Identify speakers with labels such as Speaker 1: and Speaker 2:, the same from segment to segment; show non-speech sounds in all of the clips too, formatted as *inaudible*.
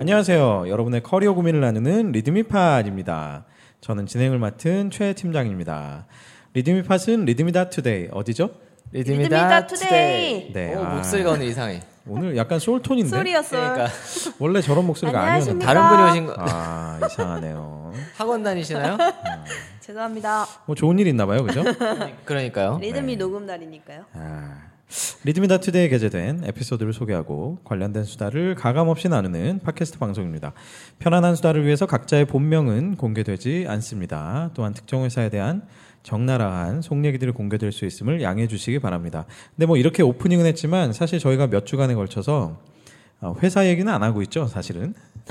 Speaker 1: 안녕하세요. 여러분의 커리어 고민을 나누는 리드미팟입니다. 저는 진행을 맡은 최 팀장입니다. 리드미팟은 리드미다 투데이 어디죠?
Speaker 2: 리듬이다 투데이. 어,
Speaker 1: 네.
Speaker 3: 오,
Speaker 1: 아,
Speaker 3: 목소리가 오늘 이상해.
Speaker 1: 오늘 약간 소울톤인데
Speaker 2: 소리야 소리.
Speaker 3: 그러니까
Speaker 1: 원래 저런 목소리가 아니었는데
Speaker 2: 네, 안녕하십니까.
Speaker 3: 다른 분이 오신 거
Speaker 1: 아 이상하네요.
Speaker 3: *laughs* 학원 다니시나요?
Speaker 2: 죄송합니다.
Speaker 1: 뭐 좋은 일 있나 봐요, 그죠?
Speaker 3: 그러니까요.
Speaker 2: 리듬이 녹음 날이니까요.
Speaker 1: 아, 리드미다 투데이에 게재된 에피소드를 소개하고 관련된 수다를 가감없이 나누는 팟캐스트 방송입니다. 편안한 수다를 위해서 각자의 본명은 공개되지 않습니다. 또한 특정 회사에 대한 적나라한 속 얘기들이 공개될 수 있음을 양해해 주시기 바랍니다. 근데 뭐 이렇게 오프닝은 했지만 사실 저희가 몇 주간에 걸쳐서 어, 회사 얘기는 안 하고 있죠, 사실은. *laughs*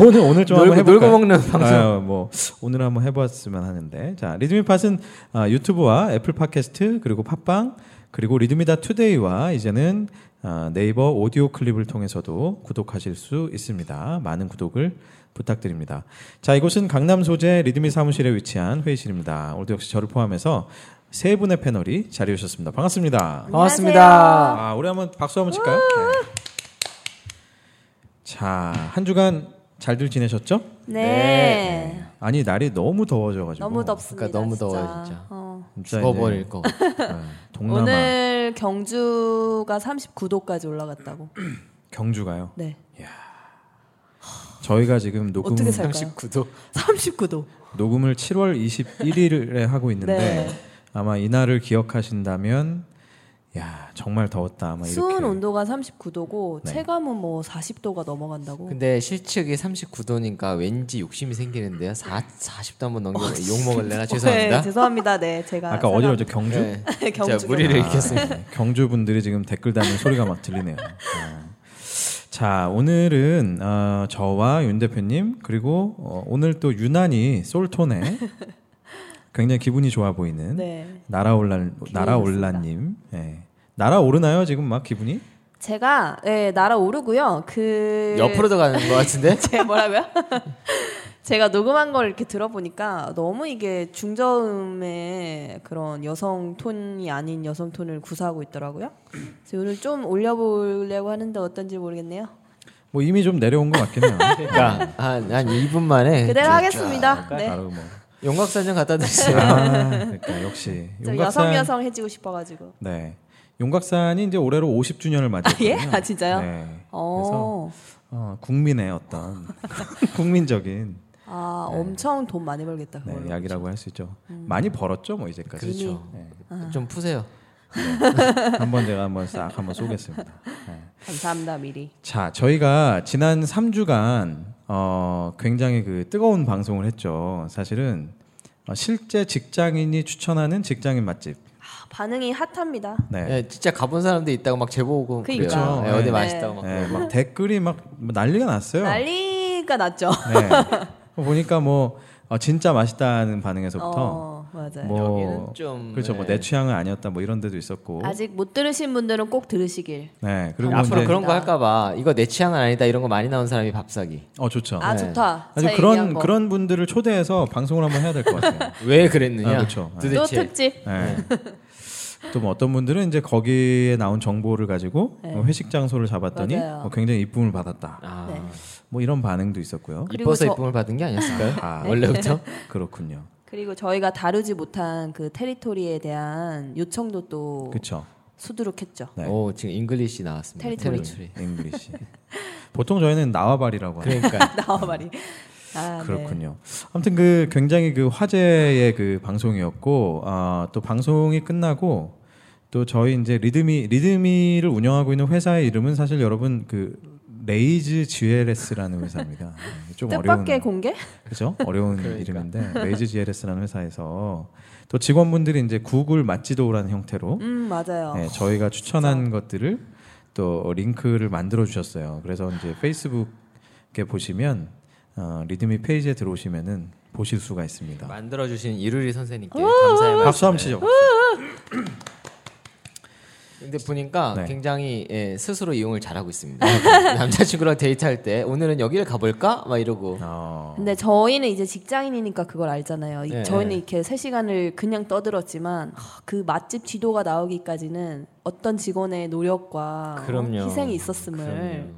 Speaker 1: 오늘 오늘 좀 한번
Speaker 3: 놀고,
Speaker 1: 해볼까요?
Speaker 3: 놀고 먹는 *laughs* 방송.
Speaker 1: 아유, 뭐 오늘 한번 해보았으면 하는데 자 리드미팟은 아, 유튜브와 애플 팟캐스트 그리고 팟빵 그리고 리드미다 투데이와 이제는 아, 네이버 오디오 클립을 통해서도 구독하실 수 있습니다. 많은 구독을 부탁드립니다. 자 이곳은 강남 소재 리드미 사무실에 위치한 회의실입니다. 오늘도 역시 저를 포함해서 세 분의 패널이 자리해주셨습니다. 반갑습니다.
Speaker 3: 반갑습니다.
Speaker 1: 아, 우리 한번 박수 한번 칠까요? 네. 자, 한 주간 잘들 지내셨죠?
Speaker 2: 네.
Speaker 1: 아니, 날이 너무 더워져가지고.
Speaker 2: 너무 덥습니다.
Speaker 3: 그러니까 너무
Speaker 2: 진짜.
Speaker 3: 더워요, 진짜.
Speaker 2: 어.
Speaker 1: 진짜 이제, *laughs*
Speaker 3: 죽어버릴 거. 같아.
Speaker 1: 아, 동남아,
Speaker 2: 오늘 경주가 39도까지 올라갔다고.
Speaker 1: 경주가요.
Speaker 2: 네.
Speaker 1: 저희가 지금 녹음,
Speaker 2: 어떻게 살- 될까요?
Speaker 3: 39도.
Speaker 2: 39도.
Speaker 1: 녹음을 7월 21일에 하고 있는데
Speaker 2: 네.
Speaker 1: 아마 이날을 기억하신다면 야 정말 더웠다 아마 이렇게
Speaker 2: 수온 온도가 39도고
Speaker 1: 네.
Speaker 2: 체감은 뭐 40도가 넘어간다고.
Speaker 3: 근데 실측이 39도니까 왠지 욕심이 생기는데요. 4, 40도 한번 넘겨
Speaker 1: 어,
Speaker 3: 욕 먹을래나
Speaker 2: 네,
Speaker 3: 죄송합니다.
Speaker 2: 죄송합니다. 네, 제가
Speaker 1: 아까
Speaker 2: 사과-
Speaker 1: 어디로 죠 경주? 아, 네.
Speaker 3: 네.
Speaker 2: 경주가.
Speaker 3: 제가 무리를 일으켰습니다.
Speaker 1: 경주 분들이 지금 댓글 다는 소리가 막 들리네요. 아. 자 오늘은 어, 저와 윤 대표님 그리고 어, 오늘 또 유난히
Speaker 2: *laughs*
Speaker 1: 솔톤에 굉장히 기분이 좋아 보이는
Speaker 2: 네.
Speaker 1: 나라올라 나라올라님 예. 날아오르나요 지금 막 기분이?
Speaker 2: 제가 예, 날아오르고요. 그
Speaker 3: 옆으로도 가는 것
Speaker 2: *laughs*
Speaker 3: 같은데.
Speaker 2: 제 뭐라고요? 제가 녹음한 걸 이렇게 들어보니까 너무 이게 중저음의 그런 여성 톤이 아닌 여성 톤을 구사하고 있더라고요. 그래서 오늘 좀 올려보려고 하는데 어떤지 모르겠네요.
Speaker 1: 뭐 이미 좀 내려온 것 같긴
Speaker 3: *laughs*
Speaker 1: 해요.
Speaker 3: 그러니까 한, 한 2분 만에
Speaker 2: 그대로 하겠습니다. 네.
Speaker 1: 네, 바로 뭐.
Speaker 3: 용각사전 갖다 드리세요.
Speaker 1: 아, 그러니까 역시
Speaker 2: 좀 여성
Speaker 1: 용각산
Speaker 2: 여성 해지고 싶어가지고.
Speaker 1: 네 용각산이 이제 올해로 50주년을 맞이했거든요.
Speaker 2: 예? 아 진짜요?
Speaker 1: 네. 그래서
Speaker 2: 어.
Speaker 1: 어, 국민의 어떤 *laughs* 국민적인
Speaker 2: 아 엄청 돈 많이 벌겠다.
Speaker 1: 네,
Speaker 2: 그걸로.
Speaker 1: 약이라고 할 수 있죠.
Speaker 2: 음.
Speaker 1: 많이 벌었죠, 뭐 이제까지.
Speaker 3: 그렇죠.
Speaker 1: 네.
Speaker 2: 아.
Speaker 3: 좀 푸세요.
Speaker 1: 한번 제가 한번 싹 한번 쏘겠습니다. 네.
Speaker 2: 감사합니다 미리.
Speaker 1: 자, 저희가 지난 3주간 어, 굉장히 그 뜨거운 방송을 했죠. 사실은 어, 실제 직장인이 추천하는 직장인 맛집.
Speaker 2: 아, 반응이 핫합니다.
Speaker 1: 네.
Speaker 3: 예, 진짜 가본 사람도 있다고 막 제보 오고
Speaker 2: 그러니까.
Speaker 3: 그래요. 예, 어디
Speaker 1: 네.
Speaker 3: 맛있다고 막.
Speaker 1: 네, 막 댓글이 막 난리가 났어요.
Speaker 2: 난리가 났죠.
Speaker 1: 네. 보니까 뭐 어, 진짜 맛있다는 반응에서부터
Speaker 2: 어, 맞아요.
Speaker 1: 뭐
Speaker 3: 여기는 좀,
Speaker 1: 그렇죠.
Speaker 3: 네.
Speaker 1: 뭐 내 취향은 아니었다 뭐 이런 데도 있었고.
Speaker 2: 아직 못 들으신 분들은 꼭 들으시길.
Speaker 1: 네. 그리고
Speaker 3: 앞으로
Speaker 1: 이제
Speaker 3: 그런 거 할까봐 이거 내 취향은 아니다 이런 거 많이 나온 사람이 밥사기
Speaker 1: 어 좋죠.
Speaker 2: 아 좋다.
Speaker 1: 아주
Speaker 2: 저 얘기한
Speaker 1: 그런
Speaker 2: 거.
Speaker 1: 그런 분들을 초대해서 방송을 한번 해야 될 것
Speaker 2: *laughs*
Speaker 1: 같아요.
Speaker 3: 왜
Speaker 1: 아,
Speaker 3: 그랬느냐
Speaker 1: 그쵸. 네.
Speaker 2: 또
Speaker 3: 도대체
Speaker 2: 특집.
Speaker 1: 네. *laughs* 또뭐 어떤 분들은 이제 거기에 나온 정보를 가지고 어, 회식 장소를 잡았더니
Speaker 2: 네. 맞아요.
Speaker 1: 어, 굉장히 이쁨을 받았다.
Speaker 3: 아,
Speaker 2: 네.
Speaker 1: 뭐 이런 반응도 있었고요.
Speaker 2: 그리고
Speaker 3: 이뻐서
Speaker 2: 저-
Speaker 3: 이쁨을 받은 게 아니었을까요? 네.
Speaker 1: 아,
Speaker 3: *laughs* 원래부터
Speaker 1: 그렇군요.
Speaker 2: 그리고 저희가 다루지 못한 그 테리토리에 대한 요청도 또
Speaker 1: 그렇죠. *laughs*
Speaker 2: 수두룩했죠.
Speaker 1: 네.
Speaker 3: 오 지금 잉글리시 나왔습니다
Speaker 2: 테리토리.
Speaker 3: 테리토리.
Speaker 1: 잉글리시. 보통 저희는 나와발이라고 하죠.
Speaker 3: 그러니까
Speaker 2: 나와 말이. 아, 네.
Speaker 1: 그렇군요. 아무튼 그 굉장히 그 화제의 그 방송이었고 아, 또 방송이 끝나고 또 저희 이제 리드미 리드미를 운영하고 있는 회사의 이름은 사실 여러분 그 레이즈 GLS라는 회사입니다. 네, 좀 어려운
Speaker 2: 뜻밖의 공개?
Speaker 1: 그죠? 어려운 이름인데 레이즈 GLS라는 회사에서 또 직원분들이 이제 구글 맛지도라는 형태로
Speaker 2: 음 맞아요.
Speaker 1: 네, 저희가 추천한 것들을 또 링크를 만들어 주셨어요. 그래서 이제 페이스북에 보시면 어, 리드미 페이지에 들어오시면은 보실 수가 있습니다.
Speaker 3: *laughs* 만들어 주신 이루리 선생님께 감사의 말씀.
Speaker 1: 박수 한번 치죠.
Speaker 3: 근데 보니까
Speaker 1: 네.
Speaker 3: 굉장히 예, 스스로 이용을 잘하고 있습니다. *laughs* 남자친구랑 데이트할 때 오늘은 여기를 가볼까 막 이러고
Speaker 1: 어,
Speaker 2: 근데 저희는 이제 직장인이니까 그걸 알잖아요. 이-
Speaker 3: 네.
Speaker 2: 저희는 이렇게 세 시간을 그냥 떠들었지만 하, 그 맛집 지도가 나오기까지는 어떤 직원의 노력과
Speaker 3: 그럼요.
Speaker 2: 희생이 있었음을
Speaker 3: 그럼요.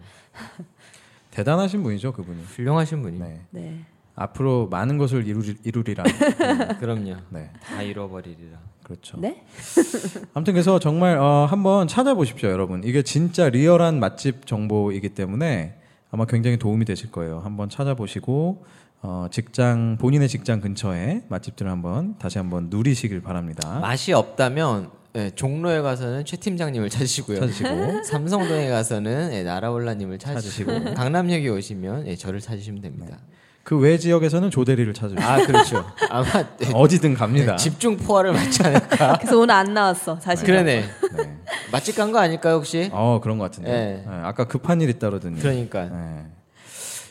Speaker 1: 대단하신 분이죠 그분이.
Speaker 3: 훌륭하신 분이. 네.
Speaker 1: 네.
Speaker 2: 네.
Speaker 1: 앞으로 많은 것을 이루리, 이루리라.
Speaker 3: *laughs* 그럼요.
Speaker 1: 네.
Speaker 3: 다 잃어버리리라.
Speaker 1: 그렇죠.
Speaker 2: 네?
Speaker 1: *laughs* 아무튼 그래서 정말 어, 한번 찾아보십시오, 여러분. 이게 진짜 리얼한 맛집 정보이기 때문에 아마 굉장히 도움이 되실 거예요. 한번 찾아보시고 어, 직장 본인의 직장 근처에 맛집들을 한번 다시 한번 누리시길 바랍니다.
Speaker 3: 맛이 없다면 예, 종로에 가서는 최 팀장님을 찾으시고요.
Speaker 1: 찾으시고.
Speaker 3: 삼성동에 가서는 예, 나라올라님을 찾으시고,
Speaker 1: 찾으시고.
Speaker 3: 강남역에 오시면 예, 저를 찾으시면 됩니다.
Speaker 1: 그 외 지역에서는 조대리를 찾으시고
Speaker 3: 아 그렇죠. 아마 예,
Speaker 1: *laughs* 어디든 갑니다.
Speaker 3: 집중 포화를 맞지 않을까.
Speaker 2: 그래서 오늘 안 나왔어. 사실.
Speaker 3: 그러네.
Speaker 1: 네.
Speaker 3: 맛집 간 거 아닐까요 혹시?
Speaker 1: 어 그런 것 같은데.
Speaker 3: 예.
Speaker 1: 예, 아까 급한 일 있다거든요. 네.
Speaker 3: 그러니까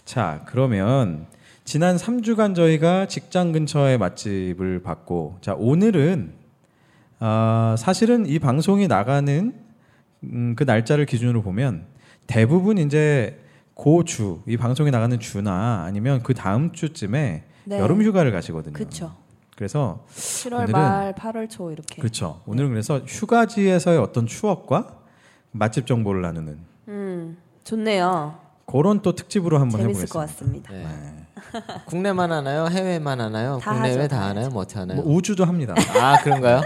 Speaker 1: 자, 그러면 지난 3주간 저희가 직장 근처의 맛집을 봤고, 자, 오늘은 아, 사실은 이 방송이 나가는 음, 그 날짜를 기준으로 보면 대부분 이제 고주, 이 방송이 나가는 주나 아니면 그 다음 주쯤에
Speaker 2: 네.
Speaker 1: 여름 휴가를 가시거든요.
Speaker 2: 그쵸.
Speaker 1: 그래서
Speaker 2: 7월
Speaker 1: 오늘은-
Speaker 2: 말, 8월 초 이렇게.
Speaker 1: 그렇죠. 오늘은 그래서 휴가지에서의 어떤 추억과 맛집 정보를 나누는
Speaker 2: 음. 좋네요.
Speaker 1: 그런 또 특집으로 한번
Speaker 2: 재밌을
Speaker 1: 해보겠습니다.
Speaker 2: 것 같습니다.
Speaker 3: 네. 국내만 하나요? 해외만 하나요?
Speaker 2: 다
Speaker 3: 국내외
Speaker 2: 하죠,
Speaker 3: 다
Speaker 2: 다
Speaker 3: 하나요? 뭐 어떻게 하나요?
Speaker 1: 뭐 네? 우주도 합니다.
Speaker 3: 아 그런가요?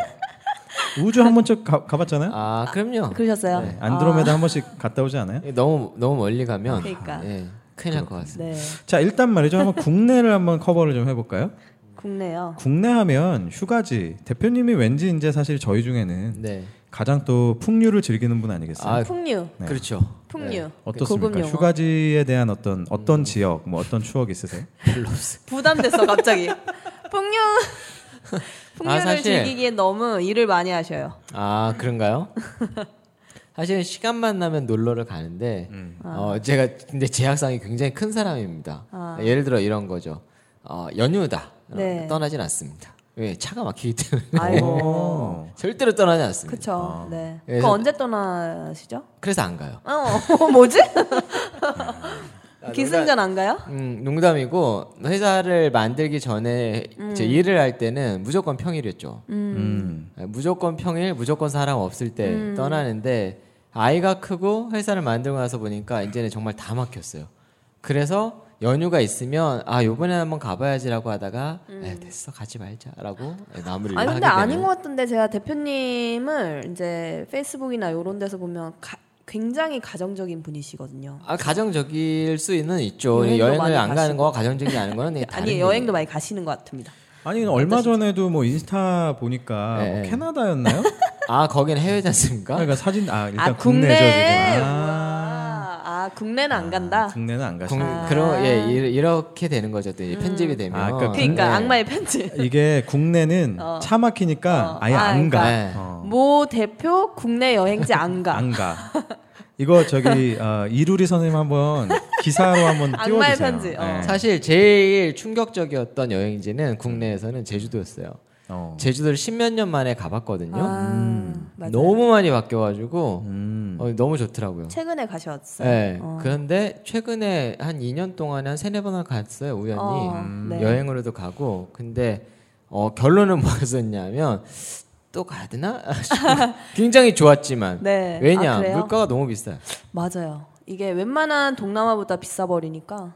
Speaker 1: 우주 한 번쯤 가, 가봤잖아요. 네,
Speaker 3: 아 그럼요.
Speaker 2: 그러셨어요?
Speaker 1: 안드로메다 한 번씩 갔다 오지 않아요?
Speaker 3: 너무 너무 멀리 가면
Speaker 2: 그러니까.
Speaker 3: 예, 큰일 날 것 같습니다.
Speaker 2: 아, 네.
Speaker 1: 자 일단 말이죠. 한번 국내를 한번 커버를 좀 해볼까요?
Speaker 2: 국내요.
Speaker 1: 국내 하면 휴가지 대표님이 왠지 이제 사실 저희 중에는
Speaker 3: 네.
Speaker 1: 가장 또 풍류를 즐기는 분 아니겠어요?
Speaker 3: 아
Speaker 2: 풍류.
Speaker 1: 네.
Speaker 3: 그렇죠.
Speaker 2: 풍류.
Speaker 1: 어떻습니까?
Speaker 2: 고급 용어.
Speaker 1: 휴가지에 대한 어떤 어떤 지역, 뭐 어떤 추억 있으세요?
Speaker 3: 별로 없어.
Speaker 2: 부담됐어 갑자기.
Speaker 1: *laughs*
Speaker 2: 풍류.
Speaker 1: 아,
Speaker 2: 풍류를
Speaker 3: 사실-
Speaker 2: 즐기기에 너무 일을 많이 하셔요.
Speaker 3: 아 그런가요? *laughs* 사실 시간만 나면 놀러를 가는데 어, 제가 근데 제약상이 굉장히 큰 사람입니다. 예를 들어 이런 거죠. 어, 연휴다
Speaker 2: 네.
Speaker 3: 떠나진 않습니다. 왜 차가 막히기 때문에 *laughs*
Speaker 1: 어.
Speaker 2: 아이고.
Speaker 1: 오.
Speaker 3: 절대로 떠나지 않습니다.
Speaker 2: 그쵸.
Speaker 1: 아.
Speaker 2: 네.
Speaker 1: 예,
Speaker 2: 그
Speaker 3: 그래서-
Speaker 2: 언제 떠나시죠?
Speaker 3: 그래서 안 가요.
Speaker 2: 어, 뭐지?
Speaker 1: *laughs* 아,
Speaker 2: 기승전 안 가요?
Speaker 3: 음, 농담이고 회사를 만들기 전에 제 일을 할 때는 무조건 평일이었죠.
Speaker 1: 음.
Speaker 3: 아, 무조건 평일, 무조건 사람 없을 때
Speaker 2: 음.
Speaker 3: 떠나는데 아이가 크고 회사를 만들고 나서 보니까 이제는 정말 다 막혔어요. 그래서 연휴가 있으면 아 요번에 한번 가봐야지라고 하다가 에, 됐어 가지 말자라고 예, 마무리를
Speaker 2: 음. 아니
Speaker 3: 하게
Speaker 2: 근데
Speaker 3: 되는.
Speaker 2: 아닌 것 같던데 제가 대표님을 이제 페이스북이나 이런 데서 보면 가- 굉장히 가정적인 분이시거든요.
Speaker 3: 아, 가정적일 수 있는 있죠. 예,
Speaker 2: 여행도 많이
Speaker 3: 여행을 안 가는
Speaker 2: 가시고.
Speaker 3: 거와 가정적이지 않은 거는
Speaker 1: 예,
Speaker 3: 되게 다른
Speaker 2: *laughs* 아니 여행도 많이 가시는 것 같습니다.
Speaker 1: 아니 얼마 전에도 뭐 인스타 보니까
Speaker 3: 네.
Speaker 1: 뭐 캐나다였나요?
Speaker 3: 얘기예요. 아 거기는 해외지 않습니까?
Speaker 2: *laughs*
Speaker 1: 그러니까 사진 아 일단
Speaker 2: 아
Speaker 1: 국내죠
Speaker 2: 국내.
Speaker 1: 지금.
Speaker 2: 아, 아 국내는 안 간다.
Speaker 1: 국내는 안 가시.
Speaker 3: 공, 그런 예 이- 이렇게 되는 거죠. 또 이제 편집이 되면
Speaker 1: 아, 그러니까
Speaker 2: 아. 그러니까
Speaker 3: 네.
Speaker 2: 악마의 편지.
Speaker 1: 이게 국내는
Speaker 2: 어.
Speaker 1: 차 막히니까
Speaker 2: 어.
Speaker 1: 아예
Speaker 2: 아,
Speaker 1: 안 가.
Speaker 3: 그러니까.
Speaker 1: 어.
Speaker 2: 모 대표 국내 여행지 안 가.
Speaker 1: 안 가. 이거 저기 어, 이루리 선생님 한번 기사로 한번 띄워주세요.
Speaker 2: *laughs* 악마의 편지, 어.
Speaker 1: 네.
Speaker 3: 사실 제일 충격적이었던 여행지는 국내에서는 제주도였어요.
Speaker 1: 어.
Speaker 3: 제주도를 십몇 년 만에 가봤거든요. 음.
Speaker 2: 아, 맞아요.
Speaker 3: 너무 많이 바뀌어가지고
Speaker 1: 음.
Speaker 3: 어, 너무 좋더라고요.
Speaker 2: 최근에 가셨어요.
Speaker 3: 네.
Speaker 2: 어.
Speaker 3: 그런데 최근에 한 2년 동안에 한 세네 번을 갔어요 우연히
Speaker 2: 어,
Speaker 1: 음,
Speaker 2: 네.
Speaker 3: 여행으로도 가고 근데 어, 결론은 *laughs* 뭐였었냐면 또 가야
Speaker 2: *laughs*
Speaker 3: 되나? *laughs* 굉장히 좋았지만
Speaker 2: 네.
Speaker 3: 왜냐
Speaker 2: 아, 그래요?
Speaker 3: 물가가 너무 비싸요.
Speaker 2: 맞아요. 이게 웬만한 동남아보다 비싸 버리니까.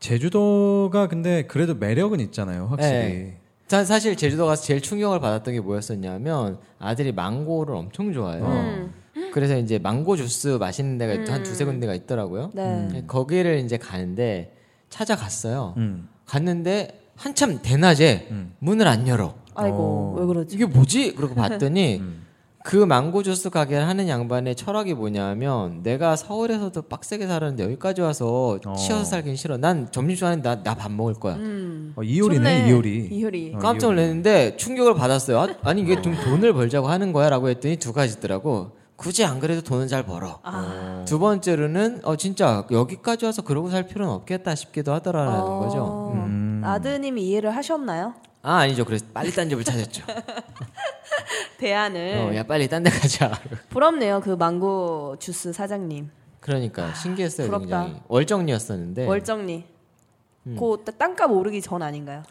Speaker 1: 제주도가 근데 그래도 매력은 있잖아요, 확실히.
Speaker 3: 네. 자, 사실 제주도 가서 제일 충격을 받았던 게 뭐였었냐면 아들이 망고를 엄청 좋아해요. 그래서 이제 망고 주스 마시는 데가 한 두세 군데가 있더라고요.
Speaker 2: 네.
Speaker 3: 거기를 이제 가는데 찾아갔어요.
Speaker 1: 음.
Speaker 3: 갔는데 한참 대낮에 문을 안 열어.
Speaker 2: 아이고
Speaker 1: 어.
Speaker 2: 왜 그러지?
Speaker 3: 이게 뭐지? 그러고 봤더니 그 망고 주스 가게를 하는 양반의 철학이 뭐냐면 내가 서울에서도 빡세게 살았는데 여기까지 와서
Speaker 1: 어.
Speaker 3: 치여서 살긴 싫어. 난 점심시간에 나 나 밥 먹을 거야.
Speaker 2: 음.
Speaker 1: 어, 이효리네,
Speaker 2: 좋네.
Speaker 1: 이효리.
Speaker 2: 이효리.
Speaker 1: 어.
Speaker 3: 깜짝 놀랐는데 충격을 받았어요. 아, 아니 이게 좀 돈을 벌자고 하는 거야라고 했더니 두 가지더라고. 굳이 안 그래도 돈은 잘 벌어.
Speaker 2: 아.
Speaker 3: 두 번째로는 어 진짜 여기까지 와서 그러고 살 필요는 없겠다 싶기도 하더라라는
Speaker 2: 어.
Speaker 3: 거죠.
Speaker 2: 아드님이 이해를 하셨나요? *laughs*
Speaker 3: 아 아니죠. 그래서 빨리 딴 집을 찾았죠.
Speaker 2: 대안을. 네.
Speaker 3: 어, 야 빨리 딴 데 가자. *laughs*
Speaker 2: 부럽네요 그 망고 주스 사장님.
Speaker 3: 그러니까 신기했어요.
Speaker 2: 부럽다.
Speaker 3: 네. 굉장히 월정리였었는데
Speaker 2: 월정리. 그 땅값 오르기 전 아닌가요?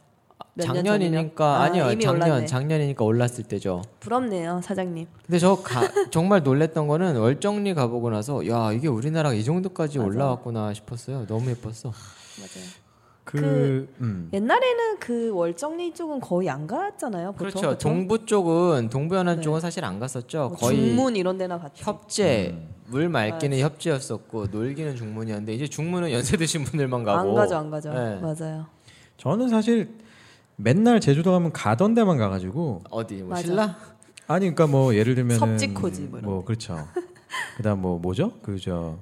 Speaker 2: 몇 년
Speaker 3: 작년이니까
Speaker 2: 전이면? 아,
Speaker 3: 아니요
Speaker 2: 이미
Speaker 3: 작년
Speaker 2: 올랐네.
Speaker 3: 작년이니까 올랐을 때죠.
Speaker 2: 부럽네요, 사장님.
Speaker 3: 근데 저 가- 정말 놀랬던 거는 월정리 가보고 나서 야 이게 우리나라가 이 정도까지
Speaker 2: 맞아.
Speaker 3: 올라왔구나 싶었어요. 너무 예뻤어.
Speaker 2: 맞아요.
Speaker 1: 그,
Speaker 2: 그-
Speaker 1: 음.
Speaker 2: 옛날에는 그 월정리 쪽은 거의 안 갔잖아요. 보통.
Speaker 3: 그렇죠.
Speaker 2: 그쵸?
Speaker 3: 동부 쪽은 동부연안
Speaker 2: 네.
Speaker 3: 쪽은 사실 안 갔었죠.
Speaker 2: 뭐
Speaker 3: 거의
Speaker 2: 중문 이런 데나 갔죠.
Speaker 3: 협재
Speaker 1: 음.
Speaker 3: 물 맑기는 협재였었고 놀기는 중문이었는데 이제 중문은 연세 드신 분들만 가고
Speaker 2: 안 가죠, 안 가죠.
Speaker 3: 네.
Speaker 2: 맞아요.
Speaker 1: 저는 사실 맨날 제주도 가면 가던 데만 가가지고
Speaker 3: 어디 뭐
Speaker 2: 맞아.
Speaker 3: 신라
Speaker 1: 아니 그러니까 뭐 예를 들면
Speaker 2: 섭지코지 뭐 이런
Speaker 1: 그렇죠. 그다음 뭐 뭐죠? 그저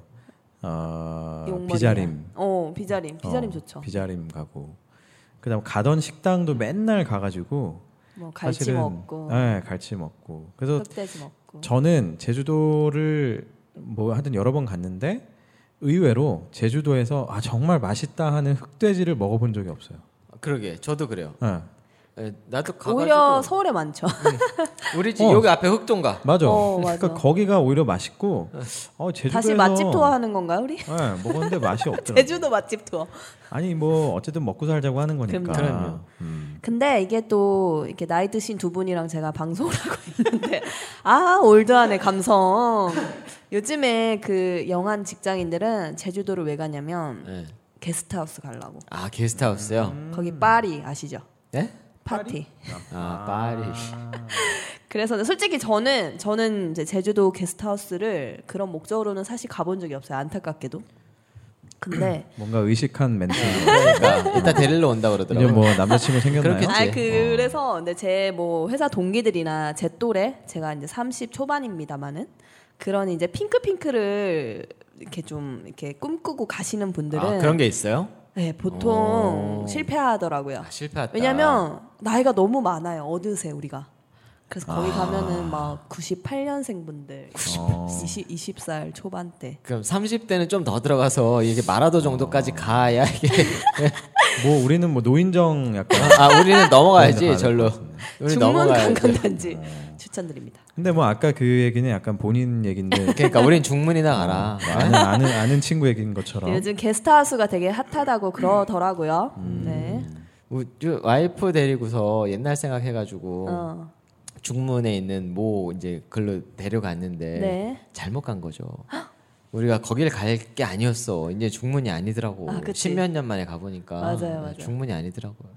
Speaker 1: 어,
Speaker 2: 용머리랑.
Speaker 1: 비자림.
Speaker 2: 어, 비자림. 비자림
Speaker 1: 어,
Speaker 2: 좋죠.
Speaker 1: 비자림 가고 그다음 가던 식당도 맨날 가가지고
Speaker 2: 뭐 갈치
Speaker 1: 사실은-
Speaker 2: 먹고
Speaker 1: 네, 갈치 먹고. 그래서
Speaker 2: 흑돼지 먹고.
Speaker 1: 저는 제주도를 뭐 하여튼 여러 번 갔는데 의외로 제주도에서 아 정말 맛있다 하는 흑돼지를 먹어본 적이 없어요.
Speaker 3: 그러게 저도 그래요.
Speaker 1: 예,
Speaker 3: 예, 나도 가가지고
Speaker 2: 오히려 서울에 많죠. *laughs*
Speaker 3: 우리 집
Speaker 1: 어.
Speaker 3: 여기 앞에 흑동가
Speaker 1: 맞아.
Speaker 2: 어, 맞아.
Speaker 1: 그러니까 거기가 오히려 맛있고 어, 제주도에서
Speaker 2: 다시 맛집 투어 하는 건가요, 우리?
Speaker 1: 예, 먹었는데
Speaker 2: *laughs*
Speaker 1: 맛이 없더라고.
Speaker 2: 제주도 맛집 투어.
Speaker 1: 아니 뭐 어쨌든 먹고 살자고 하는 거니까.
Speaker 3: 그럼요.
Speaker 1: 음.
Speaker 2: 근데 이게 또 이렇게 나이 드신 두 분이랑 제가 방송을 하고 *laughs* 있는데 아 올드하네 감성. 요즘에 그 영한 직장인들은 제주도를 왜 가냐면
Speaker 3: 예.
Speaker 2: 게스트하우스 가려고.
Speaker 3: 아 게스트하우스요.
Speaker 2: 거기 파리 아시죠?
Speaker 3: 네?
Speaker 2: 파티.
Speaker 3: 아 파리.
Speaker 2: 그래서 솔직히 저는 저는 이제 제주도 게스트하우스를 그런 목적으로는 사실 가본 적이 없어요. 안타깝게도.
Speaker 3: *clears throat*
Speaker 2: 근데
Speaker 1: 뭔가 의식한 멘트.
Speaker 3: 그러니까 이따 데리러 온다
Speaker 1: 이제
Speaker 3: 그러더라고요.
Speaker 1: 뭐 남자친구 생겼나요?
Speaker 3: 그렇겠지.
Speaker 2: 아
Speaker 3: 어.
Speaker 2: 그래서 근데 제 뭐 회사 동기들이나 제 또래 제가 이제 30 초반입니다만은 그런 이제 핑크핑크를 이렇게 좀 이렇게 꿈꾸고 가시는 분들은
Speaker 3: 아, 그런 게 있어요?
Speaker 2: 네, 보통
Speaker 3: 오.
Speaker 2: 실패하더라고요.
Speaker 3: 아, 실패했다.
Speaker 2: 왜냐면 나이가 너무 많아요. 어느새 우리가. 그래서 거기
Speaker 3: 아.
Speaker 2: 가면은 막 98년생 분들 20, 20살 초반대.
Speaker 3: 그럼 30대는 좀 더 들어가서 이게 마라도 정도까지
Speaker 1: 어.
Speaker 3: 가야 이게
Speaker 1: 뭐 우리는 뭐 노인정 약간.
Speaker 3: 아 우리는 넘어가야지
Speaker 1: 그런
Speaker 3: 절로.
Speaker 1: 것 같은데.
Speaker 3: 우리
Speaker 2: 중문
Speaker 3: 넘어가야지. 아.
Speaker 2: 관광단지 추천드립니다.
Speaker 1: 근데 뭐 아까 그 얘기는 약간 본인 얘긴데
Speaker 3: 그러니까 우린 중문이나 가라.
Speaker 1: 아는 아는 아는 친구 얘기인 것처럼.
Speaker 2: 요즘 게스트하우스가 되게
Speaker 3: 음.
Speaker 2: 핫하다고 그러더라고요. 네.
Speaker 3: 우- 저 와이프 데리고서 옛날 생각해가지고
Speaker 2: 어.
Speaker 3: 중문에 있는 모 이제 글로 데려갔는데
Speaker 2: 네.
Speaker 3: 잘못 간 거죠. 우리가 거길 갈 게 아니었어. 이제 중문이 아니더라고.
Speaker 2: 아, 그치.
Speaker 3: 십몇 년 만에 가보니까 네,
Speaker 2: 맞아요, 맞아요.
Speaker 3: 중문이 아니더라고요.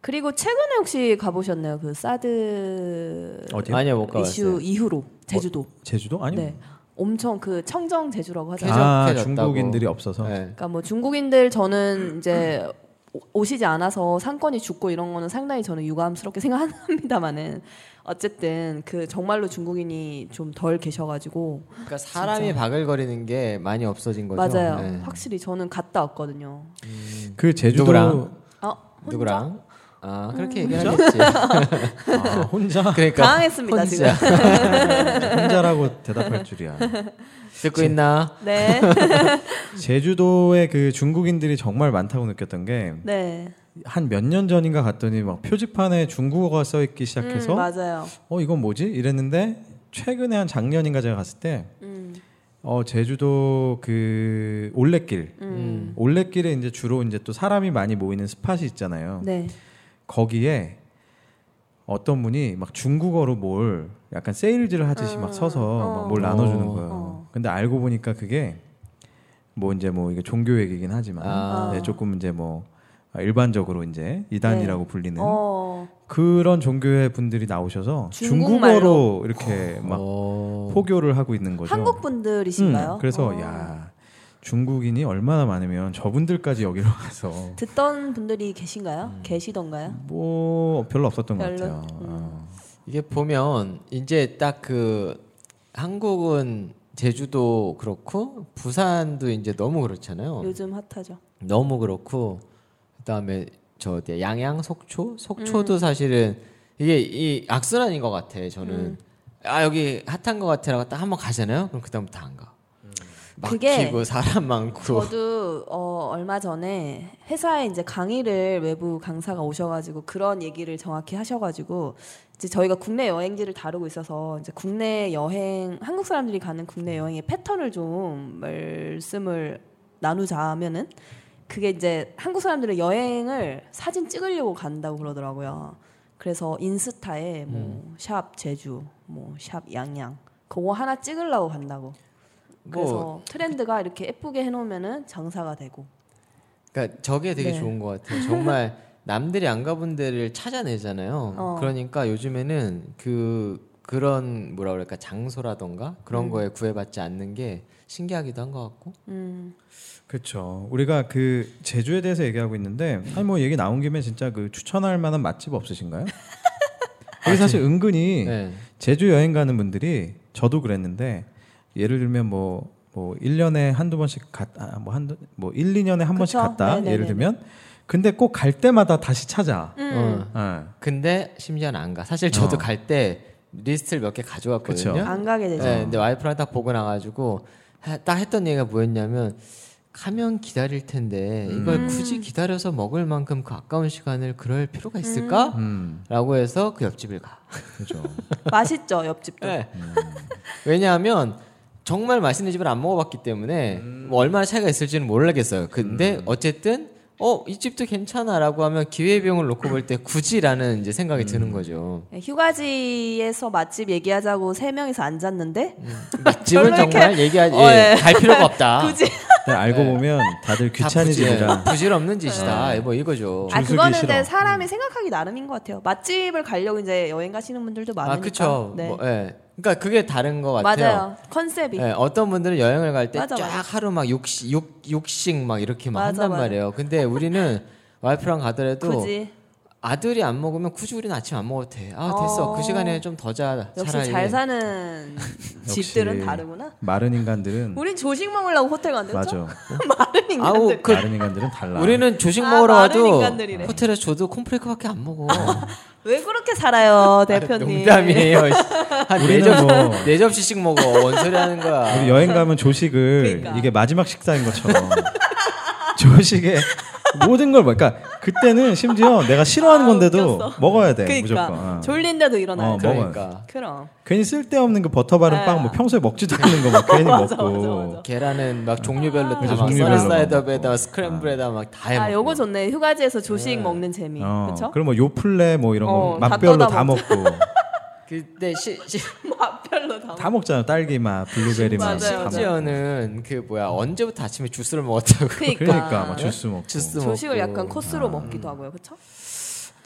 Speaker 2: 그리고 최근에 혹시 가보셨나요? 그 사드
Speaker 1: 어디요?
Speaker 3: 아니요 뭐, 못 가봤어요.
Speaker 2: 이슈 이후로 제주도.
Speaker 1: 제주도 아니요.
Speaker 2: 네. 엄청 그 청정 제주라고 하잖아요.
Speaker 1: 아
Speaker 3: 쾌적해졌다고.
Speaker 1: 중국인들이 없어서.
Speaker 3: 네.
Speaker 2: 그러니까 뭐 중국인들 저는 이제 오- 오시지 않아서 상권이 죽고 이런 거는 상당히 저는 유감스럽게 생각합니다만은 어쨌든 그 정말로 중국인이 좀 덜 계셔가지고
Speaker 3: 그러니까 사람이 바글거리는 게 많이 없어진 거죠.
Speaker 2: 맞아요.
Speaker 3: 네.
Speaker 2: 확실히 저는 갔다 왔거든요.
Speaker 1: 그 제주도
Speaker 3: 누구랑?
Speaker 2: 아 혼자?
Speaker 3: 누구랑? 아 그렇게 얘기하겠지. *laughs*
Speaker 1: 아, 혼자
Speaker 3: 그러니까
Speaker 2: 음. 당황했습니다 지금.
Speaker 3: *laughs* 혼자
Speaker 1: 혼자라고 대답할 줄이야.
Speaker 3: 듣고 있나?
Speaker 2: 네,
Speaker 1: 제주도에 그 중국인들이 정말 많다고 느꼈던
Speaker 2: 네.
Speaker 1: 게 한 몇 년 전인가 갔더니 막 표지판에 중국어가 써 있기 시작해서
Speaker 2: 음, 맞아요.
Speaker 1: 어 이건 뭐지? 이랬는데 최근에 한 작년인가 제가 갔을 때
Speaker 2: 음,
Speaker 1: 어, 제주도 그 올레길
Speaker 2: 음.
Speaker 1: 올레길에 이제 주로 이제 또 사람이 많이 모이는 스팟이 있잖아요.
Speaker 2: 네.
Speaker 1: 거기에 어떤 분이 막 중국어로 뭘 약간 세일즈를 하듯이
Speaker 2: 어,
Speaker 1: 막 서서
Speaker 2: 어.
Speaker 1: 막 뭘 나눠주는
Speaker 3: 어.
Speaker 1: 거예요.
Speaker 2: 어.
Speaker 1: 근데 알고 보니까 그게 뭐 이제 뭐 이게 종교 얘기긴 하지만
Speaker 3: 아.
Speaker 1: 네, 조금 이제 뭐 일반적으로 이제 이단이라고 불리는
Speaker 2: 네. 어,
Speaker 1: 그런 종교의 분들이 나오셔서
Speaker 2: 중국말로?
Speaker 1: 중국어로 이렇게 막
Speaker 3: 어.
Speaker 1: 포교를 하고 있는 거죠.
Speaker 2: 한국 분들이신가요?
Speaker 1: 음, 그래서
Speaker 2: 어.
Speaker 1: 야 중국인이 얼마나 많으면 저분들까지 여기로 와서
Speaker 2: 듣던 분들이 계신가요?
Speaker 3: 음.
Speaker 2: 계시던가요?
Speaker 1: 뭐 별로 없었던
Speaker 2: 별로? 음.
Speaker 1: 것 같아요. 어.
Speaker 3: 이게 보면 이제 딱 그 한국은 제주도 그렇고 부산도 이제 너무 그렇잖아요.
Speaker 2: 요즘 핫하죠.
Speaker 3: 너무 그렇고 그다음에 저 어디야? 양양 속초
Speaker 2: 음.
Speaker 3: 속초도 사실은 이게 이 악순환인 것 같아 저는
Speaker 2: 음.
Speaker 3: 아 여기 핫한 것 같아라고 딱 한번 가잖아요 그럼 그다음부터 안 가
Speaker 2: 그게
Speaker 3: 막히고 사람 많고
Speaker 2: 저도 어, 얼마 전에 회사에 이제 강의를 외부 강사가 오셔가지고 그런 얘기를 정확히 하셔가지고 이제 저희가 국내 여행지를 다루고 있어서 이제 국내 여행 한국 사람들이 가는 국내 여행의 패턴을 좀 말씀을 나누자면은 그게 이제 한국 사람들은 여행을 사진 찍으려고 간다고 그러더라고요. 그래서 인스타에 뭐 샵 제주, 뭐 샵 양양 그거 하나 찍으려고 간다고. 그래서
Speaker 3: 뭐
Speaker 2: 트렌드가 이렇게 예쁘게 해놓으면은 장사가 되고.
Speaker 3: 그러니까 저게 되게
Speaker 2: 네.
Speaker 3: 좋은 것 같아요. 정말 *laughs* 남들이 안 가본 데를 찾아내잖아요.
Speaker 2: 어.
Speaker 3: 그러니까 요즘에는 그 그런 뭐라 그럴까 장소라던가 그런 거에 구애받지 않는 게 신기하기도 한 것 같고.
Speaker 2: 음,
Speaker 1: 그렇죠. 우리가 그 제주에 대해서 얘기하고 있는데
Speaker 2: 음.
Speaker 1: 아니 뭐 얘기 나온 김에 진짜 그 추천할 만한 맛집
Speaker 2: *laughs*
Speaker 1: 없으신가요? 우리 사실 은근히
Speaker 3: 네.
Speaker 1: 제주 여행 가는 분들이 저도 그랬는데 예를 들면 뭐 뭐 1년에 한두 번씩 갔다 뭐 한두 뭐 1, 2년에 한 번씩
Speaker 2: 그쵸.
Speaker 1: 갔다
Speaker 2: 네네네네.
Speaker 1: 예를 들면 근데 꼭 갈 때마다 다시 찾아.
Speaker 2: 음.
Speaker 1: 아,
Speaker 3: 어. 근데 심지어는 안 가. 사실 저도
Speaker 1: 어.
Speaker 3: 갈 때 리스트를 몇 개 가져왔거든요.
Speaker 1: 그쵸.
Speaker 2: 안 가게 되죠.
Speaker 3: 네, 근데 와이프랑 딱 보고 나가지고 하- 딱 했던 얘기가 뭐였냐면 가면 기다릴 텐데 이걸
Speaker 2: 음.
Speaker 3: 굳이 기다려서 먹을 만큼 그 아까운 시간을 그럴 필요가 있을까?
Speaker 1: 음.
Speaker 3: 라고 해서 그 옆집을 가.
Speaker 1: 그죠.
Speaker 2: *laughs* 맛있죠 옆집도.
Speaker 3: 네. 왜냐하면 정말 맛있는 집을 안 먹어봤기 때문에 뭐 얼마나 차이가 있을지는 모르겠어요. 근데
Speaker 2: 음.
Speaker 3: 어쨌든 어, 이 집도 괜찮아라고 하면 기회비용을 놓고 볼 때 굳이라는 이제
Speaker 2: 음.
Speaker 3: 생각이 드는
Speaker 2: *laughs*
Speaker 3: 거죠.
Speaker 2: 네, 휴가지에서 맛집 얘기하자고 세 명이서 앉았는데
Speaker 3: 맛집은
Speaker 2: 별로
Speaker 3: 정말 얘기할
Speaker 2: 어,
Speaker 3: 예,
Speaker 2: 예.
Speaker 3: 갈 필요가 없다.
Speaker 2: *laughs* 굳이
Speaker 1: 근데 네, 알고 보면 다들
Speaker 3: 네. 다
Speaker 1: 귀찮이
Speaker 3: 부질-
Speaker 1: 지느라
Speaker 3: 부질없는 짓이다. 뭐 이거죠.
Speaker 2: 아
Speaker 1: 줄서기
Speaker 2: 그거는
Speaker 1: 싫어.
Speaker 2: 근데
Speaker 3: 음.
Speaker 2: 사람이 생각하기 나름인 것 같아요. 맛집을 가려고 이제 여행 가시는 분들도 많으니까.
Speaker 3: 아, 그쵸.
Speaker 2: 네.
Speaker 3: 뭐, 예. 그러니까 그게 다른 것 같아요.
Speaker 2: 맞아요. 컨셉이.
Speaker 3: 예, 어떤 분들은 여행을 갈 때
Speaker 2: 맞아, 맞아.
Speaker 3: 쫙 하루 막 육식, 육, 육식 막 이렇게 막
Speaker 2: 맞아,
Speaker 3: 한단
Speaker 2: 맞아.
Speaker 3: 말이에요. 근데
Speaker 2: *laughs*
Speaker 3: 우리는 와이프랑 가더라도
Speaker 2: 굳이
Speaker 3: 아들이 안 먹으면 굳이 우리는 아침 안 먹어도 돼. 아, 됐어.
Speaker 2: 어.
Speaker 3: 그 시간에 좀 더 자.
Speaker 2: 역시
Speaker 3: 차라리. *laughs*
Speaker 2: 잘 사는
Speaker 1: 역시.
Speaker 2: 집들은 다르구나.
Speaker 1: 마른 인간들은
Speaker 2: 우린 조식 먹으려고 호텔 간댔죠?
Speaker 1: 맞아.
Speaker 2: *laughs* 마른 인간들.
Speaker 3: 음. 아우, 그
Speaker 1: 마른 인간들은 달라.
Speaker 3: 우리는 조식
Speaker 2: 아,
Speaker 3: 먹으러
Speaker 2: 마른
Speaker 3: 가도
Speaker 2: 인간들이네.
Speaker 3: 호텔에서 줘도 콤프레이크밖에 안
Speaker 1: *laughs*
Speaker 3: 먹어.
Speaker 2: 왜 그렇게 살아요, 대표님?
Speaker 3: 농담이에요.
Speaker 2: *laughs*
Speaker 3: 한네
Speaker 1: 우리는
Speaker 3: 접,
Speaker 1: 뭐-
Speaker 3: 네 접시씩 먹어. 원소리 하는
Speaker 1: *laughs*
Speaker 3: 거야.
Speaker 1: 우리 여행 가면 조식을
Speaker 2: 그러니까.
Speaker 1: 이게 마지막 식사인 것처럼 조식에 모든 걸 그러니까 그때는 심지어 내가 싫어하는
Speaker 2: 아,
Speaker 1: 건데도
Speaker 2: 웃겼어.
Speaker 1: 먹어야 돼
Speaker 3: 네,
Speaker 2: 그러니까
Speaker 1: 무조건.
Speaker 3: 아.
Speaker 1: 어.
Speaker 2: 졸린데도 일어나요.
Speaker 1: 어, 먹어요.
Speaker 3: 그러니까.
Speaker 2: 그럼.
Speaker 1: 괜히 쓸데없는 그 버터 바른
Speaker 2: 네.
Speaker 1: 빵 뭐 평소에 먹지도 않는 거 막 괜히
Speaker 2: *laughs* 맞아,
Speaker 1: 먹고
Speaker 2: 맞아, 맞아.
Speaker 3: 계란은 막 종류별로
Speaker 1: 그래서
Speaker 3: 다막
Speaker 1: 종류별로
Speaker 3: 썰사이드업에다가
Speaker 1: 먹고.
Speaker 3: 스크램블에다가 막 다 해.
Speaker 2: 아,
Speaker 3: 먹고.
Speaker 2: 요거 좋네. 휴가지에서 조식 먹는 재미.
Speaker 1: 어,
Speaker 2: 그렇죠? *laughs*
Speaker 1: 그럼 뭐 요플레 뭐 이런 거
Speaker 2: 어, 다
Speaker 1: 맛별로
Speaker 2: 떠다
Speaker 1: 다 먹고
Speaker 3: 그때 시, 시,
Speaker 2: 맛별로 뭐 다. 먹-
Speaker 1: 다 먹잖아 딸기 맛 블루베리 맛
Speaker 2: 맞아요,
Speaker 1: 다
Speaker 2: 맞아요.
Speaker 1: 먹고
Speaker 3: 심지어는 그 뭐야 언제부터 아침에 주스를 먹었다고
Speaker 2: 그러니까. 네.
Speaker 1: 그러니까 막 주스 먹고
Speaker 3: 주스 먹고 아.
Speaker 2: 조식을 약간 코스로 먹기도 하고요. 그렇죠?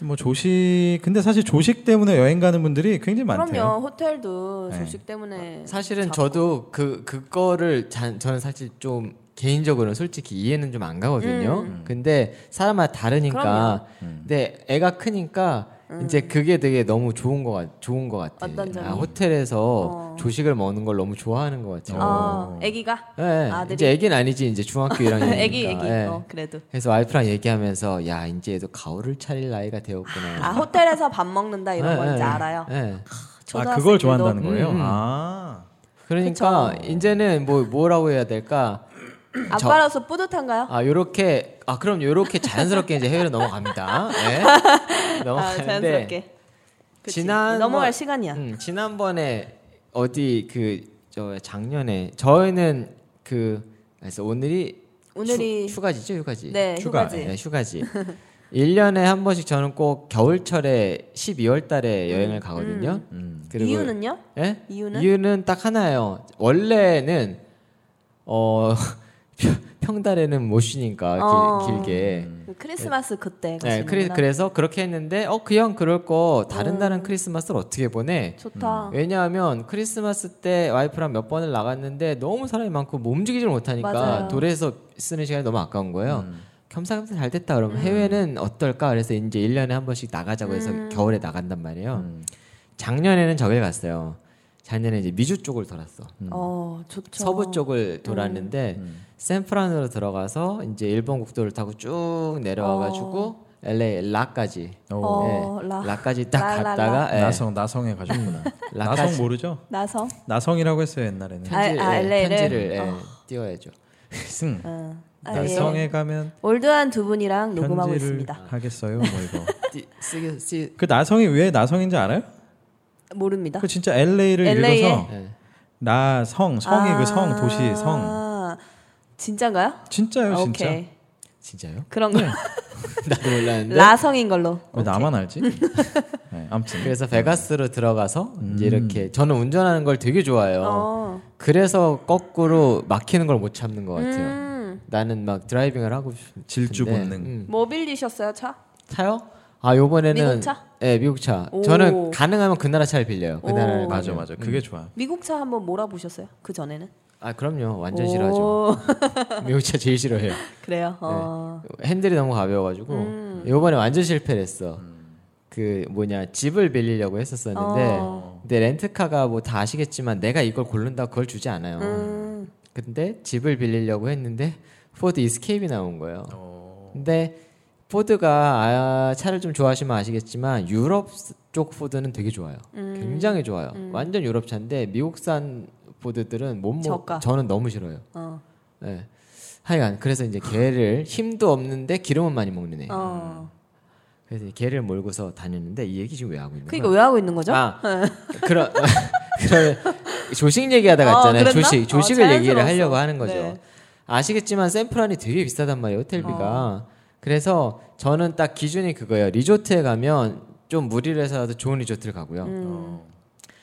Speaker 1: 뭐 조식 근데 사실 조식 때문에 여행 가는 분들이 굉장히 많대요
Speaker 2: 그럼요. 호텔도
Speaker 1: 네.
Speaker 2: 조식 때문에
Speaker 3: 아, 사실은
Speaker 2: 잡고.
Speaker 3: 저도 그 그거를 잔- 저는 사실 좀 개인적으로는 솔직히 이해는 좀 안 가거든요.
Speaker 2: 음.
Speaker 3: 근데 사람마다 다르니까. 근데 애가 크니까 이제 그게 되게 너무 좋은 거 같, 좋은 거 같아.
Speaker 2: 음. 어떤 점이?
Speaker 3: 아, 호텔에서
Speaker 2: 어.
Speaker 3: 조식을 먹는 걸 너무 좋아하는 것 같아요.
Speaker 2: 어, 아기가
Speaker 3: 예,
Speaker 2: 아들이?
Speaker 3: 이제 애긴 아니지 이제 중학교
Speaker 2: *laughs*
Speaker 3: 1학년이니까.
Speaker 2: 아기 아기.
Speaker 3: 예.
Speaker 2: 어, 그래도.
Speaker 3: 그래서 와이프랑 얘기하면서 야 이제 얘도 가오를 차릴 나이가 되었구나.
Speaker 2: 아, 호텔에서 밥 먹는다 이런 거
Speaker 3: 예,
Speaker 2: 이제
Speaker 3: 예,
Speaker 2: 알아요.
Speaker 3: 예.
Speaker 1: 아
Speaker 2: 초등학생들도
Speaker 1: 그걸 좋아한다는 거예요
Speaker 3: 음.
Speaker 1: 아
Speaker 3: 그러니까
Speaker 1: 그쵸.
Speaker 3: 이제는 뭐 뭐라고 해야 될까?
Speaker 2: 아빠로서 뿌듯한가요?
Speaker 3: 아 요렇게 아 그럼 요렇게 자연스럽게 이제 해외로 넘어갑니다. 예.
Speaker 2: *laughs* 아,
Speaker 3: 넘어가는데
Speaker 2: 자연스럽게. 그치.
Speaker 3: 지난
Speaker 2: 넘어갈
Speaker 3: 번-
Speaker 2: 시간이야.
Speaker 3: 음, 지난번에 어디 그 저 작년에 저희는 그 그래서 오늘이
Speaker 2: 오늘이
Speaker 3: 휴, 가지죠 휴가지.
Speaker 2: 네,
Speaker 1: 휴가.
Speaker 2: 휴가지.
Speaker 3: 네, 휴가지. 1년에 한 번씩 저는 꼭 겨울철에 12월 달에 여행을 가거든요. 그리고-
Speaker 2: 음, 이유는요?
Speaker 3: 예?
Speaker 2: 이유는?
Speaker 3: 딱 하나예요. 원래는 어 *laughs* 평- 평달에는 못 쉬니까 길-
Speaker 2: 어.
Speaker 3: 길게.
Speaker 2: 크리스마스
Speaker 3: 네,
Speaker 2: 그때 가시는구나.
Speaker 3: 크리, 그래서 그렇게 했는데 어 그냥 그럴 거 다른 날은 크리스마스를 어떻게 보내?
Speaker 2: 좋다.
Speaker 3: 음, 왜냐하면 크리스마스 때 와이프랑 몇 번을 나갔는데 너무 사람이 많고 뭐 움직이질 못하니까
Speaker 2: 맞아요. 음.
Speaker 3: 돌에서 쓰는 시간이 너무 아까운
Speaker 1: 음.
Speaker 3: 거예요. 겸사겸사 잘 됐다 그러면 해외는 어떨까 그래서 이제 1년에 한 번씩 나가자고 해서
Speaker 2: 음.
Speaker 3: 겨울에 나간단 말이에요.
Speaker 1: 음.
Speaker 3: 작년에는 저길 갔어요. 작년에 이제 미주 쪽을 돌았어.
Speaker 2: 어, 좋죠.
Speaker 3: 음. 서부 쪽을
Speaker 2: 음.
Speaker 3: 돌았는데 샌프란으로 들어가서 이제 일본 국도를 타고 쭉 내려와가지고 LA 라까지 예,
Speaker 1: 오.
Speaker 2: 어, 라.
Speaker 3: 라까지 딱
Speaker 2: 라, 라,
Speaker 3: 갔다가 예.
Speaker 1: 나성 나성에 가셨구나
Speaker 3: *laughs* 라카시.
Speaker 1: 나성 모르죠
Speaker 2: 나서
Speaker 1: 나성이라고 했어요 옛날에는
Speaker 2: 아,
Speaker 3: 편지를,
Speaker 2: 아, LA 를?
Speaker 3: 편지를 예, 띄워야죠.
Speaker 1: 응.
Speaker 2: 어. 아,
Speaker 1: 나성에
Speaker 2: 예.
Speaker 1: 가면
Speaker 2: 올드한 두 분이랑 녹음하고
Speaker 1: 편지를
Speaker 2: 있습니다.
Speaker 1: 하겠어요 뭐 이거
Speaker 3: 띄, 쓰기 쓰.
Speaker 1: 그 나성이 왜 나성인지 알아요?
Speaker 2: 모릅니다.
Speaker 1: 그 진짜 LA를
Speaker 2: LA 에?
Speaker 1: 읽어서
Speaker 3: 예.
Speaker 1: 나성 성이
Speaker 2: 아,
Speaker 1: 그 성 도시 성
Speaker 2: 진짜인가요?
Speaker 1: 진짜요 네. 진짜
Speaker 2: 오케이.
Speaker 3: 진짜요?
Speaker 2: 그런
Speaker 3: *laughs*
Speaker 2: 거
Speaker 3: 나도 몰랐는데.
Speaker 2: *laughs* 라성인 걸로.
Speaker 1: 왜 나만
Speaker 2: *laughs*
Speaker 1: 알지? 네, 아무튼
Speaker 3: 그래서 베가스로 들어가서 이제 이렇게 저는 운전하는 걸 되게 좋아해요.
Speaker 2: 어.
Speaker 3: 그래서 거꾸로 막히는 걸 못 참는 것 같아요.
Speaker 2: 음.
Speaker 3: 나는 막 드라이빙을 하고 싶은데
Speaker 1: 질주 본능.
Speaker 3: 음.
Speaker 2: 모빌리셨어요 차?
Speaker 3: 차요? 아 요번에는
Speaker 2: 미국 차?
Speaker 3: 네 미국 차.
Speaker 2: 오.
Speaker 3: 저는 가능하면 그 나라 차를 빌려요. 그
Speaker 2: 오.
Speaker 3: 나라를
Speaker 1: 네, 맞아
Speaker 2: 네.
Speaker 3: 가면.
Speaker 1: 맞아
Speaker 2: 음.
Speaker 1: 그게 좋아.
Speaker 2: 미국 차 한번 몰아보셨어요? 그 전에는?
Speaker 3: 아 그럼요 완전
Speaker 2: 오. *laughs*
Speaker 3: 싫어하죠. *laughs* 네. 미국 차 제일 싫어해요.
Speaker 2: 그래요. 어.
Speaker 3: 핸들이 너무 가벼워가지고
Speaker 2: 음.
Speaker 3: 요번에 완전 실패를 했어. 그 뭐냐 집을 빌리려고 했었었는데
Speaker 2: 어.
Speaker 3: 근데 렌트카가 뭐 다 아시겠지만 내가 이걸 고른다 그걸 주지 않아요.
Speaker 2: 음.
Speaker 3: 근데 집을 빌리려고 했는데 포드 이스케이프 나온 거예요. 근데 포드가 아, 차를 좀 좋아하시면 아시겠지만 유럽 쪽 포드는 되게 좋아요.
Speaker 2: 음.
Speaker 3: 굉장히 좋아요. 완전 유럽 차인데 미국산 포드들은 못
Speaker 2: 저가.
Speaker 3: 먹. 저는 너무 싫어요.
Speaker 2: 어.
Speaker 3: 예. 하여간 그래서 이제 개를 힘도 없는데 기름은 많이 먹는 애.
Speaker 2: 어.
Speaker 3: 그래서 이 개를 몰고서 다녔는데 이 얘기 지금 왜 하고 있는 거야?
Speaker 2: 그러니까 왜 하고 있는 거죠? 네.
Speaker 3: 아, 그런 *laughs* 그런 조식 얘기하다가
Speaker 2: 어,
Speaker 3: 했잖아요.
Speaker 2: 그랬나?
Speaker 3: 조식 조식을
Speaker 2: 어,
Speaker 3: 얘기를
Speaker 2: 자연스러웠어.
Speaker 3: 하려고 하는 거죠.
Speaker 2: 네.
Speaker 3: 아시겠지만 샌프란이 되게 비싸단 말이에요
Speaker 2: 어.
Speaker 3: 호텔비가. 그래서 저는 딱 기준이 그거예요. 리조트에 가면 좀 무리를 해서라도 좋은 리조트를 가고요.
Speaker 2: 음.
Speaker 1: 어.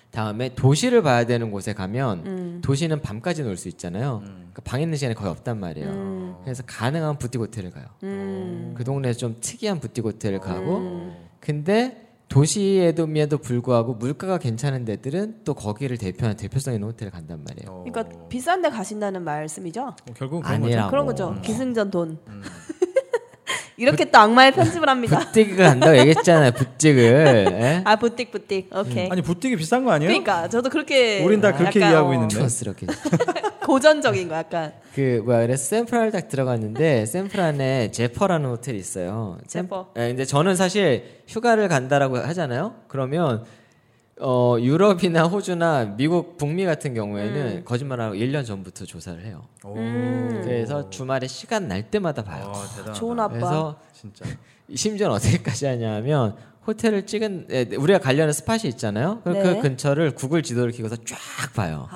Speaker 3: 다음에 도시를 봐야 되는 곳에 가면
Speaker 2: 음,
Speaker 3: 도시는 밤까지 놀 수 있잖아요. 그러니까 방 있는 시간이 거의 없단 말이에요. 그래서 가능한 부티 호텔을 가요.
Speaker 2: 음.
Speaker 3: 그 동네에서 좀 특이한 부티 호텔을 가고 근데 도시에도에도 불구하고 물가가 괜찮은 데들은 또 거기를 대표하는 대표성 있는 호텔을 간단 말이에요.
Speaker 2: 그러니까 비싼데 가신다는 말씀이죠?
Speaker 1: 어, 결국 그런 거죠.
Speaker 3: 아니라고.
Speaker 2: 그런 거죠.
Speaker 3: 뭐.
Speaker 2: 기승전 돈.
Speaker 3: 음.
Speaker 2: *laughs* 이렇게 또 악마의 편집을 합니다.
Speaker 3: 부띠기가 간다고 얘기했잖아요. 부띠기를. 예?
Speaker 2: 아 부띡 부띡. 오케이.
Speaker 1: 음. 아니 부띠기 비싼 거 아니에요?
Speaker 2: 그러니까 저도 그렇게
Speaker 1: 우린 다 그렇게
Speaker 2: 약간, 어,
Speaker 1: 이해하고 있는데.
Speaker 3: 추웠스럽게.
Speaker 2: *laughs* 고전적인 거 약간.
Speaker 3: 그 뭐야 그래서 샌프란을 딱 들어갔는데 샌프란에 제퍼라는 호텔이 있어요. 샌-
Speaker 2: 제퍼.
Speaker 3: 예, 근데 저는 사실 휴가를 간다라고 하잖아요. 그러면 어 유럽이나 호주나 미국 북미 같은 경우에는
Speaker 2: 음.
Speaker 3: 거짓말하고 1년 전부터 조사를 해요.
Speaker 1: 오.
Speaker 3: 그래서 주말에 시간 날 때마다 봐요.
Speaker 1: 와, 대단하다.
Speaker 2: 좋은 음. 어. 아빠.
Speaker 3: 그래서
Speaker 1: 진짜.
Speaker 3: 심지어 어떻게까지 하냐면 호텔을 찍은 예, 우리가 가려는 스팟이 있잖아요. 그럼
Speaker 2: 네. 아.
Speaker 3: 그 근처를 구글 지도를 켜고서 쫙 봐요.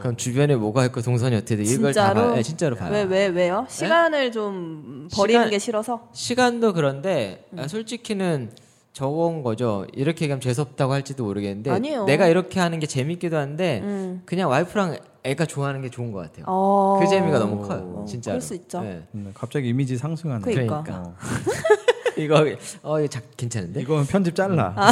Speaker 3: 그럼 주변에 뭐가 있고 동선이 어떻게 돼 이걸 다
Speaker 2: 진짜로?
Speaker 3: 봐요. 예, 진짜로 봐요.
Speaker 2: 왜 왜 왜, 요 시간을 좀 버리는
Speaker 3: 네? 시간-
Speaker 2: 게 싫어서.
Speaker 3: 시간도 그런데
Speaker 2: 음.
Speaker 3: 아, 솔직히는 저건 거죠. 이렇게 얘기하면 재수없다고 할지도 모르겠는데
Speaker 2: 아니에요.
Speaker 3: 내가 이렇게 하는 게 재밌기도 한데 그냥 와이프랑 애가 좋아하는 게 좋은 것 같아요.
Speaker 2: 음. 어.
Speaker 3: 음. 그 재미가 너무 커요. 진짜로.
Speaker 2: 그럴 수 있죠.
Speaker 3: 예.
Speaker 1: 음, 갑자기 이미지 상승하는.
Speaker 2: 그러니까. 네.
Speaker 1: 어.
Speaker 3: 이거 어 이거 자, 괜찮은데?
Speaker 1: 이건 편집 잘라.
Speaker 2: 음. 아,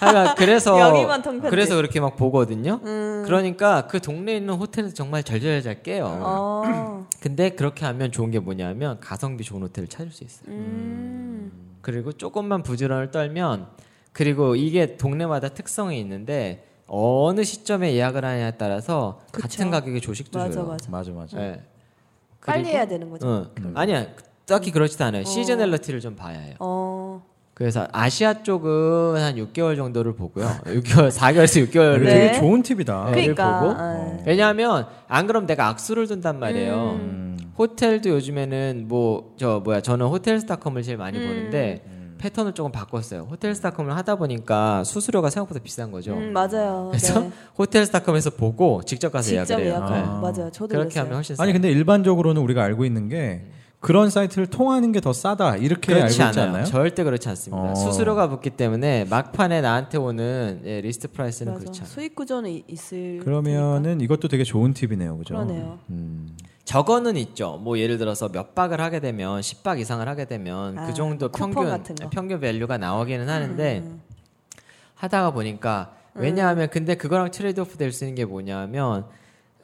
Speaker 3: 하여간 그래서
Speaker 2: *laughs* 여기만 통편집.
Speaker 3: 그래서 그렇게 막 보거든요.
Speaker 2: 음.
Speaker 3: 그러니까 그 동네에 있는 호텔에서 정말 잘잘잘 깨요.
Speaker 2: 어.
Speaker 3: 근데 그렇게 하면 좋은 게 뭐냐면 가성비 좋은 호텔을 찾을 수 있어요.
Speaker 2: 음.
Speaker 3: 그리고 조금만 부지런을 떨면 그리고 이게 동네마다 특성이 있는데 어느 시점에 예약을 하느냐에 따라서
Speaker 2: 그쵸.
Speaker 3: 같은 가격의 조식도
Speaker 2: 맞아
Speaker 3: 줘요.
Speaker 2: 맞아. 네.
Speaker 1: 맞아 맞아.
Speaker 3: 예.
Speaker 2: 빨리
Speaker 3: 그리고-
Speaker 2: 해야 되는 거죠.
Speaker 3: 응. 아니야. 딱히 그렇지도 않아요. 시즌널리티를 좀 봐야 해요.
Speaker 2: 어.
Speaker 3: 그래서 아시아 쪽은 한 6개월 정도를 보고요. 6개월, 4개월에서 6개월을
Speaker 2: 네.
Speaker 1: 되게 좋은 팁이다.
Speaker 3: 네.
Speaker 2: 그러니까.
Speaker 3: 보고?
Speaker 2: 아.
Speaker 3: 왜냐하면 안 그럼 내가 악수를 둔단 말이에요.
Speaker 2: 음.
Speaker 3: 호텔도 요즘에는 뭐 저 뭐야 저는 호텔스닷컴을 제일 많이
Speaker 2: 음.
Speaker 3: 보는데
Speaker 1: 음.
Speaker 3: 패턴을 조금 바꿨어요. 호텔스닷컴을 하다 보니까 수수료가 생각보다 비싼 거죠.
Speaker 2: 음,
Speaker 3: *laughs*
Speaker 2: 맞아요.
Speaker 3: 그래서
Speaker 2: 네.
Speaker 3: 호텔스닷컴에서 보고 직접 가서
Speaker 2: 직접
Speaker 3: 예약을 해요. 네. 어.
Speaker 2: 예약하고
Speaker 1: 아.
Speaker 2: 맞아요. 저도
Speaker 3: 그렇게
Speaker 2: 그랬어요.
Speaker 3: 하면 훨씬 싸요.
Speaker 1: 아니 근데 일반적으로는 우리가 알고 있는 게
Speaker 2: 네.
Speaker 1: 그런 사이트를 통하는 게 더 싸다 이렇게 알고
Speaker 3: 그렇지
Speaker 1: 있지
Speaker 3: 않아요.
Speaker 1: 않나요?
Speaker 3: 절대 그렇지 않습니다.
Speaker 1: 어.
Speaker 3: 수수료가 붙기 때문에 막판에 나한테 오는 예, 리스트 프라이스는
Speaker 2: 맞아.
Speaker 3: 그렇지 않아요.
Speaker 2: 수익 구조는 이- 있을. 테니까.
Speaker 1: 그러면은 이것도 되게 좋은 팁이네요, 그죠?
Speaker 2: 그러네요.
Speaker 3: 그렇죠.
Speaker 1: 음.
Speaker 3: 저거는 있죠. 뭐 예를 들어서 몇 박을 하게 되면 10박 이상을 하게 되면
Speaker 2: 아,
Speaker 3: 그 정도
Speaker 2: 쿠폰
Speaker 3: 평균
Speaker 2: 같은 거. 음,
Speaker 3: 평균 밸류가 나오기는 하는데 하다가 보니까 왜냐하면 근데 그거랑 트레이드오프 될 수 있는 게 뭐냐면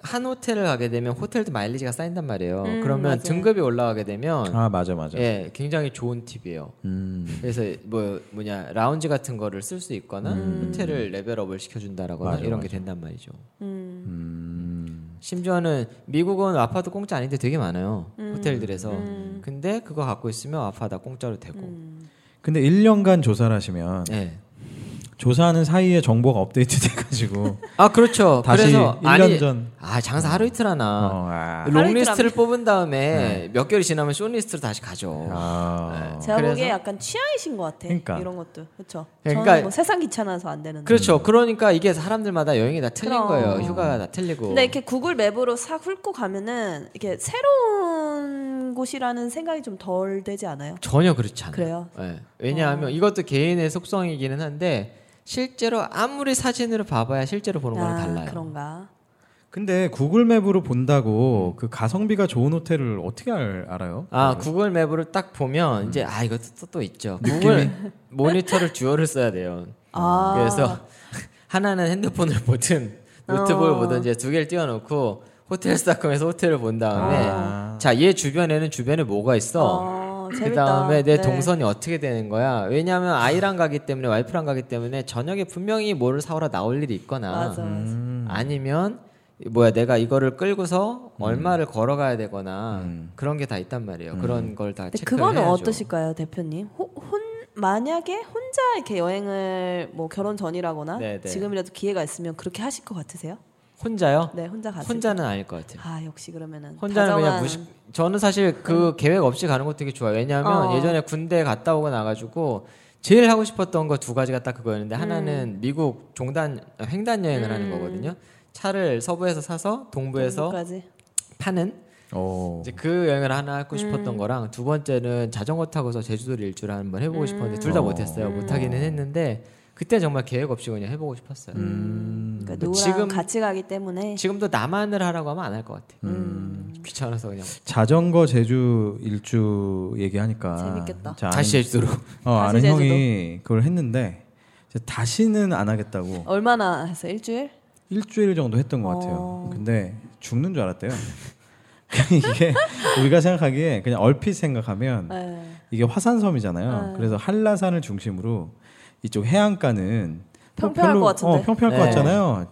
Speaker 3: 한 호텔을 가게 되면 호텔도 마일리지가 쌓인단 말이에요.
Speaker 2: 음,
Speaker 3: 그러면
Speaker 2: 맞아요.
Speaker 3: 등급이 올라가게 되면
Speaker 1: 아 맞아 맞아.
Speaker 2: 네.
Speaker 3: 예, 굉장히 좋은 팁이에요.
Speaker 1: 음.
Speaker 3: 그래서 뭐 뭐냐 라운지 같은 거를 쓸 수 있거나 호텔을 레벨업을 시켜준다라거나
Speaker 1: 음. 맞아,
Speaker 3: 이런 게 된단 말이죠.
Speaker 2: 음.
Speaker 3: 심지어는 미국은 아파도 공짜 아닌데 되게 많아요
Speaker 2: 음,
Speaker 3: 호텔들에서. 근데 그거 갖고 있으면 아파 다 공짜로 되고.
Speaker 2: 음.
Speaker 1: 근데 1년간 조사를 하시면
Speaker 3: 예.
Speaker 2: 네.
Speaker 1: 조사하는 사이에 정보가
Speaker 2: *laughs*
Speaker 1: 업데이트돼가지고
Speaker 3: 아 그렇죠.
Speaker 1: 다시
Speaker 3: 그래서
Speaker 1: 1년
Speaker 3: 아니,
Speaker 1: 전.
Speaker 3: 아 장사 하루 이틀 하나.
Speaker 1: 어, 아.
Speaker 2: 하루
Speaker 3: 롱리스트를 뽑은 다음에 몇 개월이 지나면 숏리스트로 다시 가죠.
Speaker 1: 아.
Speaker 2: 제가 보기에
Speaker 3: 어, 그래서?
Speaker 2: 약간 취향이신 것 같아.
Speaker 1: 그러니까.
Speaker 2: 이런 것도 그렇죠.
Speaker 3: 그러니까-
Speaker 2: 저는 뭐 세상 귀찮아서 안 되는데.
Speaker 3: 그렇죠. 그러니까 이게 사람들마다 여행이 다 틀린
Speaker 2: 그럼.
Speaker 3: 거예요. 휴가가 다 틀리고.
Speaker 2: 근데 이렇게 구글 맵으로 싹 훑고 가면은 이렇게 새로운 곳이라는 생각이 좀 덜 되지 않아요?
Speaker 3: 전혀 그렇지 않아요.
Speaker 2: 그래요? 어.
Speaker 3: 예. 왜냐하면 이것도 개인의 속성이기는 한데 실제로 아무리 사진으로 봐봐야 실제로 보는 거랑
Speaker 2: 아,
Speaker 3: 달라요. 음.
Speaker 2: 그런가?
Speaker 1: 근데 구글 맵으로 본다고 그 가성비가 좋은 호텔을 어떻게 알, 알아요?
Speaker 3: 아 구글 맵으로 딱 보면 이제 아 이것도 또, 또 있죠.
Speaker 1: 네. 음. 느낌이?
Speaker 3: 구글 모니터를 듀얼을 써야 돼요.
Speaker 2: 아.
Speaker 3: 그래서 *laughs* 하나는 핸드폰을 보든 노트북을
Speaker 2: 어.
Speaker 3: 보든 이제 두 개를 띄워놓고 호텔스닷컴에서 호텔을 본 다음에
Speaker 1: 아.
Speaker 3: 자 얘 주변에는 주변에 뭐가 있어?
Speaker 2: 어, 재밌다.
Speaker 3: 그 다음에 내
Speaker 2: 네.
Speaker 3: 동선이 어떻게 되는 거야? 왜냐하면 아이랑 가기 때문에 와이프랑 가기 때문에 저녁에 분명히 뭐를 사오러 나올 일이 있거나
Speaker 2: 맞아. 맞아.
Speaker 3: 음, 아니면 뭐야 내가 이거를 끌고서 얼마를 걸어가야 되거나 그런 게 다 있단 말이에요. 그런 걸 다
Speaker 2: 근데
Speaker 3: 체크해야죠.
Speaker 2: 그거는 어떠실까요, 대표님? 호- 혼 만약에 혼자 이렇게 여행을 뭐 결혼 전이라거나
Speaker 3: 네, 네.
Speaker 2: 지금이라도 기회가 있으면 그렇게 하실 것 같으세요?
Speaker 3: 혼자요?
Speaker 2: 네, 혼자 가세요.
Speaker 3: 어, 혼자는 아닐 것 같아요.
Speaker 2: 아 역시 그러면은
Speaker 3: 혼자는 그냥
Speaker 2: 다정한-
Speaker 3: 무식. 저는 사실 그 계획 없이 가는 것도 되게 좋아요. 왜냐하면
Speaker 2: 음. 어.
Speaker 3: 예전에 군대 갔다 오고 나가지고 제일 하고 싶었던 거 두 가지가 딱
Speaker 2: 음.
Speaker 3: 그거였는데 하나는 미국 종단 횡단 여행을 하는 거거든요. 차를 서부에서 사서 동부에서
Speaker 2: 동부까지.
Speaker 3: 파는
Speaker 1: 어.
Speaker 3: 이제 그 여행을 하나 하고
Speaker 2: 음.
Speaker 3: 싶었던 거랑 두 번째는 자전거 타고서 제주도를 일주를 한번 해보고
Speaker 2: 음.
Speaker 3: 싶었는데 둘 다
Speaker 1: 어.
Speaker 3: 못했어요. 못하기는 했는데 그때 정말 계획 없이 그냥 해보고 싶었어요.
Speaker 1: 음.
Speaker 2: 그러니까
Speaker 3: 근데
Speaker 2: 누구랑
Speaker 3: 지금-
Speaker 2: 같이 가기 때문에
Speaker 3: 지금도 남한을 하라고 하면 안 할 것 같아요.
Speaker 1: 음.
Speaker 2: 음.
Speaker 3: 귀찮아서 그냥
Speaker 1: 자전거 제주 일주 얘기하니까
Speaker 2: 재밌겠다.
Speaker 1: 자,
Speaker 3: 다시 제주도로.
Speaker 1: 아는, 어,
Speaker 2: 다시
Speaker 1: 아는 형이 그걸 했는데 이제 다시는 안 하겠다고
Speaker 2: 얼마나 했어요? 일주일?
Speaker 1: 일주일 정도 했던 것 같아요.
Speaker 2: 어.
Speaker 1: 근데 죽는 줄 알았대요. *laughs* 그냥 이게 우리가 생각하기에 그냥 얼핏 생각하면
Speaker 2: 네.
Speaker 1: 이게 화산섬이잖아요. 그래서 한라산을 중심으로 이쪽 해안가는 뭐
Speaker 2: 평평할
Speaker 1: 별로-
Speaker 2: 것 같은데.
Speaker 1: 어, 평평할 것
Speaker 3: 네.
Speaker 1: 같잖아요.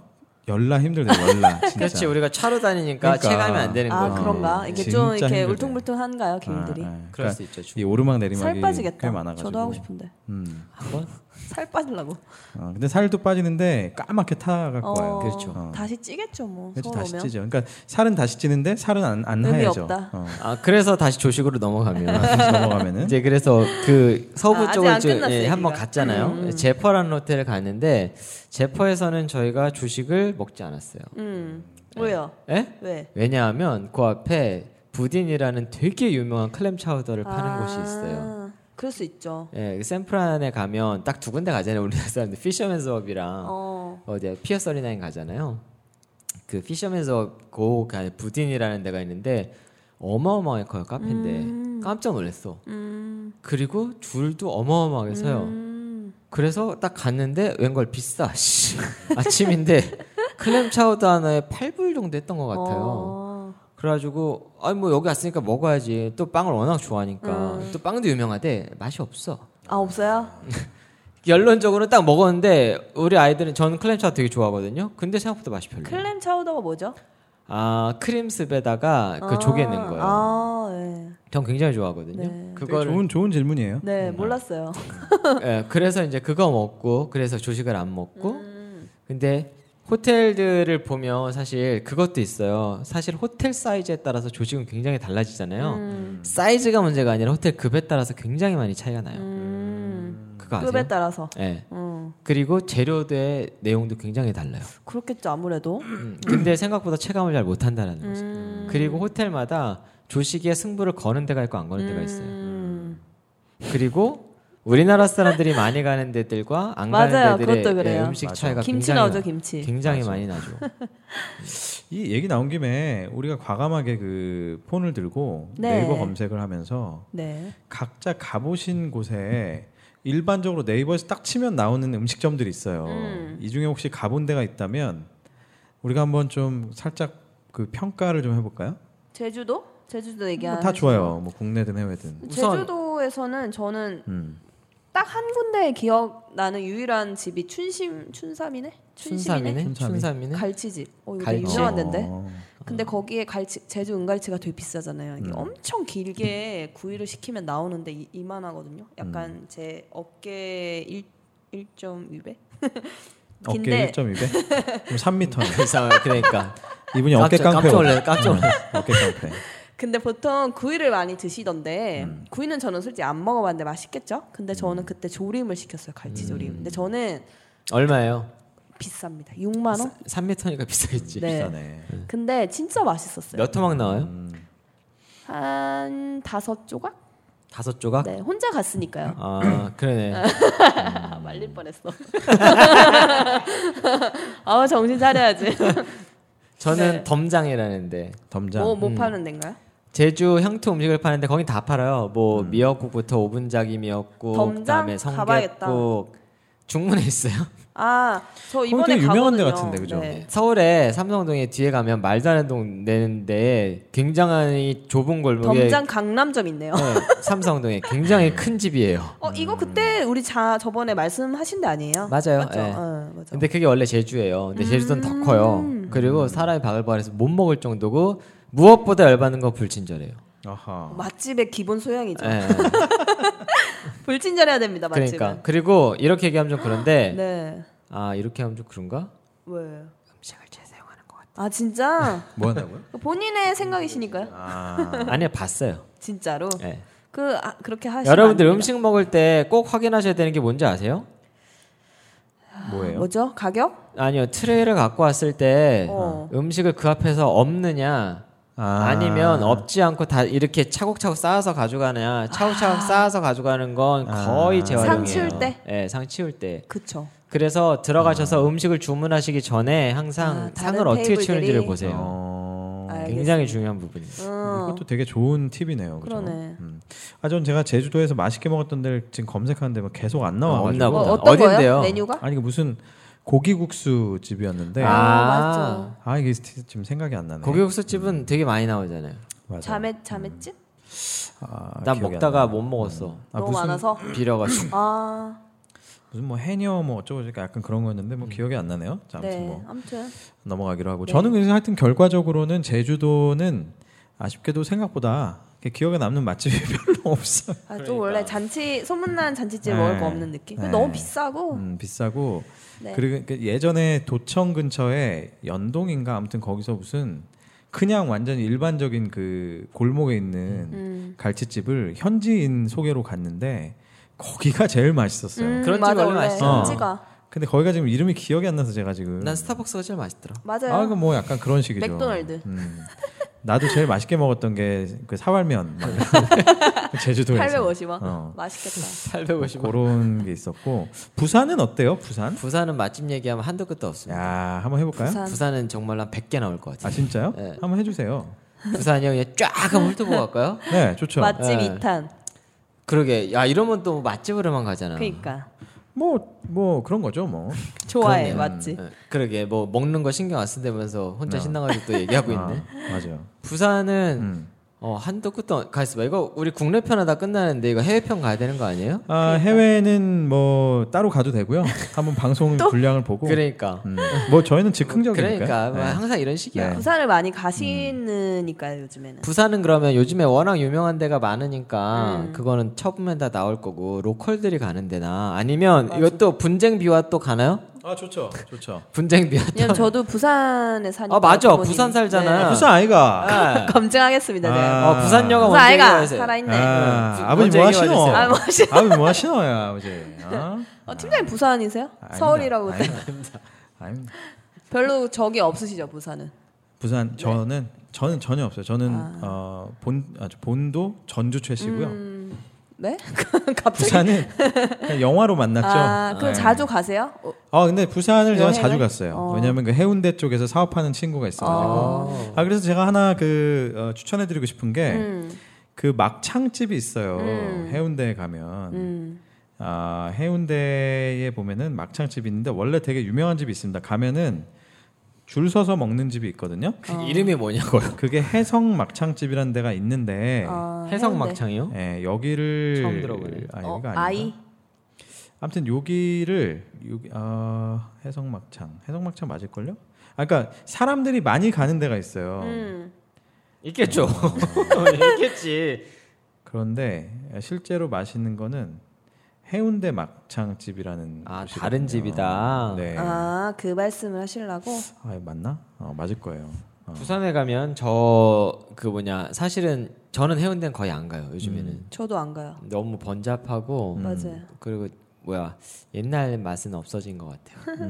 Speaker 1: 열라 힘들대 열라 *laughs* 진짜.
Speaker 2: *laughs* 그렇죠.
Speaker 3: 그렇지 우리가 차로 다니니까
Speaker 1: 그러니까.
Speaker 3: 체감이 안 되는 어,
Speaker 2: 아
Speaker 3: 거예요.
Speaker 2: 그런가? 이게
Speaker 1: 진짜
Speaker 2: 좀 이렇게
Speaker 1: 힘들대.
Speaker 2: 울퉁불퉁한가요, 길들이?
Speaker 1: 아, 아.
Speaker 3: 그럴
Speaker 1: 그러니까
Speaker 3: 수 있죠. 충분히.
Speaker 1: 이 오르막
Speaker 2: 살
Speaker 1: 내리막이 꽤
Speaker 2: 빠지겠다.
Speaker 1: 많아가지고.
Speaker 2: 저도 하고 싶은데 *laughs*
Speaker 1: 음.
Speaker 3: 한번
Speaker 2: 살 빠지려고.
Speaker 1: 어, 근데 살도 빠지는데 까맣게 타갖고 와요.
Speaker 2: 어,
Speaker 3: 그렇죠.
Speaker 1: 어.
Speaker 2: 다시 찌겠죠 뭐.
Speaker 1: 그래서
Speaker 2: 서울
Speaker 1: 다시
Speaker 2: 오면.
Speaker 1: 찌죠. 그러니까 살은 다시 찌는데 살은 안, 안
Speaker 2: 의미
Speaker 1: 하얘져.
Speaker 2: 없다.
Speaker 1: 어.
Speaker 3: 아 그래서 다시 조식으로 넘어가면
Speaker 1: 다시
Speaker 2: *laughs*
Speaker 1: 넘어가면은
Speaker 3: 이제 그래서 그
Speaker 2: 아,
Speaker 3: 서부
Speaker 2: 아직
Speaker 3: 쪽을
Speaker 2: 안
Speaker 3: 좀,
Speaker 2: 끝났어요,
Speaker 3: 예, 한번
Speaker 2: 얘기가. 음.
Speaker 3: 갔잖아요. 제퍼라는 호텔을 갔는데 제퍼에서는 저희가 조식을 먹지 않았어요.
Speaker 2: 음. 왜요?
Speaker 3: 예?
Speaker 2: 왜?
Speaker 3: 왜냐하면 그 앞에 부딘이라는 되게 유명한 클램 차우더를 파는
Speaker 2: 아,
Speaker 3: 곳이 있어요.
Speaker 2: 그럴 수 있죠.
Speaker 3: 예, 그 샌프란에 가면 딱 두 군데 가잖아요. 우리나라 사람들 피셔맨즈업이랑
Speaker 2: 어.
Speaker 3: 어. 제 피어 서리나인 가잖아요. 그 피셔맨즈업 고 안에 부딘이라는 데가 있는데 어마어마하게 커요 카페인데
Speaker 2: 음.
Speaker 3: 깜짝 놀랐어. 그리고 줄도 어마어마하게 서요.
Speaker 2: 음.
Speaker 3: 그래서 딱 갔는데 웬걸 비싸. 씨.
Speaker 2: *laughs*
Speaker 3: 아침인데 클램 차우더 하나에 8불 정도 했던 것 같아요.
Speaker 2: 어.
Speaker 3: 그래가지고 아니 뭐 여기 왔으니까 먹어야지 또 빵을 워낙 좋아하니까
Speaker 2: 음.
Speaker 3: 또 빵도 유명하대 맛이 없어
Speaker 2: 아 없어요?
Speaker 3: 결론적으로 딱 먹었는데 우리 아이들은 저는 클램차 되게 좋아하거든요 근데 생각보다 맛이 별로
Speaker 2: 클램 차우더가 뭐죠?
Speaker 3: 아 크림스에다가 그
Speaker 2: 아,
Speaker 3: 조개낸 거예요
Speaker 2: 아, 네.
Speaker 3: 전 굉장히 좋아하거든요
Speaker 2: 네.
Speaker 1: 그걸
Speaker 3: 그걸
Speaker 1: 좋은 좋은 질문이에요.
Speaker 2: 네, 몰랐어요.
Speaker 3: *laughs* 예, 그래서 이제 그거 먹고 그래서 조식을 안 먹고
Speaker 2: 음.
Speaker 3: 근데 호텔들을 보면 사실 그것도 있어요. 사실 호텔 사이즈에 따라서 조식은 굉장히 달라지잖아요.
Speaker 2: 음.
Speaker 3: 사이즈가 문제가 아니라 호텔 급에 따라서 굉장히 많이 차이가 나요.
Speaker 2: 음.
Speaker 3: 그거 아세요?
Speaker 2: 급에 따라서.
Speaker 3: 예.
Speaker 2: 음.
Speaker 3: 그리고 재료의 내용도 굉장히 달라요.
Speaker 2: 그렇겠죠 아무래도.
Speaker 3: 음, 근데 생각보다 체감을 잘 못한다는 거죠.
Speaker 2: 음.
Speaker 3: 그리고 호텔마다 조식의 승부를 거는 데가 있고 안 거는 데가 있어요.
Speaker 2: 음.
Speaker 3: 그리고 우리나라 사람들이 많이 가는 데들과 안
Speaker 2: 맞아요.
Speaker 3: 가는 데들의
Speaker 2: 그것도 그래요.
Speaker 3: 예, 음식
Speaker 1: 맞아.
Speaker 3: 차이가
Speaker 2: 김치
Speaker 3: 굉장히
Speaker 2: 나오죠
Speaker 3: 나요.
Speaker 2: 김치.
Speaker 3: 굉장히 많이 나죠.
Speaker 1: 이 얘기 나온 김에 우리가 과감하게 그 폰을 들고
Speaker 2: 네.
Speaker 1: 네이버 검색을 하면서
Speaker 2: 네.
Speaker 1: 각자 가보신 곳에 일반적으로 네이버에서 딱 치면 나오는 음식점들이 있어요.
Speaker 2: 음.
Speaker 1: 이 중에 혹시 가본 데가 있다면 우리가 한번 좀 살짝 그 평가를 좀 해볼까요?
Speaker 2: 제주도? 제주도
Speaker 1: 뭐
Speaker 2: 얘기하는.
Speaker 1: 다 좋아요. 뭐 국내든 해외든.
Speaker 3: 우선-
Speaker 2: 제주도에서는 저는
Speaker 1: 음.
Speaker 2: 딱 한 군데 기억 나는 유일한 집이 춘심 *laughs* 춘삼이네. 춘심이네.
Speaker 3: 춘삼이네.
Speaker 1: 춘삼이.
Speaker 3: 춘삼이네.
Speaker 2: 갈치집. 어, 이거 되게
Speaker 3: 갈치.
Speaker 2: 유명한 데인데.
Speaker 1: 어.
Speaker 2: 근데 거기에 갈치 제주 은갈치가 되게 비싸잖아요.
Speaker 3: 음.
Speaker 2: 이게 엄청 길게 구이를 시키면 나오는데 이, 이만하거든요. 약간
Speaker 3: 음.
Speaker 2: 제 어깨 1 1.2배? *laughs*
Speaker 1: 어깨
Speaker 2: 긴데.
Speaker 1: 1.2배? 그럼
Speaker 2: *laughs*
Speaker 1: 3m네.
Speaker 3: 그래서 그러니까
Speaker 1: *laughs* 이분이 어깨
Speaker 3: 깜짝-
Speaker 1: 깡패
Speaker 3: 깜짝 놀라요. 깜짝
Speaker 1: *laughs*
Speaker 3: 놀라요.
Speaker 1: 어깨 깡패.
Speaker 2: 네. 근데 보통 구이를 많이 드시던데
Speaker 1: 음.
Speaker 2: 구이는 저는 솔직히 안 먹어봤는데 맛있겠죠? 근데 저는 그때 조림을 시켰어요.
Speaker 1: 음.
Speaker 2: 갈치 조림. 근데 저는
Speaker 3: 얼마예요?
Speaker 2: 비쌉니다. 6만 원? *laughs*
Speaker 3: 3m니까 비싸겠지.
Speaker 2: 네.
Speaker 1: 비싸네. 음,
Speaker 2: 근데 진짜 맛있었어요.
Speaker 3: 몇 토막 나와요?
Speaker 2: 한 한 다섯 조각?
Speaker 3: 다섯
Speaker 1: 아.
Speaker 3: 조각?
Speaker 2: 네, 혼자
Speaker 1: 음.
Speaker 2: 갔으니까요.
Speaker 3: 아 그러네.
Speaker 2: 아, *laughs* 말릴 뻔했어. *laughs* 아,
Speaker 1: *laughs*
Speaker 2: 정신 차려야지.
Speaker 3: 저는
Speaker 2: 네.
Speaker 3: 덤장이라는데
Speaker 1: 덤장.
Speaker 2: 뭐, 뭐 파는 데인가요?
Speaker 3: 제주 향토 음식을 파는데 거긴 다 팔아요. 뭐 미역국부터 오분자기 미역국,
Speaker 2: 덤장?
Speaker 3: 그다음에
Speaker 2: 가봐야겠다.
Speaker 3: 성게국 중문에 있어요.
Speaker 2: 아, 저 이번에
Speaker 1: 되게 유명한 데
Speaker 2: 가거든요.
Speaker 1: 같은데, 그죠?
Speaker 2: 네.
Speaker 3: 서울에 삼성동에 뒤에 가면 말도 안 되는 동 내는데 굉장히 좁은 골목에
Speaker 2: 덤장 강남점 있네요.
Speaker 3: 네, 삼성동에 굉장히 큰 집이에요.
Speaker 2: 어,
Speaker 1: 음.
Speaker 2: 이거 그때 우리 자 저번에 말씀하신 데 아니에요?
Speaker 3: 맞아요.
Speaker 2: 맞죠?
Speaker 1: 네.
Speaker 3: 예.
Speaker 2: 어, 맞아.
Speaker 3: 근데 그게 원래 제주예요. 근데 제주도는 더 커요.
Speaker 2: 음.
Speaker 3: 그리고 사람이 바글바글해서 못 먹을 정도고 무엇보다 열받는 건 불친절해요.
Speaker 1: 아하.
Speaker 2: 맛집의 기본 소양이죠.
Speaker 1: 네.
Speaker 3: 예.
Speaker 2: 불친절해야 됩니다, 맛집은.
Speaker 3: 그러니까 그리고 이렇게 얘기하면 좀 그런데
Speaker 2: 네.
Speaker 3: 아 이렇게 하면 좀 그런가?
Speaker 2: 왜?
Speaker 3: 음식을 재사용하는 것 같아.
Speaker 2: 아, 진짜?
Speaker 1: 뭐 한다고요? 음,
Speaker 2: 본인의 생각이시니까요.
Speaker 1: 아.
Speaker 3: 아니요 봤어요.
Speaker 2: 진짜로.
Speaker 3: 예.
Speaker 1: 네.
Speaker 2: 그 아, 그렇게 *laughs* 하시면
Speaker 3: 여러분들
Speaker 2: 안 됩니다.
Speaker 3: 음식 먹을 때 꼭 확인하셔야 되는 게 뭔지 아세요?
Speaker 1: 뭐예요?
Speaker 2: 아, 뭐죠? 가격?
Speaker 3: 아니요 트레이를 갖고 왔을 때
Speaker 2: 어.
Speaker 3: 음식을 그 앞에서 없느냐 아. 니면 없지 않고 다 이렇게 차곡차곡 쌓아서 가져가냐 차곡차곡 쌓아서 가져가는 건
Speaker 1: 아.
Speaker 3: 거의 재활용이에요.
Speaker 2: 상 치울 때?
Speaker 3: 예, 상 치울 때.
Speaker 2: 그쵸. 어,
Speaker 3: 그래서
Speaker 1: 아.
Speaker 3: 들어가셔서 음식을 주문하시기 전에
Speaker 2: 아,
Speaker 3: 항상
Speaker 2: 다른
Speaker 3: 상을 어떻게
Speaker 2: 테이블들이? 아,
Speaker 3: 치우는지를 보세요.
Speaker 1: 어.
Speaker 3: 굉장히 중요한 부분이에요.
Speaker 2: 어,
Speaker 1: 이것도 되게 좋은 팁이네요. 그죠?
Speaker 2: 그러네.
Speaker 1: 음. 아, 전 제가 제주도에서 맛있게 먹었던 데를 지금 검색하는데 뭐 계속 안 나와
Speaker 3: 아, 없나
Speaker 1: 가지고.
Speaker 3: 보다.
Speaker 2: 뭐 어떤
Speaker 3: 어딘데요?
Speaker 2: 거예요? 메뉴가?
Speaker 1: 아니, 이게 무슨 고기국수 집이었는데 아,
Speaker 2: 아. 맞죠.
Speaker 1: 이게 지- 지금 생각이 안 아, 나네.
Speaker 3: 고기국수 집은 되게 많이 나오잖아요.
Speaker 1: 맞아요. 음.
Speaker 2: 자매 자매집?
Speaker 1: 아,
Speaker 3: 난
Speaker 1: 기억이 안
Speaker 3: 먹다가
Speaker 1: 나네.
Speaker 3: 못 먹었어.
Speaker 1: 아,
Speaker 2: 너무
Speaker 1: 무슨
Speaker 2: 많아서.
Speaker 3: 음. 비려가지고.
Speaker 2: 아,
Speaker 1: 무슨 뭐 해녀 뭐 어쩌고 저쩌고 약간 그런 거였는데
Speaker 3: 음.
Speaker 1: 뭐 기억이 안 나네요. 자, 아무튼
Speaker 2: 네.
Speaker 1: 뭐
Speaker 2: 아무튼
Speaker 1: 넘어가기로 하고
Speaker 2: 네.
Speaker 1: 저는 그래서 하여튼 결과적으로는 제주도는 아쉽게도 생각보다 이렇게 기억에 남는 맛집이 *laughs* 별로 없어요.
Speaker 2: 아,
Speaker 3: 그러니까.
Speaker 2: 또 원래 잔치 소문난 잔치집
Speaker 1: 네.
Speaker 2: 먹을 거 없는 느낌.
Speaker 1: 네.
Speaker 2: 너무 비싸고.
Speaker 1: 음, 비싸고
Speaker 2: 네.
Speaker 1: 그리고 그 예전에 도청 근처에 연동인가 아무튼 거기서 무슨 그냥 완전 일반적인 그 골목에 있는
Speaker 2: 음.
Speaker 1: 갈치집을 현지인 소개로 갔는데 거기가 제일 맛있었어요.
Speaker 2: 음,
Speaker 3: 그런 집
Speaker 2: 맞아,
Speaker 3: 원래
Speaker 2: 원래
Speaker 3: 맛있어.
Speaker 2: 잔치가
Speaker 1: 근데 거기가 지금 이름이 기억이 안 나서 제가 지금
Speaker 3: 난 스타벅스가 제일 맛있더라.
Speaker 2: 맞아요.
Speaker 1: 아, 그 뭐 약간 그런 식이죠.
Speaker 2: 맥도날드.
Speaker 1: 음. 나도 제일 맛있게 먹었던 게 그
Speaker 2: *laughs*
Speaker 1: 사발면 막 제주도에서
Speaker 2: 850원.
Speaker 1: 어.
Speaker 2: 맛있겠다.
Speaker 3: 850원.
Speaker 1: 그런 게 있었고 부산은 어때요? 부산?
Speaker 3: *laughs* 부산은 맛집 얘기하면 한도 끝도
Speaker 1: 야,
Speaker 3: 없습니다.
Speaker 1: 한번 해볼까요?
Speaker 2: 부산.
Speaker 3: 부산은 정말 한 100개 나올 것
Speaker 1: 아
Speaker 3: 같아요.
Speaker 1: 진짜요?
Speaker 3: 네.
Speaker 1: 한번 해주세요.
Speaker 3: 부산이 그냥 쫙 한번 훑어보고 갈까요?
Speaker 1: 네, 좋죠.
Speaker 2: 맛집
Speaker 3: 예.
Speaker 2: 이 2탄.
Speaker 3: 그러게, 야 이러면 또 맛집으로만 가잖아.
Speaker 2: 그러니까
Speaker 1: 뭐 뭐 그런 거죠, 뭐.
Speaker 2: 좋아해
Speaker 3: 그러네요.
Speaker 2: 맛집.
Speaker 3: 예, 그러게 뭐 먹는 거 신경 안 쓴다면서 혼자 신나가지고 또 얘기하고 있네.
Speaker 1: 아, 맞아요.
Speaker 3: 부산은
Speaker 1: 음.
Speaker 3: 어, 한도 끝도 없- 가있어 봐. 이거 우리 국내 편하다 끝나는데 이거 해외 편 가야 되는 거 아니에요?
Speaker 2: 그러니까.
Speaker 1: 아, 해외는 뭐 따로 가도 되고요. 한번
Speaker 2: *laughs*
Speaker 1: 방송 분량을 보고.
Speaker 3: 그러니까.
Speaker 1: 음. 뭐 저희는 즉흥적이니까.
Speaker 3: 그러니까 뭐 항상 이런 식이야.
Speaker 1: 네.
Speaker 2: 부산을 많이 가시니까요 요즘에는.
Speaker 3: 부산은 그러면 요즘에 워낙 유명한 데가 많으니까 그거는 처음엔 다 나올 거고 로컬들이 가는 데나 아니면 이것도 분쟁비와 또 가나요?
Speaker 1: 아, 좋죠. 좋죠.
Speaker 3: 분쟁비와
Speaker 2: 왜냐면 저도 부산에 사니까.
Speaker 3: 아 맞아
Speaker 2: 부모님이.
Speaker 3: 부산
Speaker 1: 아,
Speaker 3: 살잖아
Speaker 1: 부산 아이가.
Speaker 2: 네.
Speaker 3: 아,
Speaker 2: *laughs* 검증하겠습니다. 네.
Speaker 1: 아,
Speaker 3: 어, 부산여가
Speaker 2: 부산
Speaker 3: 먼저
Speaker 2: 아이가
Speaker 3: 얘기하세요
Speaker 2: 살아있네.
Speaker 1: 아,
Speaker 3: 네.
Speaker 1: 아버지
Speaker 3: 먼저
Speaker 1: 뭐
Speaker 3: 얘기해
Speaker 1: 하시노?
Speaker 3: 주세요.
Speaker 2: 아, 뭐 하시-
Speaker 1: 아버지 뭐 하시노요, 아버지.
Speaker 2: *laughs*
Speaker 1: 어?
Speaker 2: 어, 팀장님 부산이세요?
Speaker 1: 아닙니다.
Speaker 2: 서울이라고 그때.
Speaker 1: 아닙니다. 아닙니다.
Speaker 2: 별로 적이 없으시죠 부산은. 네.
Speaker 1: 부산 저는 저는 전혀 없어요. 저는 어, 본 아, 저 본도 전주 최씨고요.
Speaker 2: 아. 음, 네? 갑자기.
Speaker 1: 부산은 그냥 영화로 만났죠.
Speaker 2: 아
Speaker 1: 네.
Speaker 2: 그럼 자주 가세요? 어,
Speaker 1: 아 근데 부산을 제가
Speaker 2: 여행을?
Speaker 1: 자주 갔어요.
Speaker 2: 어.
Speaker 1: 왜냐하면 그 해운대 쪽에서 사업하는 친구가 있어가지고.
Speaker 3: 어.
Speaker 1: 아 그래서 제가 하나 그 어, 추천해드리고 싶은 게 그
Speaker 2: 음,
Speaker 1: 막창집이 있어요.
Speaker 2: 음.
Speaker 1: 해운대에 가면.
Speaker 2: 음.
Speaker 1: 아, 해운대에 보면은 막창집이 있는데 원래 되게 유명한 집이 있습니다. 가면은 줄 서서 먹는 집이 있거든요.
Speaker 3: 그
Speaker 2: 어.
Speaker 3: 이름이 뭐냐고요
Speaker 1: 그게 해성 막창집이라는 데가 있는데
Speaker 2: 아,
Speaker 3: 해성
Speaker 2: 해운대.
Speaker 3: 막창이요?
Speaker 1: 예, 여기를
Speaker 3: 처음 들어보네요.
Speaker 1: 아,
Speaker 2: 어,
Speaker 1: 여기가 아닌가?
Speaker 2: 아이.
Speaker 1: 아무튼 여기를 여기 아, 해성 막창. 해성 막창 맞을 걸요? 아 그러니까 사람들이 많이 가는 데가 있어요.
Speaker 2: 음.
Speaker 3: 있겠죠 음. *laughs* 있겠지
Speaker 1: 그런데 실제로 맛있는 거는 해운대 막창집이라는
Speaker 3: 아,
Speaker 1: 곳이거든요.
Speaker 3: 다른 집이다.
Speaker 1: 네. 아,
Speaker 2: 아그 말씀을 하시려고.
Speaker 1: 맞나? 어, 맞을 거예요. 어.
Speaker 3: 부산에 가면 저 그 뭐냐 사실은
Speaker 2: 음.
Speaker 3: 저는 해운대는 거의 안 가요 요즘에는
Speaker 2: 저도 안 가요. 음.
Speaker 3: 너무 번잡하고
Speaker 2: 맞아요.
Speaker 3: 그리고 뭐야 옛날 맛은 없어진 것 같아요.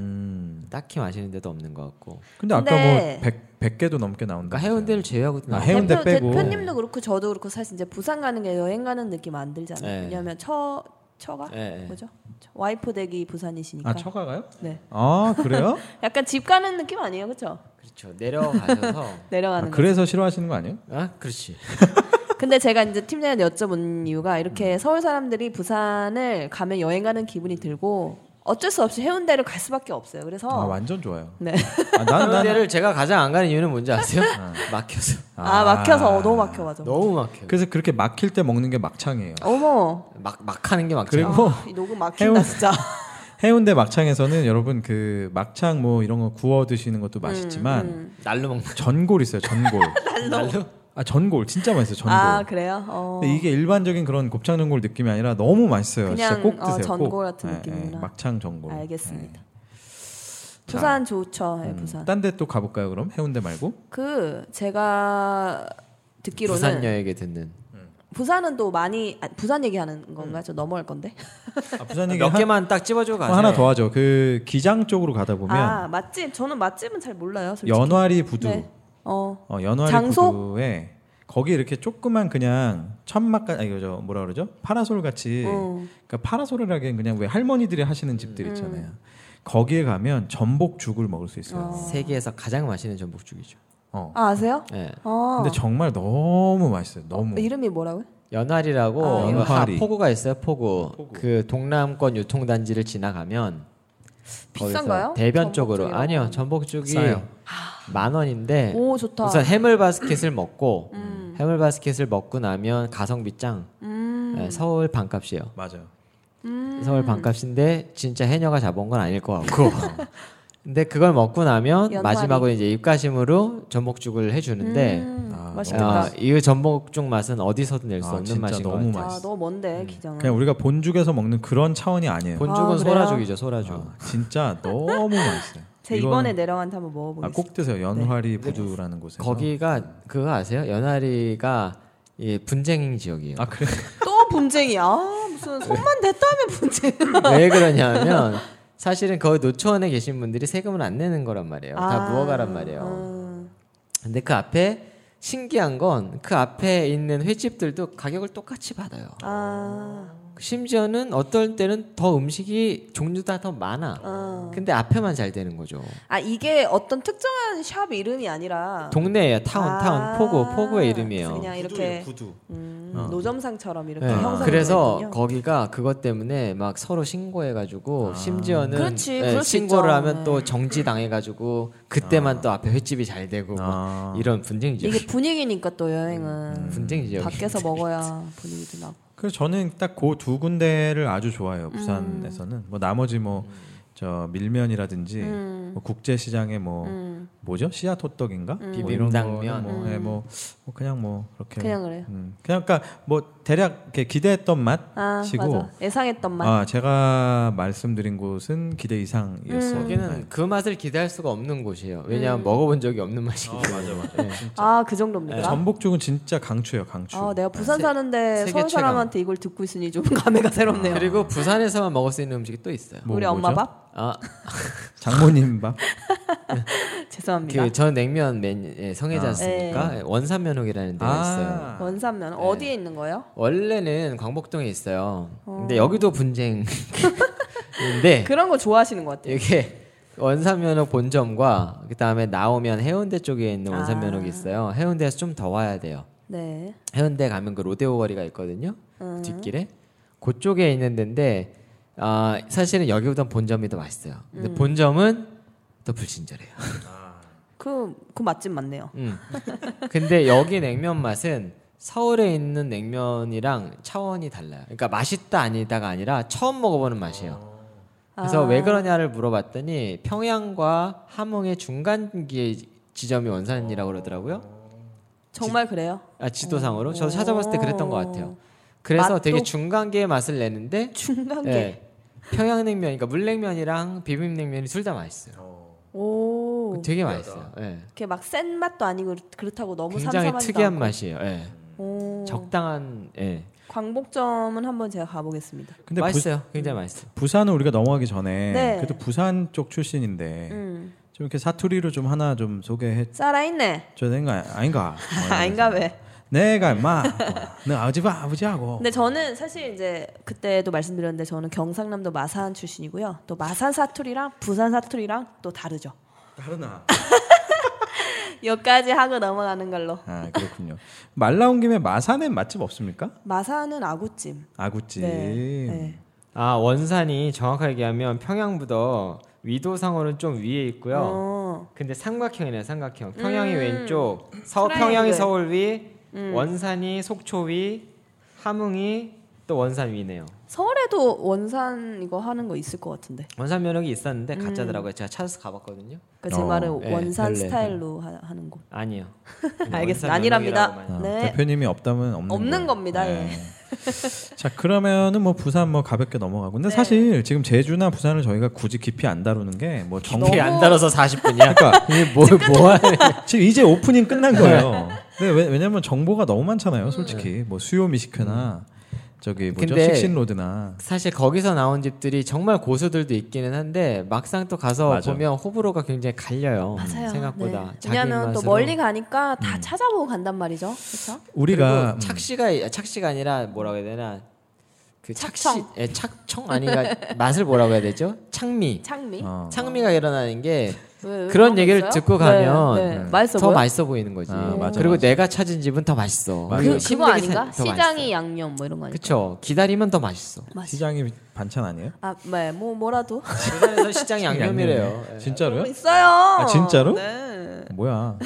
Speaker 3: 딱히 마시는 데도 없는 것 같고.
Speaker 1: 근데 아까
Speaker 2: 근데-
Speaker 1: 뭐 100, 100개도 넘게 나온다.
Speaker 3: 그러니까 해운대를 제외하고
Speaker 1: 아,
Speaker 3: 나머지-
Speaker 1: 해운대
Speaker 2: 대표-
Speaker 1: 빼고.
Speaker 2: 대표님도 그렇고 저도 그렇고 사실 이제 부산 가는 게 여행 가는 느낌 안 들잖아요.
Speaker 3: 네.
Speaker 2: 왜냐하면 처 처가
Speaker 1: 네.
Speaker 3: 예, 예.
Speaker 2: 뭐죠? 처- 와이프 댁이 부산이시니까.
Speaker 1: 아 처가가요?
Speaker 2: 네.
Speaker 1: 아
Speaker 2: *laughs*
Speaker 1: 그래요?
Speaker 2: 약간 집 가는 느낌 아니에요, 그렇죠?
Speaker 3: 그렇죠. *laughs* 내려가셔서
Speaker 1: 아,
Speaker 2: 내려가는. 거.
Speaker 1: 그래서 싫어하시는 거 아니에요?
Speaker 3: 아 그렇지.
Speaker 2: 근데 제가 이제 팀장한테 여쭤본 이유가
Speaker 1: 음.
Speaker 2: 이렇게 서울 사람들이 부산을 가면 여행 가는 기분이 들고 어쩔 수 없이 해운대를 갈 수밖에 없어요. 그래서
Speaker 1: 아 완전 좋아요.
Speaker 2: 네.
Speaker 1: 아, 난, 난
Speaker 3: 해운대를 제가 가장 안 가는 이유는 뭔지 아세요? *laughs* 막혀서
Speaker 2: 아, 막혀서 너무 막혀가지고.
Speaker 3: 너무 막혀.
Speaker 1: 그래서 그렇게 막힐 때 먹는 게 막창이에요.
Speaker 2: 어머.
Speaker 3: 막 막하는 게 막혀.
Speaker 1: 그리고
Speaker 2: 아, 이 녹음 막힌다
Speaker 1: 해운-
Speaker 2: 진짜.
Speaker 1: 해운대 막창에서는 여러분 그 막창 뭐 이런 거 구워 드시는 것도
Speaker 2: 음,
Speaker 1: 맛있지만
Speaker 3: 날로 먹는.
Speaker 1: 전골 있어요. 전골.
Speaker 2: 날로.
Speaker 1: 아 전골 진짜 맛있어요. 전골.
Speaker 2: 아 그래요? 어.
Speaker 1: 근데 이게 일반적인 그런 곱창 전골 느낌이 아니라 너무 맛있어요. 진짜
Speaker 2: 그냥,
Speaker 1: 꼭
Speaker 2: 어,
Speaker 1: 드세요.
Speaker 2: 전골
Speaker 1: 꼭.
Speaker 2: 같은
Speaker 1: 예, 예,
Speaker 2: 느낌이구나.
Speaker 1: 막창 전골. 예.
Speaker 2: 알겠습니다. 부산 좋죠, 예, 부산.
Speaker 1: 음, 딴 데 또 가볼까요? 그럼 해운대
Speaker 3: *laughs*
Speaker 1: 말고
Speaker 2: 그 제가 듣기로는
Speaker 3: 부산 여에게 듣는
Speaker 2: 부산은 또 많이 아, 부산 얘기하는 건가? 요저 넘어갈 건데.
Speaker 1: 아, 부산 얘기
Speaker 3: 몇 개만 딱 찝어주고
Speaker 1: 한,
Speaker 3: 가세요.
Speaker 1: 어, 하나 더 하죠. 그 기장 쪽으로 가다 보면
Speaker 2: 아 맛집 저는 맛집은 잘 몰라요. 솔직히.
Speaker 1: 연화리 부두.
Speaker 2: 네. 어.
Speaker 1: 어, 연화리
Speaker 2: 장소?
Speaker 1: 구두에 거기 이렇게 조그만 그냥 천막가 아 이거 저 뭐라 그러죠 파라솔 같이
Speaker 2: 어.
Speaker 1: 그러니까 파라솔이라기엔 그냥 왜 할머니들이 하시는 집들
Speaker 2: 음.
Speaker 1: 있잖아요 거기에 가면 전복죽을 먹을 수 있어요
Speaker 3: 세계에서 가장 맛있는 전복죽이죠.
Speaker 1: 어.
Speaker 2: 아 아세요?
Speaker 3: 예.
Speaker 2: 어.
Speaker 1: 근데 정말 너무 맛있어요 너무
Speaker 2: 이름이 뭐라고요?
Speaker 3: 연화리라고
Speaker 2: 아,
Speaker 3: 그
Speaker 1: 연화리.
Speaker 3: 하- 포구가 있어요. 포구. 그 동남권 유통단지를 지나가면 거기서
Speaker 2: 비싼가요?
Speaker 3: 대변
Speaker 2: 전복죽이
Speaker 3: 쪽으로
Speaker 2: 너무
Speaker 3: 아니요 네. 전복죽이
Speaker 1: 싸요.
Speaker 3: 만 원인데
Speaker 2: 오 좋다. 음.
Speaker 3: 우선 해물 바스켓을 먹고 해물 바스켓을 먹고 나면 가성비 짱 예, 서울 반값이에요.
Speaker 1: 맞아요
Speaker 2: 음.
Speaker 3: 서울 반값인데 진짜 해녀가 잡은 건 아닐 것
Speaker 2: *laughs*
Speaker 3: 같고. 근데 그걸 먹고 나면
Speaker 2: 연말이.
Speaker 3: 마지막으로 이제 입가심으로 전복죽을 해주는데
Speaker 2: 음,
Speaker 1: 아,
Speaker 2: 맛있겠다.
Speaker 3: 아, 이 전복죽 맛은 어디서든 낼 수
Speaker 1: 아,
Speaker 3: 없는
Speaker 1: 진짜
Speaker 3: 맛인 것
Speaker 1: 너무
Speaker 3: 같아요.
Speaker 2: 아,
Speaker 1: 맛있어.
Speaker 2: 너무 먼데 기장은.
Speaker 1: 그냥 우리가 본죽에서 먹는 그런 차원이 아니에요
Speaker 3: 본죽은
Speaker 2: 아, 그래요?
Speaker 3: 소라죽이죠, 소라죽.
Speaker 1: 아, 진짜 너무 맛있어요
Speaker 2: *laughs* 제
Speaker 1: 이건-
Speaker 2: 이번에 내려간 데 한번 먹어보겠습니다. 네.
Speaker 1: 아, 꼭 드세요 연화리 부두라는 곳에서
Speaker 3: 거기가 그거 아세요? 연아리가 이 분쟁 지역이에요.
Speaker 1: 아 그래
Speaker 2: 또 분쟁이야. 아, 무슨 손만 댔다면 분쟁. *laughs*
Speaker 3: 왜 그러냐면 사실은 거의 노초원에 계신 분들이 세금을 안 내는 거란 말이에요.
Speaker 2: 아.
Speaker 3: 다 무허가란 말이에요.
Speaker 2: 음.
Speaker 3: 근데 그 앞에 신기한 건 그 앞에 있는 횟집들도 가격을 똑같이 받아요.
Speaker 2: 아,
Speaker 3: 심지어는 어떨 때는 더 음식이 종류가 더 많아.
Speaker 2: 어.
Speaker 3: 근데 앞에만 잘 되는 거죠.
Speaker 2: 아 이게 어떤 특정한 샵 이름이 아니라
Speaker 3: 동네예요. 타운,
Speaker 2: 아.
Speaker 3: 타운, 포구, 포구의 이름이에요.
Speaker 2: 그냥 이렇게
Speaker 1: 부두
Speaker 2: 음, 노점상처럼 이렇게
Speaker 1: 네.
Speaker 3: 예.
Speaker 2: 형성.
Speaker 3: 그래서 거기가 그것 때문에 막 서로 신고해가지고
Speaker 1: 아.
Speaker 3: 심지어는
Speaker 2: 그렇지, 그럴 수
Speaker 3: 신고를
Speaker 2: 있죠.
Speaker 3: 하면
Speaker 2: 네.
Speaker 3: 또 정지당해가지고 그때만 또 앞에 횟집이 잘 되고 막
Speaker 2: 뭐.
Speaker 1: 아.
Speaker 3: 이런 분쟁 지역,
Speaker 2: 이게 분위기니까 또
Speaker 3: *laughs*
Speaker 2: 여행은
Speaker 3: 음, 분쟁 지역.
Speaker 2: 밖에서 먹어야 분위기도 나고.
Speaker 1: 그래서 저는 딱 그 두 군데를 아주 좋아해요.
Speaker 2: 음.
Speaker 1: 부산에서는 뭐 나머지 뭐 저 밀면이라든지
Speaker 2: 음.
Speaker 1: 뭐 국제시장에 뭐 뭐죠 씨앗 호떡인가 뭐 이런 거는
Speaker 3: 비빔당면.
Speaker 1: 뭐, 예, 뭐, 뭐 그냥 뭐 그렇게
Speaker 2: 그냥 그래요.
Speaker 1: 음. 그냥 그러니까 뭐 대략 이렇게 기대했던
Speaker 2: 아
Speaker 1: 맛이고
Speaker 2: 맞아. 예상했던 맛.
Speaker 1: 아, 제가 말씀드린 곳은 기대 이상이었어요.
Speaker 3: 거기는
Speaker 1: 네.
Speaker 3: 그 맛을 기대할 수가 없는
Speaker 2: 음.
Speaker 3: 곳이에요. 왜냐하면 먹어본 적이 없는 맛이기 네.
Speaker 1: 어,
Speaker 3: 때문에.
Speaker 1: 맞아 맞아. 진짜.
Speaker 2: 아 그 정도입니까?
Speaker 1: 네. 전복죽은 진짜 강추예요, 강추.
Speaker 2: 아 내가 부산
Speaker 3: 네, 세-
Speaker 2: 사는데
Speaker 3: 세계
Speaker 2: 서울
Speaker 3: 최강. 아,
Speaker 2: 사람한테 이걸 듣고 있으니 좀 *laughs* 감회가 새롭네요.
Speaker 3: 그리고 부산에서만 먹을 수 있는 음식이 또 있어요.
Speaker 1: 뭐,
Speaker 2: 우리 엄마
Speaker 1: 뭐죠?
Speaker 2: 밥 *laughs*
Speaker 3: 아,
Speaker 1: 장모님 밥.
Speaker 2: 죄송합니다. 네.
Speaker 3: 그 전 냉면 맨 예, 성애지
Speaker 1: 아.
Speaker 3: 않습니까? 원산면옥이라는 데가 있어요.
Speaker 2: 아. 원산면
Speaker 3: 네.
Speaker 2: 어디에 있는 거예요?
Speaker 3: 원래는 광복동에 있어요. 근데 여기도 *laughs* 분쟁인데
Speaker 2: 그런 거 좋아하시는 것 같아요.
Speaker 3: 이게 원산면옥 본점과 그 다음에 나오면 해운대 쪽에 있는 원산면옥이 있어요. 해운대에서 좀 더 와야 돼요.
Speaker 2: 네.
Speaker 3: 해운대 가면 그 로데오 거리가 있거든요. 뒷길에 그쪽에 있는 데인데 아, 사실은 여기보다 본점이 더 맛있어요. 근데 본점은 더 불친절해요.
Speaker 2: 그, 그 맛집 맞네요.
Speaker 3: 음. 근데 여기 냉면 맛은 서울에 있는 냉면이랑 차원이 달라요. 그러니까 맛있다 아니다가 아니라 처음 먹어보는 맛이에요.
Speaker 2: 아.
Speaker 3: 그래서 왜 그러냐를 물어봤더니 평양과 함흥의 중간기의 지점이 원산이라고 그러더라고요.
Speaker 2: 정말 그래요?
Speaker 3: 아, 지도상으로 저도 찾아봤을 때 그랬던 것 같아요. 그래서
Speaker 2: 맛도-
Speaker 3: 되게 중간계의 맛을 내는데
Speaker 2: 중간계.
Speaker 3: 예, 평양냉면, 그러니까 물냉면이랑 비빔냉면이 둘 다 맛있어요.
Speaker 2: 오.
Speaker 3: 되게 맛있어요. 예.
Speaker 2: 이렇게 막 센 맛도 아니고 그렇다고 너무
Speaker 3: 굉장히
Speaker 2: 삼삼하지도
Speaker 3: 특이한
Speaker 2: 않고.
Speaker 3: 맛이에요. 예.
Speaker 2: 오,
Speaker 3: 적당한 예
Speaker 2: 광복점은 한번 제가 가보겠습니다.
Speaker 1: 근데 부,
Speaker 3: 맛있어요. 굉장히 맛있어. 요
Speaker 1: 부산은 우리가 넘어가기 전에
Speaker 2: 네.
Speaker 1: 그래도 부산 쪽 출신인데
Speaker 2: 음,
Speaker 1: 좀 이렇게 사투리로 좀 하나 좀 소개해
Speaker 2: 살아있네.
Speaker 1: 줘야 되는 거 아니- 아닌가? 뭐 이러면서.
Speaker 2: *laughs* 아닌가 왜?
Speaker 1: 내가 임마 너 아버지가 아버지하고
Speaker 2: 근데 저는 사실 이제 그때도 말씀드렸는데 저는 경상남도 마산 출신이고요. 또 마산 사투리랑 부산 사투리랑 또 다르죠. *laughs*
Speaker 1: 다르나?
Speaker 2: 여기까지 하고 넘어가는 걸로.
Speaker 1: 아 그렇군요. 말 나온 김에 마산엔 맛집 없습니까?
Speaker 2: 마산은 아구찜.
Speaker 1: 아구찜.
Speaker 2: 네.
Speaker 3: 아 원산이 정확하게 얘기하면 평양부터 위도상어는 좀 위에 있고요.
Speaker 2: 어,
Speaker 3: 근데 삼각형이네요 삼각형 평양이
Speaker 2: 음.
Speaker 3: 왼쪽 서,
Speaker 2: 트라이앵글. 음.
Speaker 3: 평양이 서울 위 원산이 속초 위 함흥이 또 원산 위네요
Speaker 2: 서울에도 원산 이거 하는 거 있을 것 같은데.
Speaker 3: 원산 면역이 있었는데
Speaker 2: 음.
Speaker 3: 가짜더라고요 제가 찾아서 가봤거든요
Speaker 2: 그러니까 제
Speaker 1: 어,
Speaker 2: 말은
Speaker 3: 예,
Speaker 2: 원산
Speaker 3: 별래.
Speaker 2: 스타일로 하, 하는 거.
Speaker 3: *laughs* 아니요
Speaker 2: *laughs* 알겠습니다.
Speaker 3: 원산
Speaker 2: 아니랍니다.
Speaker 3: 면역이라고만
Speaker 1: 아,
Speaker 3: 해요.
Speaker 2: 네.
Speaker 1: 대표님이 없다면 없는
Speaker 2: 없는
Speaker 1: 거예요. 네.
Speaker 2: 겁니다, 예.
Speaker 1: *laughs* 자 그러면은 뭐 부산 뭐 가볍게 넘어가고 근데
Speaker 2: 네.
Speaker 1: 사실 지금 제주나 부산을 저희가 굳이 깊이 안 다루는 게 뭐 정
Speaker 3: 깊이 안 달아서 *laughs* 40분이야
Speaker 1: 그러니까
Speaker 3: 이게 뭐, 뭐 하는
Speaker 1: 지금 이제 오프닝
Speaker 2: 네.
Speaker 1: 끝난 거예요. 근데 왜, 왜냐면 정보가 너무
Speaker 2: 음.
Speaker 1: 많잖아요. 솔직히 뭐 수요 미식회나 저기 뭐죠
Speaker 3: 근데
Speaker 1: 식신로드나
Speaker 3: 사실 거기서 나온 집들이 정말 고수들도 있기는 한데 막상 또 가서
Speaker 1: 맞아.
Speaker 3: 보면 호불호가 굉장히 갈려요
Speaker 2: 맞아요.
Speaker 3: 어, 생각보다
Speaker 2: 네.
Speaker 3: 자기
Speaker 2: 왜냐하면
Speaker 3: 입맛으로.
Speaker 2: 또
Speaker 3: 음.
Speaker 2: 멀리 가니까 다 찾아보고 간단 말이죠. 그렇죠?
Speaker 1: 우리가 음,
Speaker 3: 그리고 착시가 아, 착시가 아니라 뭐라고 해야 되나 그 착시
Speaker 2: 착청.
Speaker 3: 예, 착청 아니가 맛을 뭐라고 해야 되죠? 창미
Speaker 2: 창미.
Speaker 1: 어,
Speaker 3: 창미가 일어나는 게
Speaker 2: 왜, 왜
Speaker 3: 그런
Speaker 2: 거
Speaker 3: 얘기를
Speaker 2: 있어요?
Speaker 3: 듣고
Speaker 2: 네,
Speaker 3: 가면
Speaker 2: 네.
Speaker 1: 음.
Speaker 2: 맛있어
Speaker 3: 더
Speaker 2: 보여.
Speaker 3: 맛있어 보이는 거지.
Speaker 1: 아, 맞아,
Speaker 3: 그리고
Speaker 1: 맞아.
Speaker 3: 내가 찾은 집은 더 맛있어.
Speaker 1: 맞아요.
Speaker 2: 그,
Speaker 1: 그리고
Speaker 2: 그거 아닌가?
Speaker 3: 맛있어.
Speaker 2: 시장이 양념 뭐 이런 거 아니야?
Speaker 3: 그쵸. 기다리면 더 맛있어.
Speaker 2: 맛있어.
Speaker 1: 시장이 반찬 아니에요?
Speaker 2: 아, 네, 뭐 뭐라도
Speaker 3: 부산에서 아, 시장 양념이래요. 예.
Speaker 1: 진짜로요?
Speaker 2: 있어요.
Speaker 1: 아, 진짜로?
Speaker 2: 네.
Speaker 1: 뭐야?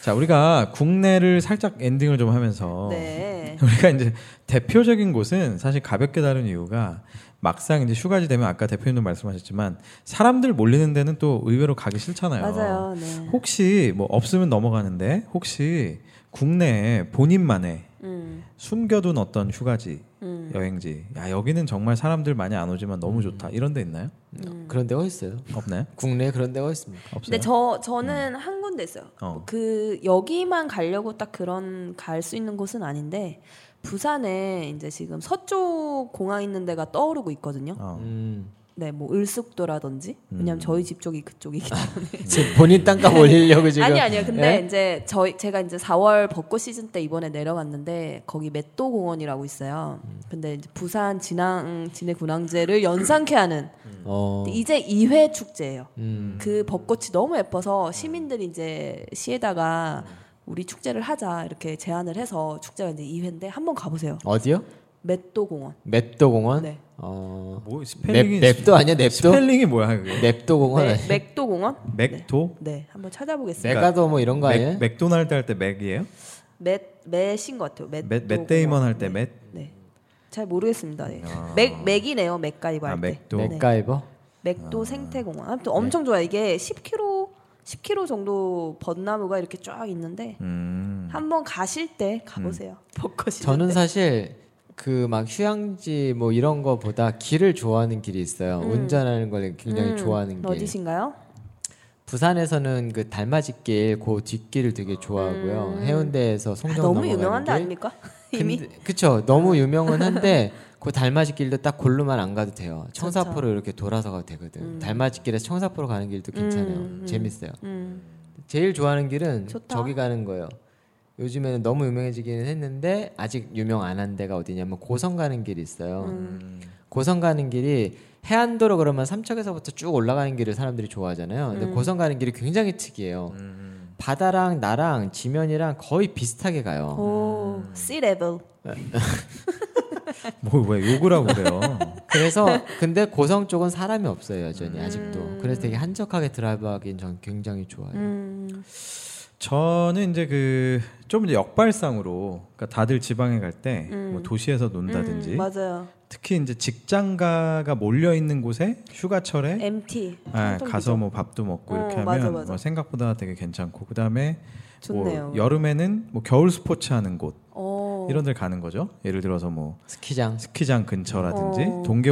Speaker 1: 자 우리가 국내를 살짝 엔딩을 좀
Speaker 3: 어,
Speaker 1: 하면서
Speaker 2: 네.
Speaker 1: 우리가 이제 대표적인 곳은 사실 가볍게 다룬 이유가 막상 이제 휴가지 되면 아까 대표님도 말씀하셨지만 사람들 몰리는 데는 또 의외로 가기 싫잖아요.
Speaker 2: 맞아요. 네.
Speaker 1: 혹시 뭐 없으면 넘어가는데 혹시 국내에 본인만의
Speaker 2: 음.
Speaker 1: 숨겨둔 어떤 휴가지
Speaker 2: 음.
Speaker 1: 여행지 야 여기는 정말 사람들 많이 안 오지만 너무 좋다 이런 데 있나요?
Speaker 2: 음.
Speaker 3: 그런 데가 있어요.
Speaker 1: 없나요?
Speaker 3: 국내에 그런 데가 있습니까?
Speaker 1: 없어요.
Speaker 2: 근데 저
Speaker 3: 음.
Speaker 2: 저는 한 군데 있어요.
Speaker 1: 어.
Speaker 2: 그 여기만 가려고 딱 그런 갈 수 있는 곳은 아닌데 부산에 이제 지금 서쪽 공항 있는 데가 떠오르고 있거든요.
Speaker 1: 어.
Speaker 3: 음.
Speaker 2: 네, 뭐 을숙도라든지 왜냐면 저희 집 쪽이 그쪽이기 때문에.
Speaker 3: 음. 지금 본인 땅값 올리려고 지금.
Speaker 2: *laughs* 아니 아니요. 근데
Speaker 3: 아, 예?
Speaker 2: 이제 저희 제가 이제 4월 벚꽃 시즌 때 이번에 내려갔는데 거기 맷도 공원이라고 있어요.
Speaker 3: 음.
Speaker 2: 근데 이제 부산 진앙 진해 군항제를 연상케 하는
Speaker 3: 어.
Speaker 2: 이제 2회 축제예요.
Speaker 3: 음.
Speaker 2: 그 벚꽃이 너무 예뻐서 시민들이 이제 시에다가 우리 축제를 하자 이렇게 제안을 해서 축제가 이제 2회인데 한번 가보세요.
Speaker 3: 어디요?
Speaker 2: 맷도 공원.
Speaker 3: 맵도 공원?
Speaker 2: 네.
Speaker 3: 어.
Speaker 1: 뭐
Speaker 3: 맵,
Speaker 1: 스펠링이
Speaker 3: 맵도 아니야 맵도?
Speaker 1: 스펠링이 뭐야 그게?
Speaker 3: 맵도 공원
Speaker 2: 네,
Speaker 3: 아니야?
Speaker 2: 맥도 공원?
Speaker 3: 음.
Speaker 1: 맥도
Speaker 2: 네,
Speaker 1: 그러니까
Speaker 2: 한번 찾아보겠습니다.
Speaker 3: 메가도 뭐 이런 거 아니야?
Speaker 1: 맥, 맥도날드 할 때 맥이에요?
Speaker 2: 맷 맷인 것 같아요. 맷.
Speaker 1: 맥, 맥데이먼 할 때 맥?
Speaker 2: 네. 잘 모르겠습니다. 예. 맥 맥이네요. 맥가이버 할
Speaker 1: 아,
Speaker 2: 때.
Speaker 1: 맥도. 네.
Speaker 2: 네.
Speaker 3: 맥가이버?
Speaker 2: 맥도 생태공원. 아무튼 엄청 좋아요. 이게 10km 10km 정도 벚나무가 이렇게 쫙 있는데
Speaker 1: 음.
Speaker 2: 한번 가실 때 가보세요. 벚꽃이.
Speaker 3: 저는 사실 그 막 휴양지 뭐 이런 거보다 길을 좋아하는 길이 있어요. 운전하는 걸 굉장히 좋아하는 길.
Speaker 2: 음. 어디신가요?
Speaker 3: 부산에서는 그 달맞이길, 그 뒷길을 되게 좋아하고요. 해운대에서
Speaker 2: 아,
Speaker 3: 송정
Speaker 2: 너무
Speaker 3: 넘어가는
Speaker 2: 유명한 데
Speaker 3: 길.
Speaker 2: 아닙니까? 이미 음.
Speaker 3: 근데- 그쵸 너무 유명은 한데
Speaker 2: *laughs*
Speaker 3: 그 달맞이길도 딱 골로만 안 가도 돼요 청사포로 이렇게 돌아서 가도 되거든 달맞이길에서 청사포로 가는 길도 괜찮아요 재밌어요
Speaker 2: 음.
Speaker 3: 제일 좋아하는 길은
Speaker 2: 좋다.
Speaker 3: 저기 가는 거예요 요즘에는 너무 유명해지기는 했는데 아직 유명 안 한 데가 어디냐면 고성 가는 길이 있어요
Speaker 2: 음.
Speaker 1: 음.
Speaker 3: 고성 가는 길이 해안도로 그러면 삼척에서부터 쭉 올라가는 길을 사람들이 좋아하잖아요 근데
Speaker 2: 음.
Speaker 3: 고성 가는 길이 굉장히 특이해요
Speaker 1: 음,
Speaker 3: 바다랑 나랑 지면이랑 거의 비슷하게 가요
Speaker 2: 어. 오,
Speaker 1: 음.
Speaker 2: C 레벨.
Speaker 1: 뭐왜 욕을 하고
Speaker 2: *laughs*
Speaker 1: 그래요?
Speaker 3: 그래서 근데 고성 쪽은 사람이 없어요 여전히
Speaker 1: 음.
Speaker 3: 아직도 그래서 되게 한적하게 드라이브하기엔 전 굉장히 좋아요
Speaker 2: 음.
Speaker 1: 저는 이제 그좀 이제 역발상으로 그러니까 다들 지방에 갈 때 뭐 도시에서 논다든지
Speaker 2: 음, 맞아요.
Speaker 1: 특히 이제 직장가가 몰려 있는 곳에 휴가철에
Speaker 2: MT.
Speaker 1: 아,
Speaker 2: 통통
Speaker 1: 가서 뭐 밥도 먹고
Speaker 2: 어,
Speaker 1: 이렇게 하면
Speaker 2: 맞아, 맞아.
Speaker 1: 뭐 생각보다 되게 괜찮고 그다음에
Speaker 2: 좋네요.
Speaker 1: 뭐 여름에는 뭐 겨울 스포츠 하는 곳
Speaker 2: 비죠. 어.
Speaker 1: 이런 데를 가는 거죠. 예를 들어서 뭐
Speaker 3: 스키장
Speaker 1: 스키장 근처라든지
Speaker 2: 어. 음.
Speaker 1: 동계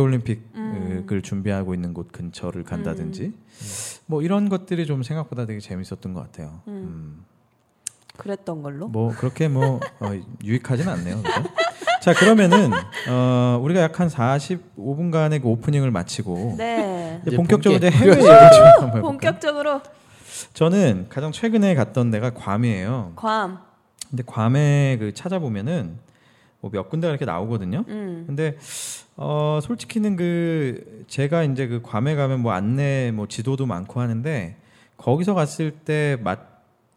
Speaker 1: 올림픽을 준비하고 있는 곳 근처를
Speaker 2: 음.
Speaker 1: 간다든지 뭐 이런 것들이 좀 생각보다 되게 재밌었던 것 같아요. 음.
Speaker 2: 그랬던 걸로.
Speaker 1: 뭐 그렇게 뭐 어, 유익하진 않네요. 그죠? *laughs* 자 그러면은 어, 우리가 약 한 45분간의 그 오프닝을 마치고
Speaker 2: 네.
Speaker 1: 이제
Speaker 3: 이제
Speaker 1: 본격적으로
Speaker 3: 본격.
Speaker 1: 이제 해외 얘기 좀 한번 해볼까요? 음.
Speaker 2: 본격적으로
Speaker 1: 저는 가장 최근에 갔던 데가 괌이에요.
Speaker 2: 괌.
Speaker 1: 근데 괌에 그 찾아보면은 뭐 몇 군데가 이렇게 나오거든요.
Speaker 2: 음.
Speaker 1: 근데 어 솔직히는 그 제가 이제 그 괌에 가면 뭐 안내 뭐 지도도 많고 하는데 거기서 갔을 때 맛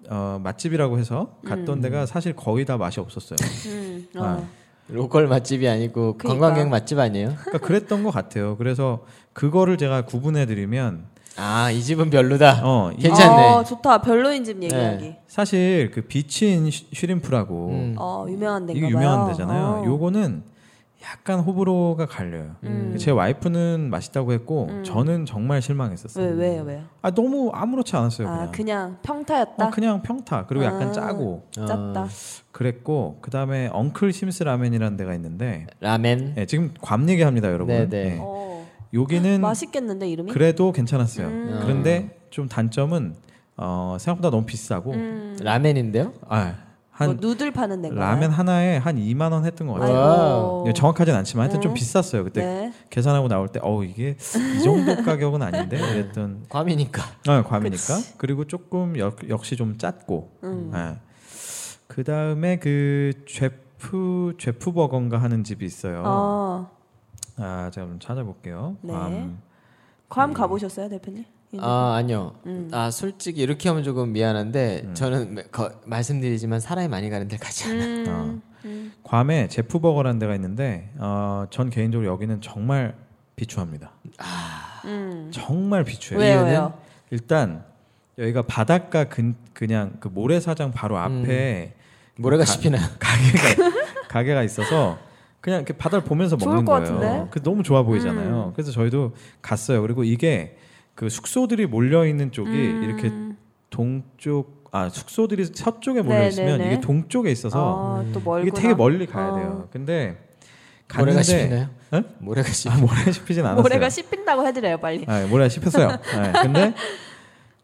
Speaker 1: 어, 맛집이라고 해서 갔던 데가 사실 거의 다 맛이 없었어요.
Speaker 2: 음. 어.
Speaker 1: 아.
Speaker 3: *laughs* 로컬 맛집이 아니고
Speaker 2: 그러니까.
Speaker 3: 관광객 맛집 아니에요?
Speaker 1: 그러니까 그랬던 것 같아요. 그래서 그거를 제가 구분해 드리면
Speaker 3: 아, 이 집은 별로다.
Speaker 1: 어 이-
Speaker 3: 괜찮네. 네.
Speaker 2: 어, 좋다. 별로인 집 얘기하기.
Speaker 1: 사실 그 비치인 슈- 슈림프라고
Speaker 3: 음.
Speaker 2: 어, 유명한 데인가
Speaker 1: 이게
Speaker 2: 봐요.
Speaker 1: 유명한 데잖아요.
Speaker 2: 어.
Speaker 1: 요거는 약간 호불호가 갈려요.
Speaker 2: 음.
Speaker 1: 제 와이프는 맛있다고 했고
Speaker 2: 음.
Speaker 1: 저는 정말 실망했었어요.
Speaker 2: 왜, 왜, 왜요?
Speaker 1: 아 너무 아무렇지 않았어요. 그냥.
Speaker 2: 아, 그냥 평타였다.
Speaker 1: 어, 그냥 평타 그리고 약간
Speaker 2: 아.
Speaker 1: 짜고
Speaker 3: 어,
Speaker 2: 짰다.
Speaker 1: 그랬고 그 다음에 엉클 심스 라멘이라는 데가 있는데
Speaker 3: 라멘.
Speaker 1: 예, 지금 괌 얘기합니다 여러분.
Speaker 3: 네, 네.
Speaker 1: 예.
Speaker 2: 음. 어.
Speaker 1: 여기는
Speaker 2: *gasps* 맛있겠는데 이름이?
Speaker 1: 그래도 괜찮았어요.
Speaker 2: 음.
Speaker 1: 그런데 좀 단점은 어, 생각보다 너무 비싸고
Speaker 2: 음.
Speaker 3: 라멘인데요?
Speaker 1: 아,
Speaker 2: 뭐
Speaker 1: 한
Speaker 2: 누들 파는 데인가?
Speaker 1: 라면 하나에 한 2만 원 했던 것 같아요. 예,
Speaker 2: 아이고.
Speaker 1: 정확하진 않지만 하여튼 좀
Speaker 2: 음.
Speaker 1: 비쌌어요. 그때
Speaker 2: 네.
Speaker 1: 계산하고 나올 때 어 이게 이
Speaker 2: *laughs*
Speaker 1: 정도 가격은 아닌데 그랬던
Speaker 3: 괌이니까.
Speaker 1: 아, 괌이니까 그리고 조금 역, 역시 좀 짰고
Speaker 2: 음.
Speaker 1: 아. 그 다음에 그 죄프 죄프 버거인가 하는 집이 있어요.
Speaker 2: 어.
Speaker 1: 아 제가 좀 찾아볼게요.
Speaker 2: 네.
Speaker 1: 괌. 네.
Speaker 2: 괌 가보셨어요, 대표님?
Speaker 3: 아, 아니요.
Speaker 2: 음.
Speaker 3: 아, 솔직히 이렇게 하면 조금 미안한데
Speaker 1: 음.
Speaker 3: 저는 매- 거- 말씀드리지만 사람이 많이 가는 데 가지 않아요.
Speaker 2: 음. 음.
Speaker 1: 괌에 제프 버거라는 데가 있는데 어, 전 개인적으로 여기는 정말 비추합니다.
Speaker 2: 음.
Speaker 1: 정말 비추해요.
Speaker 2: 왜요,
Speaker 1: 이유는
Speaker 2: 왜요?
Speaker 1: 일단 여기가 바닷가 근 그냥 그 모래사장 바로 앞에
Speaker 3: 모래가
Speaker 1: 가-
Speaker 3: 씹히나.
Speaker 1: 가게가 가게가 있어서 그냥 이렇게 바다를 보면서
Speaker 2: 좋을
Speaker 1: 먹는
Speaker 2: 것
Speaker 1: 거예요.
Speaker 2: 같은데? 음.
Speaker 1: 그 너무 좋아 보이잖아요. 그래서 저희도 갔어요. 그리고 이게 그 숙소들이 몰려 있는 쪽이
Speaker 2: 음.
Speaker 1: 이렇게 동쪽 아 숙소들이 서쪽에 몰려
Speaker 2: 네,
Speaker 1: 있으면
Speaker 2: 네, 네.
Speaker 1: 이게 동쪽에 있어서
Speaker 2: 아, 또 멀구나.
Speaker 1: 이게 되게 멀리 가야
Speaker 2: 어.
Speaker 1: 돼요. 근데
Speaker 3: 모래가
Speaker 1: 갔는데
Speaker 3: 씹히나요?
Speaker 1: 어?
Speaker 3: 모래가 씹.
Speaker 1: 아, 모래 씹히진 않았어요.
Speaker 2: 모래가 씹힌다고 해드려요, 빨리.
Speaker 1: 아, 모래 씹혔어요. 네, 근데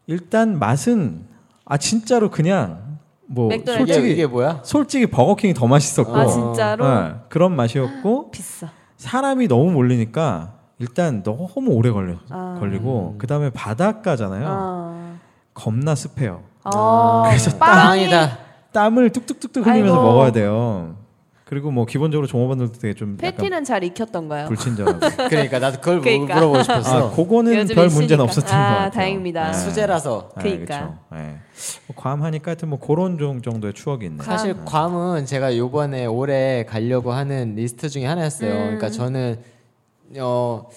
Speaker 1: 일단 맛은 아 진짜로 그냥 뭐
Speaker 2: 맥도날드.
Speaker 1: 솔직히
Speaker 3: 이게 뭐야?
Speaker 1: 솔직히 버거킹이 더 맛있었고
Speaker 2: 아, 진짜로?
Speaker 1: 네, 그런 맛이었고
Speaker 2: 비싸.
Speaker 1: 사람이 너무 몰리니까 일단 너무 오래 걸려
Speaker 2: 아.
Speaker 1: 걸리고 그 다음에 바닷가잖아요.
Speaker 2: 아.
Speaker 1: 겁나 습해요.
Speaker 2: 어.
Speaker 3: 아, 그래서
Speaker 2: 빵이-
Speaker 3: 빵이다.
Speaker 1: 땀을 뚝뚝뚝뚝 흘리면서
Speaker 2: 아이고.
Speaker 1: 먹어야 돼요. 그리고 뭐 기본적으로 종업원들도 되게 좀 약간
Speaker 2: 패티는 잘 익혔던가요?
Speaker 1: 불친절하고.
Speaker 3: 그러니까 나도 그걸 물-
Speaker 2: *laughs* 그러니까.
Speaker 3: 물어보고
Speaker 1: 아,
Speaker 3: 싶었어.
Speaker 1: 그거는
Speaker 2: 요즘에
Speaker 1: 별
Speaker 2: 있으니까.
Speaker 1: 문제는 없었던
Speaker 2: 아,
Speaker 1: 것 같아요.
Speaker 2: 다행입니다.
Speaker 3: 수제라서.
Speaker 1: 아,
Speaker 2: 그러니까.
Speaker 1: 그쵸. 예. 뭐 괌하니까 하여튼 뭐 그런 종- 정도의 추억이 있네요.
Speaker 2: 가-
Speaker 3: 사실 괌은 제가 요번에 올해 가려고 하는 리스트 중에 하나였어요.
Speaker 2: 음.
Speaker 3: 그러니까 저는 어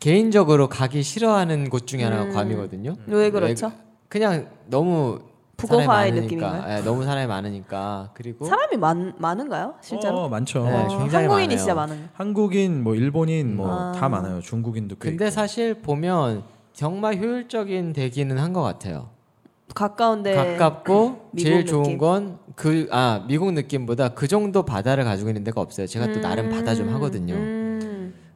Speaker 3: 개인적으로 가기 싫어하는 곳 중에
Speaker 2: 음.
Speaker 3: 하나가 괌이거든요.
Speaker 2: 왜 그렇죠?
Speaker 3: 그냥 너무
Speaker 2: 북어화의
Speaker 3: 사람이 많으니까.
Speaker 2: 느낌인가요?
Speaker 3: 예, 너무 사람이 많으니까. 그리고
Speaker 2: 사람이 많, 많은가요? 실제로?
Speaker 1: 어, 많죠.
Speaker 3: 네,
Speaker 2: 어,
Speaker 3: 굉장히
Speaker 2: 한국인이
Speaker 3: 많아요.
Speaker 2: 진짜 많은가?
Speaker 1: 한국인, 뭐 일본인, 뭐
Speaker 2: 아.
Speaker 1: 다 많아요. 중국인도 꽤.
Speaker 3: 근데
Speaker 1: 있고.
Speaker 3: 사실 보면 정말 효율적인 대기는 한 것 같아요.
Speaker 2: 가까운데
Speaker 3: 가깝고
Speaker 2: 네. *clears throat* 미국
Speaker 3: 제일
Speaker 2: 느낌.
Speaker 3: 좋은 건 그 아 미국 느낌보다 그 정도 바다를 가지고 있는 데가 없어요. 제가 또 나름 바다 좀 하거든요.
Speaker 2: 음.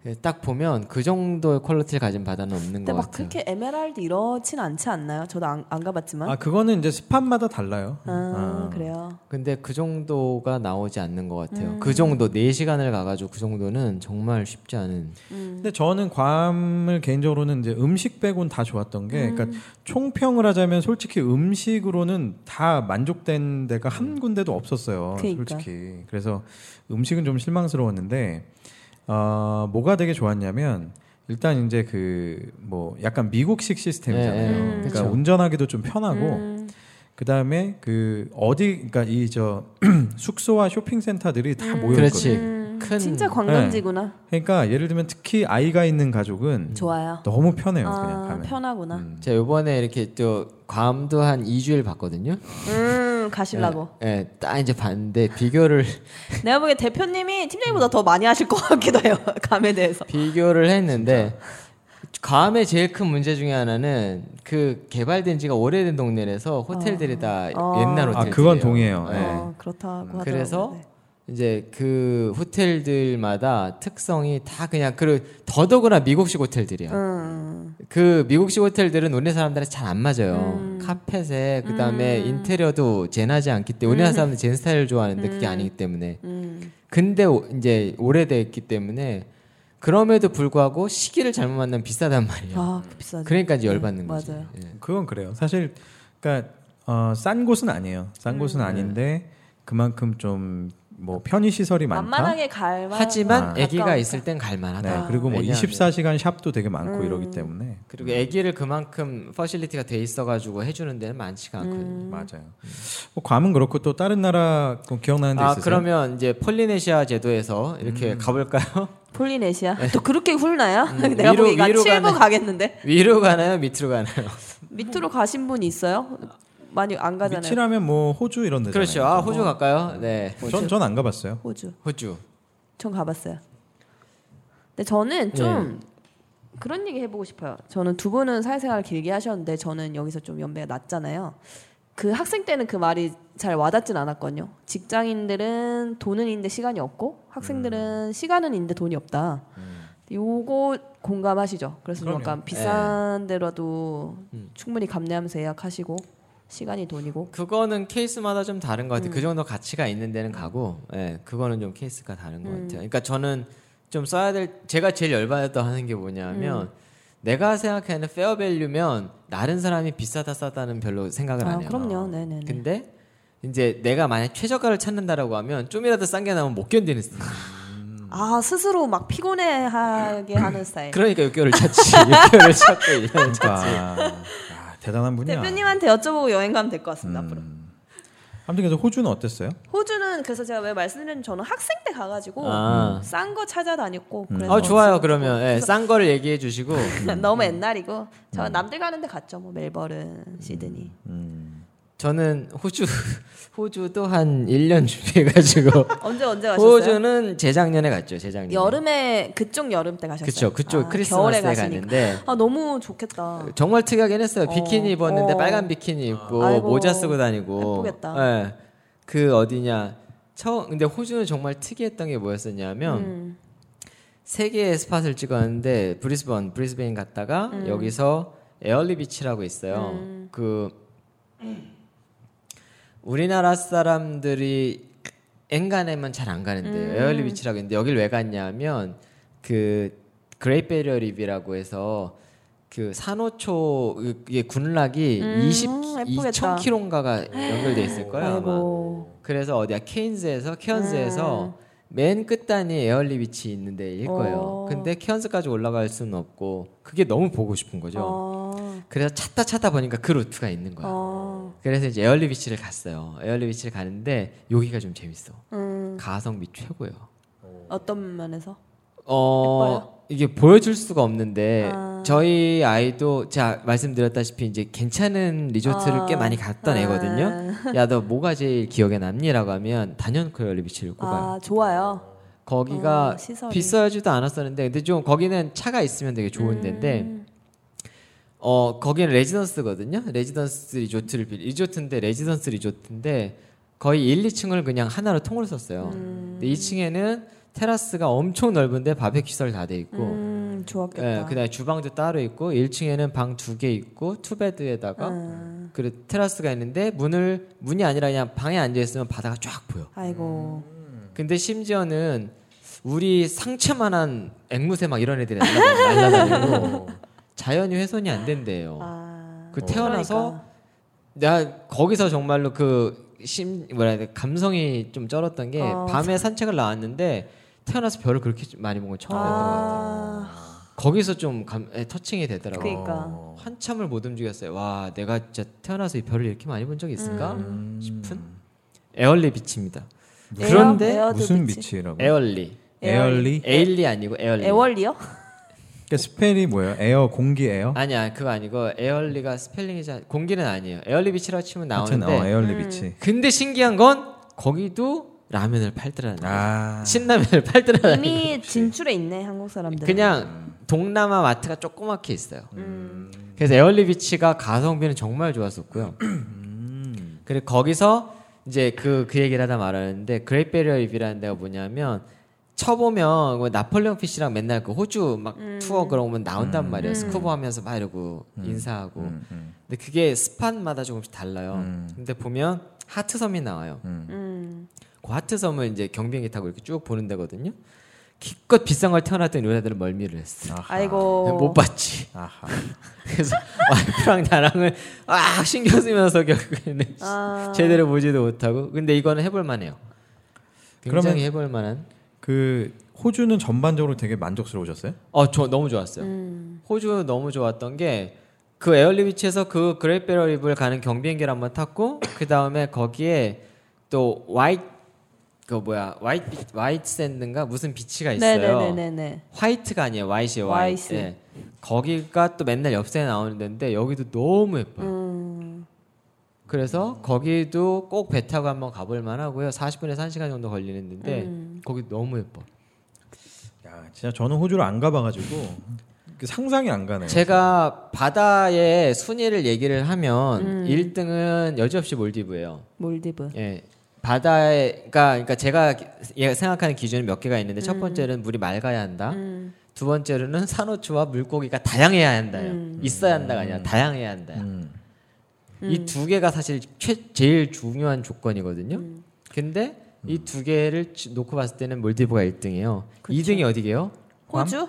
Speaker 3: 예, 딱 보면 그 정도의 퀄리티를 가진 바다는 없는
Speaker 2: 근데
Speaker 3: 것
Speaker 2: 막
Speaker 3: 같아요.
Speaker 2: 그렇게 에메랄드 이렇진 않지 않나요? 저도 안, 안 가봤지만.
Speaker 1: 아
Speaker 2: 아,
Speaker 1: 그거는 이제 스팟마다 달라요.
Speaker 3: 음.
Speaker 1: 아.
Speaker 2: 그래요.
Speaker 3: 근데 그 정도가 나오지 않는 것 같아요.
Speaker 2: 음.
Speaker 3: 그 정도 4시간을 가가지고 그 정도는 정말 쉽지 않은
Speaker 2: 음.
Speaker 1: 근데 저는 괌을 개인적으로는 이제 음식 빼곤 다 좋았던 게, 그러니까
Speaker 2: 음.
Speaker 1: 총평을 하자면 솔직히 음식으로는 다 만족된 데가 한 군데도 없었어요.
Speaker 2: 음. 그러니까.
Speaker 1: 솔직히. 그래서 음식은 좀 실망스러웠는데, 어, 뭐가 되게 좋았냐면, 일단 이제 그 뭐 약간 미국식 시스템이잖아요.
Speaker 3: 예, 예.
Speaker 2: 음.
Speaker 1: 그러니까
Speaker 3: 그쵸.
Speaker 1: 운전하기도 좀 편하고,
Speaker 2: 음.
Speaker 1: 그 다음에 그 어디, 그러니까 이 저 *clears throat* 숙소와 쇼핑센터들이 다 모여
Speaker 3: 그렇지.
Speaker 1: 있거든요.
Speaker 2: 음,
Speaker 3: 큰- 네.
Speaker 2: 진짜 관광지구나.
Speaker 1: 그러니까 예를 들면 특히 아이가 있는
Speaker 3: 음.
Speaker 1: 가족은
Speaker 2: 좋아요.
Speaker 1: 너무 편해요. 그냥
Speaker 2: 음. 아,
Speaker 1: 가면.
Speaker 2: 편하구나. 음,
Speaker 3: 제가 요번에 이렇게 또 괌도 한 2주일 봤거든요.
Speaker 2: 음, 가실라고.
Speaker 3: 예, 딱 이제 봤는데
Speaker 2: *laughs*
Speaker 3: 비교를
Speaker 2: 내가 보기엔 대표님이
Speaker 3: 음.
Speaker 2: 팀장님보다 더 많이 하실 것 같기도 해요. *laughs* 감에 대해서.
Speaker 3: 비교를 했는데 괌의 제일 큰 문제 중에 하나는 그 개발된 지가 오래된 동네라서 호텔들이 다
Speaker 2: 어.
Speaker 3: 옛날
Speaker 1: 아,
Speaker 3: 호텔.
Speaker 1: 그건 동의해요. 예.
Speaker 2: 어, 그렇다고 하더라고요.
Speaker 3: 네. 음, 그래서
Speaker 2: 네.
Speaker 3: 이제 그 호텔들마다 특성이 다 그냥 그 더더구나 미국식 호텔들이야.
Speaker 2: 음, 음.
Speaker 3: 그 미국식 호텔들은 우리네 사람들한테 잘 안 맞아요. 카펫에 그다음에 인테리어도 젠하지 않기 때문에
Speaker 2: 음.
Speaker 3: 우리나라 사람들 젠 스타일을 좋아하는데 그게 아니기 때문에 근데 오- 이제 오래됐기 때문에 그럼에도 불구하고 시기를 잘못 만나면 비싸단 말이에요.
Speaker 2: 아, 그 비싸죠.
Speaker 3: 그러니까 이제 열받는
Speaker 2: 음,
Speaker 3: 거죠.
Speaker 2: 맞아요.
Speaker 3: 예.
Speaker 1: 네, 그건 그래요. 사실 그러니까 어, 싼 곳은 아니에요.
Speaker 2: 음,
Speaker 1: 싼 곳은
Speaker 2: 네.
Speaker 1: 아닌데 그만큼 좀 뭐 편의 시설이 많다.
Speaker 2: 만만하게 갈 만한
Speaker 3: 하지만
Speaker 1: 아.
Speaker 2: 가까우니까.
Speaker 3: 아기가 있을 땐 갈만하다.
Speaker 1: 네, 그리고 뭐
Speaker 3: 왜냐하면
Speaker 1: 24시간 샵도 되게 많고
Speaker 2: 음.
Speaker 1: 이러기 때문에
Speaker 3: 그리고 아기를 그만큼 퍼실리티가 돼 있어가지고 해주는 데는 많지가 않거든요.
Speaker 2: 음.
Speaker 1: 맞아요. 뭐 괌은 그렇고 또 다른 나라 뭐 기억나는 데
Speaker 3: 아
Speaker 1: 있으세요? 음.
Speaker 3: 그러면 이제 폴리네시아 제도에서 이렇게 가볼까요? *laughs*
Speaker 2: 폴리네시아. 또 그렇게 훌나요? *laughs* 내가
Speaker 3: 음, 위로-
Speaker 2: 보기가
Speaker 3: 위로
Speaker 2: 7부
Speaker 3: 가네.
Speaker 2: 가겠는데.
Speaker 3: 위로 가나요? 밑으로 가나요?
Speaker 2: 밑으로 가신 분 있어요? 많이 안 가잖아요.
Speaker 1: 미치라면 뭐 호주 이런 데잖아요. 어.
Speaker 3: 그렇죠. 아 호주 갈까요? 네.
Speaker 1: 전전 안 가봤어요.
Speaker 2: 호주.
Speaker 3: 호주.
Speaker 2: 전 가봤어요. 근데 저는 좀 그런 얘기 해보고 싶어요. 저는 두 분은 사회생활 길게 하셨는데 저는 여기서 좀 연배가 낮잖아요. 그 학생 때는 그 말이 잘 와닿진 않았거든요. 직장인들은 돈은 있는데 시간이 없고 학생들은 시간은 있는데 돈이 없다. 요거 공감하시죠? 그래서 좀
Speaker 1: 그럼요.
Speaker 2: 약간 비싼 데라도 충분히 감내하면서 예약하시고 시간이 돈이고
Speaker 3: 그거는 케이스마다 좀 다른 것 같아요. 그 정도 가치가 있는 데는 가고, 예, 그거는 좀 케이스가 다른 것 같아요. 그러니까 저는 좀 써야 될, 제가 제일 열받았다 하는 게 뭐냐면, 내가 생각하는 페어밸류면 다른 사람이 비싸다 싸다는 별로 생각을
Speaker 2: 아,
Speaker 3: 안 해요.
Speaker 2: 그럼요. 네네네.
Speaker 3: 근데 이제 내가 만약 최저가를 찾는다라고 하면 좀이라도 싼 게 나오면 못 견디는 스타일. 음.
Speaker 2: 아 스스로 막 피곤해하게 하는 스타일.
Speaker 3: 그러니까 6개월을 찾지. *laughs* 6개월을 찾고 1년을 찾지.
Speaker 1: 그러니까 아, 대단한 분이야.
Speaker 2: 대표님한테 여쭤보고 여행 가면 될 것 같습니다
Speaker 3: 음.
Speaker 2: 앞으로.
Speaker 1: 아무튼 그래서 호주는 어땠어요?
Speaker 2: 호주는 그래서 제가 왜 말씀드린 저는 학생 때 가가지고
Speaker 3: 아.
Speaker 2: 싼 거 찾아다녔고 그래서
Speaker 3: 어, 좋아요. 음. 그러면 예, 싼 거를 얘기해 주시고
Speaker 2: *laughs* 너무 옛날이고 저
Speaker 3: 음.
Speaker 2: 남들 가는데 갔죠 뭐 멜버른, 시드니.
Speaker 3: 저는 호주 호주도 한 1년 준비해가지고
Speaker 2: 언제 언제 *laughs* 가셨어요?
Speaker 3: 호주는 재작년에 갔죠. 재작년.
Speaker 2: 여름에 그쪽 여름 때 가셨어요.
Speaker 3: 그쵸. 그쪽
Speaker 2: 아,
Speaker 3: 크리스마스에
Speaker 2: 겨울에 가시니까.
Speaker 3: 갔는데 네,
Speaker 2: 아 너무 좋겠다.
Speaker 3: 정말 특이하긴 했어요.
Speaker 2: 어,
Speaker 3: 비키니 입었는데
Speaker 2: 어.
Speaker 3: 빨간 비키니 입고
Speaker 2: 아이고,
Speaker 3: 모자 쓰고 다니고.
Speaker 2: 예쁘겠다.
Speaker 3: 예. 그 어디냐. 처음 근데 호주는 정말 특이했던 게 뭐였었냐면
Speaker 2: 음.
Speaker 3: 세 개의 스팟을 찍었는데 브리스번 브리스베인 갔다가
Speaker 2: 음.
Speaker 3: 여기서 에얼리 비치라고 있어요. 그 우리나라 사람들이 엔간하면 잘 안 가는데
Speaker 2: 음.
Speaker 3: 요 에얼리 비치라고 있는데 여길 왜 갔냐면 그 그레이트 베리어 립이라고 해서 그 산호초 이게 군락이
Speaker 2: 음,
Speaker 3: 20
Speaker 2: 예쁘겠다.
Speaker 3: 2,000km가가 연결돼 있을 거예요 아마.
Speaker 2: 아이고. 음.
Speaker 3: 그래서 어디야 케인즈에서 케언즈에서 맨 끝단이 에얼리 비치 있는 데일 거예요.
Speaker 2: 어.
Speaker 3: 근데 케언즈까지 올라갈 수는 없고 그게 너무 보고 싶은 거죠.
Speaker 2: 아,
Speaker 3: 그래서 찾다 찾다 보니까 그 루트가 있는 거야.
Speaker 2: 아,
Speaker 3: 그래서 이제 에얼리 비치를 갔어요. 에얼리 비치를 가는데 여기가 좀 재밌어.
Speaker 2: 음,
Speaker 3: 가성비 최고예요.
Speaker 2: 어떤 면에서?
Speaker 3: 어 이게 보여줄 수가 없는데
Speaker 2: 아.
Speaker 3: 저희 아이도 제가 말씀드렸다시피 이제 괜찮은 리조트를
Speaker 2: 아.
Speaker 3: 꽤 많이 갔던
Speaker 2: 아.
Speaker 3: 애거든요. 야 너 뭐가 제일 기억에 남니라고 하면 단연 그 에얼리 비치를 꼽아요.
Speaker 2: 아 좋아요.
Speaker 3: 거기가
Speaker 2: 어, 시설이.
Speaker 3: 비싸지도 않았었는데 근데 좀 거기는 차가 있으면 되게 좋은
Speaker 2: 음.
Speaker 3: 데인데 어 거기는 레지던스거든요 레지던스 리조트를 빌 리조트인데 레지던스 리조트인데 거의 1, 2층을 그냥 하나로 통으로 썼어요
Speaker 2: 음.
Speaker 3: 근데 2층에는 테라스가 엄청 넓은데 바베큐 시설 다 돼 있고
Speaker 2: 음 좋았겠다.
Speaker 3: 예, 그다음에 주방도 따로 있고 1층에는 방 두 개 있고 투베드에다가
Speaker 2: 음.
Speaker 3: 그리고 테라스가 있는데 문을 문이 아니라 그냥 방에 앉아 있으면 바다가 쫙 보여
Speaker 2: 아이고.
Speaker 3: 음. 근데 심지어는 우리 상체만한 앵무새 막 이런 애들이
Speaker 2: *laughs*
Speaker 1: 어.
Speaker 3: 날라다니고 자연이 훼손이 안 된대요.
Speaker 2: 아.
Speaker 3: 그 태어나서 내가 거기서 정말로 그 심 뭐라 해야 돼 감성이 좀 쩔었던 게
Speaker 2: 어.
Speaker 3: 밤에 산책을 나왔는데 태어나서 별을 그렇게 많이 본 건 처음이었던 것 같아요.
Speaker 2: 아.
Speaker 3: 거기서 좀 감, 에, 터칭이 되더라고요.
Speaker 2: 그러니까.
Speaker 1: 어.
Speaker 3: 한참을 못 움직였어요. 와 내가 진짜 태어나서 이 별을 이렇게 많이 본 적이 있을까
Speaker 2: 음.
Speaker 3: 싶은 에얼리 비치입니다.
Speaker 2: 에어?
Speaker 3: 그런데
Speaker 2: 에어도
Speaker 1: 무슨
Speaker 2: 비치.
Speaker 1: 비치라고?
Speaker 3: 에얼리
Speaker 1: 에얼리?
Speaker 3: 에일리 아니고 에얼리. *laughs*
Speaker 2: 애월리요?
Speaker 1: 그러니까 스펠이 뭐예요? 에어 공기 에어?
Speaker 3: 아니야 그거 아니고 에얼리가 스펠링이지 않- 공기는 아니에요. 에얼리 비치라고 치면
Speaker 1: 하여튼
Speaker 3: 나오는데
Speaker 1: 어,
Speaker 2: 음.
Speaker 1: 에어리 비치.
Speaker 3: 근데 신기한 건 거기도 라면을 팔더라는
Speaker 2: 음.
Speaker 3: 거예요.
Speaker 1: 아
Speaker 3: 신라면을 *laughs* 팔더라는 거예요.
Speaker 2: 이미 진출해 있네 한국 사람들.
Speaker 3: 그냥 동남아 마트가 조그맣게 있어요.
Speaker 2: 음.
Speaker 3: 그래서 에얼리 비치가 가성비는 정말 좋았었고요. 그리고 거기서 이제 그 그 얘기를 하다 말았는데 그레이트 베리어 립이라는 데가 뭐냐면 쳐보면 뭐 나폴레옹 피쉬랑 맨날 그 호주 막 투어 그런 거면 나온단 말이에요.
Speaker 2: 음.
Speaker 3: 스쿠버 하면서 막 이러고 인사하고.
Speaker 1: 음, 음,
Speaker 3: 근데 그게 스팟마다 조금씩 달라요.
Speaker 1: 음.
Speaker 3: 근데 보면 하트섬이 나와요.
Speaker 2: 음.
Speaker 3: 그 하트섬을 이제 경비행기 타고 이렇게 쭉 보는 데거든요. 기껏 비싼 걸 태어났더니 얘네들은 멀미를 했어.
Speaker 1: 아하.
Speaker 2: 아이고.
Speaker 3: 못 봤지.
Speaker 1: 아하.
Speaker 3: 그래서 와이프랑 나랑을 아 신경 쓰면서 결국에는
Speaker 2: 아.
Speaker 3: 제대로 보지도 못하고. 근데 이거는 해볼 만해요.
Speaker 1: 그러면-
Speaker 3: 굉장히 해볼 만한.
Speaker 1: 그 호주는 전반적으로 되게 만족스러우셨어요?
Speaker 3: 어, 저 너무 좋았어요.
Speaker 2: 음.
Speaker 3: 호주 너무 좋았던 게 그 에어리비치에서 그 그레이베럴 립을 가는 경비행기를 한번 탔고 그 다음에 거기에 또 화이트 그 뭐야 화이트 비- 화이트 샌드인가 무슨 비치가 있어요.
Speaker 2: 네네네네네.
Speaker 3: 화이트가 아니에요. 화이트예요. 화이트.
Speaker 2: 화이트.
Speaker 3: 예. 거기가 또 맨날 엽서에 나오는 데인데 여기도 너무 예뻐요.
Speaker 2: 음.
Speaker 3: 그래서 거기도 꼭 배 타고 한번 가볼 만하고요. 40분에서 1시간 정도 걸리는 데인데
Speaker 2: 음.
Speaker 3: 거기 너무 예뻐.
Speaker 1: 야, 진짜 저는 호주를 안 가봐가지고 그 상상이 안 가네요.
Speaker 3: 제가 바다의 순위를 얘기를 하면
Speaker 2: 음.
Speaker 3: 1등은 여지없이 몰디브예요.
Speaker 2: 몰디브.
Speaker 3: 예. 바다에 그러니까, 그러니까 제가 기- 예, 생각하는 기준은 몇 개가 있는데 첫 번째는 물이 맑아야 한다.
Speaker 2: 음.
Speaker 3: 두 번째로는 산호초와 물고기가 다양해야 한다요.
Speaker 2: 음.
Speaker 3: 있어야 한다가 아니라 다양해야 한다.
Speaker 1: 음.
Speaker 3: 이 두 개가 사실 최, 제일 중요한 조건이거든요.
Speaker 2: 음.
Speaker 3: 근데 이 두 개를 치- 놓고 봤을 때는 몰디브가 1등이에요.
Speaker 2: 그쵸.
Speaker 3: 이 2등이 어디게요?
Speaker 1: 괌?
Speaker 2: 호주?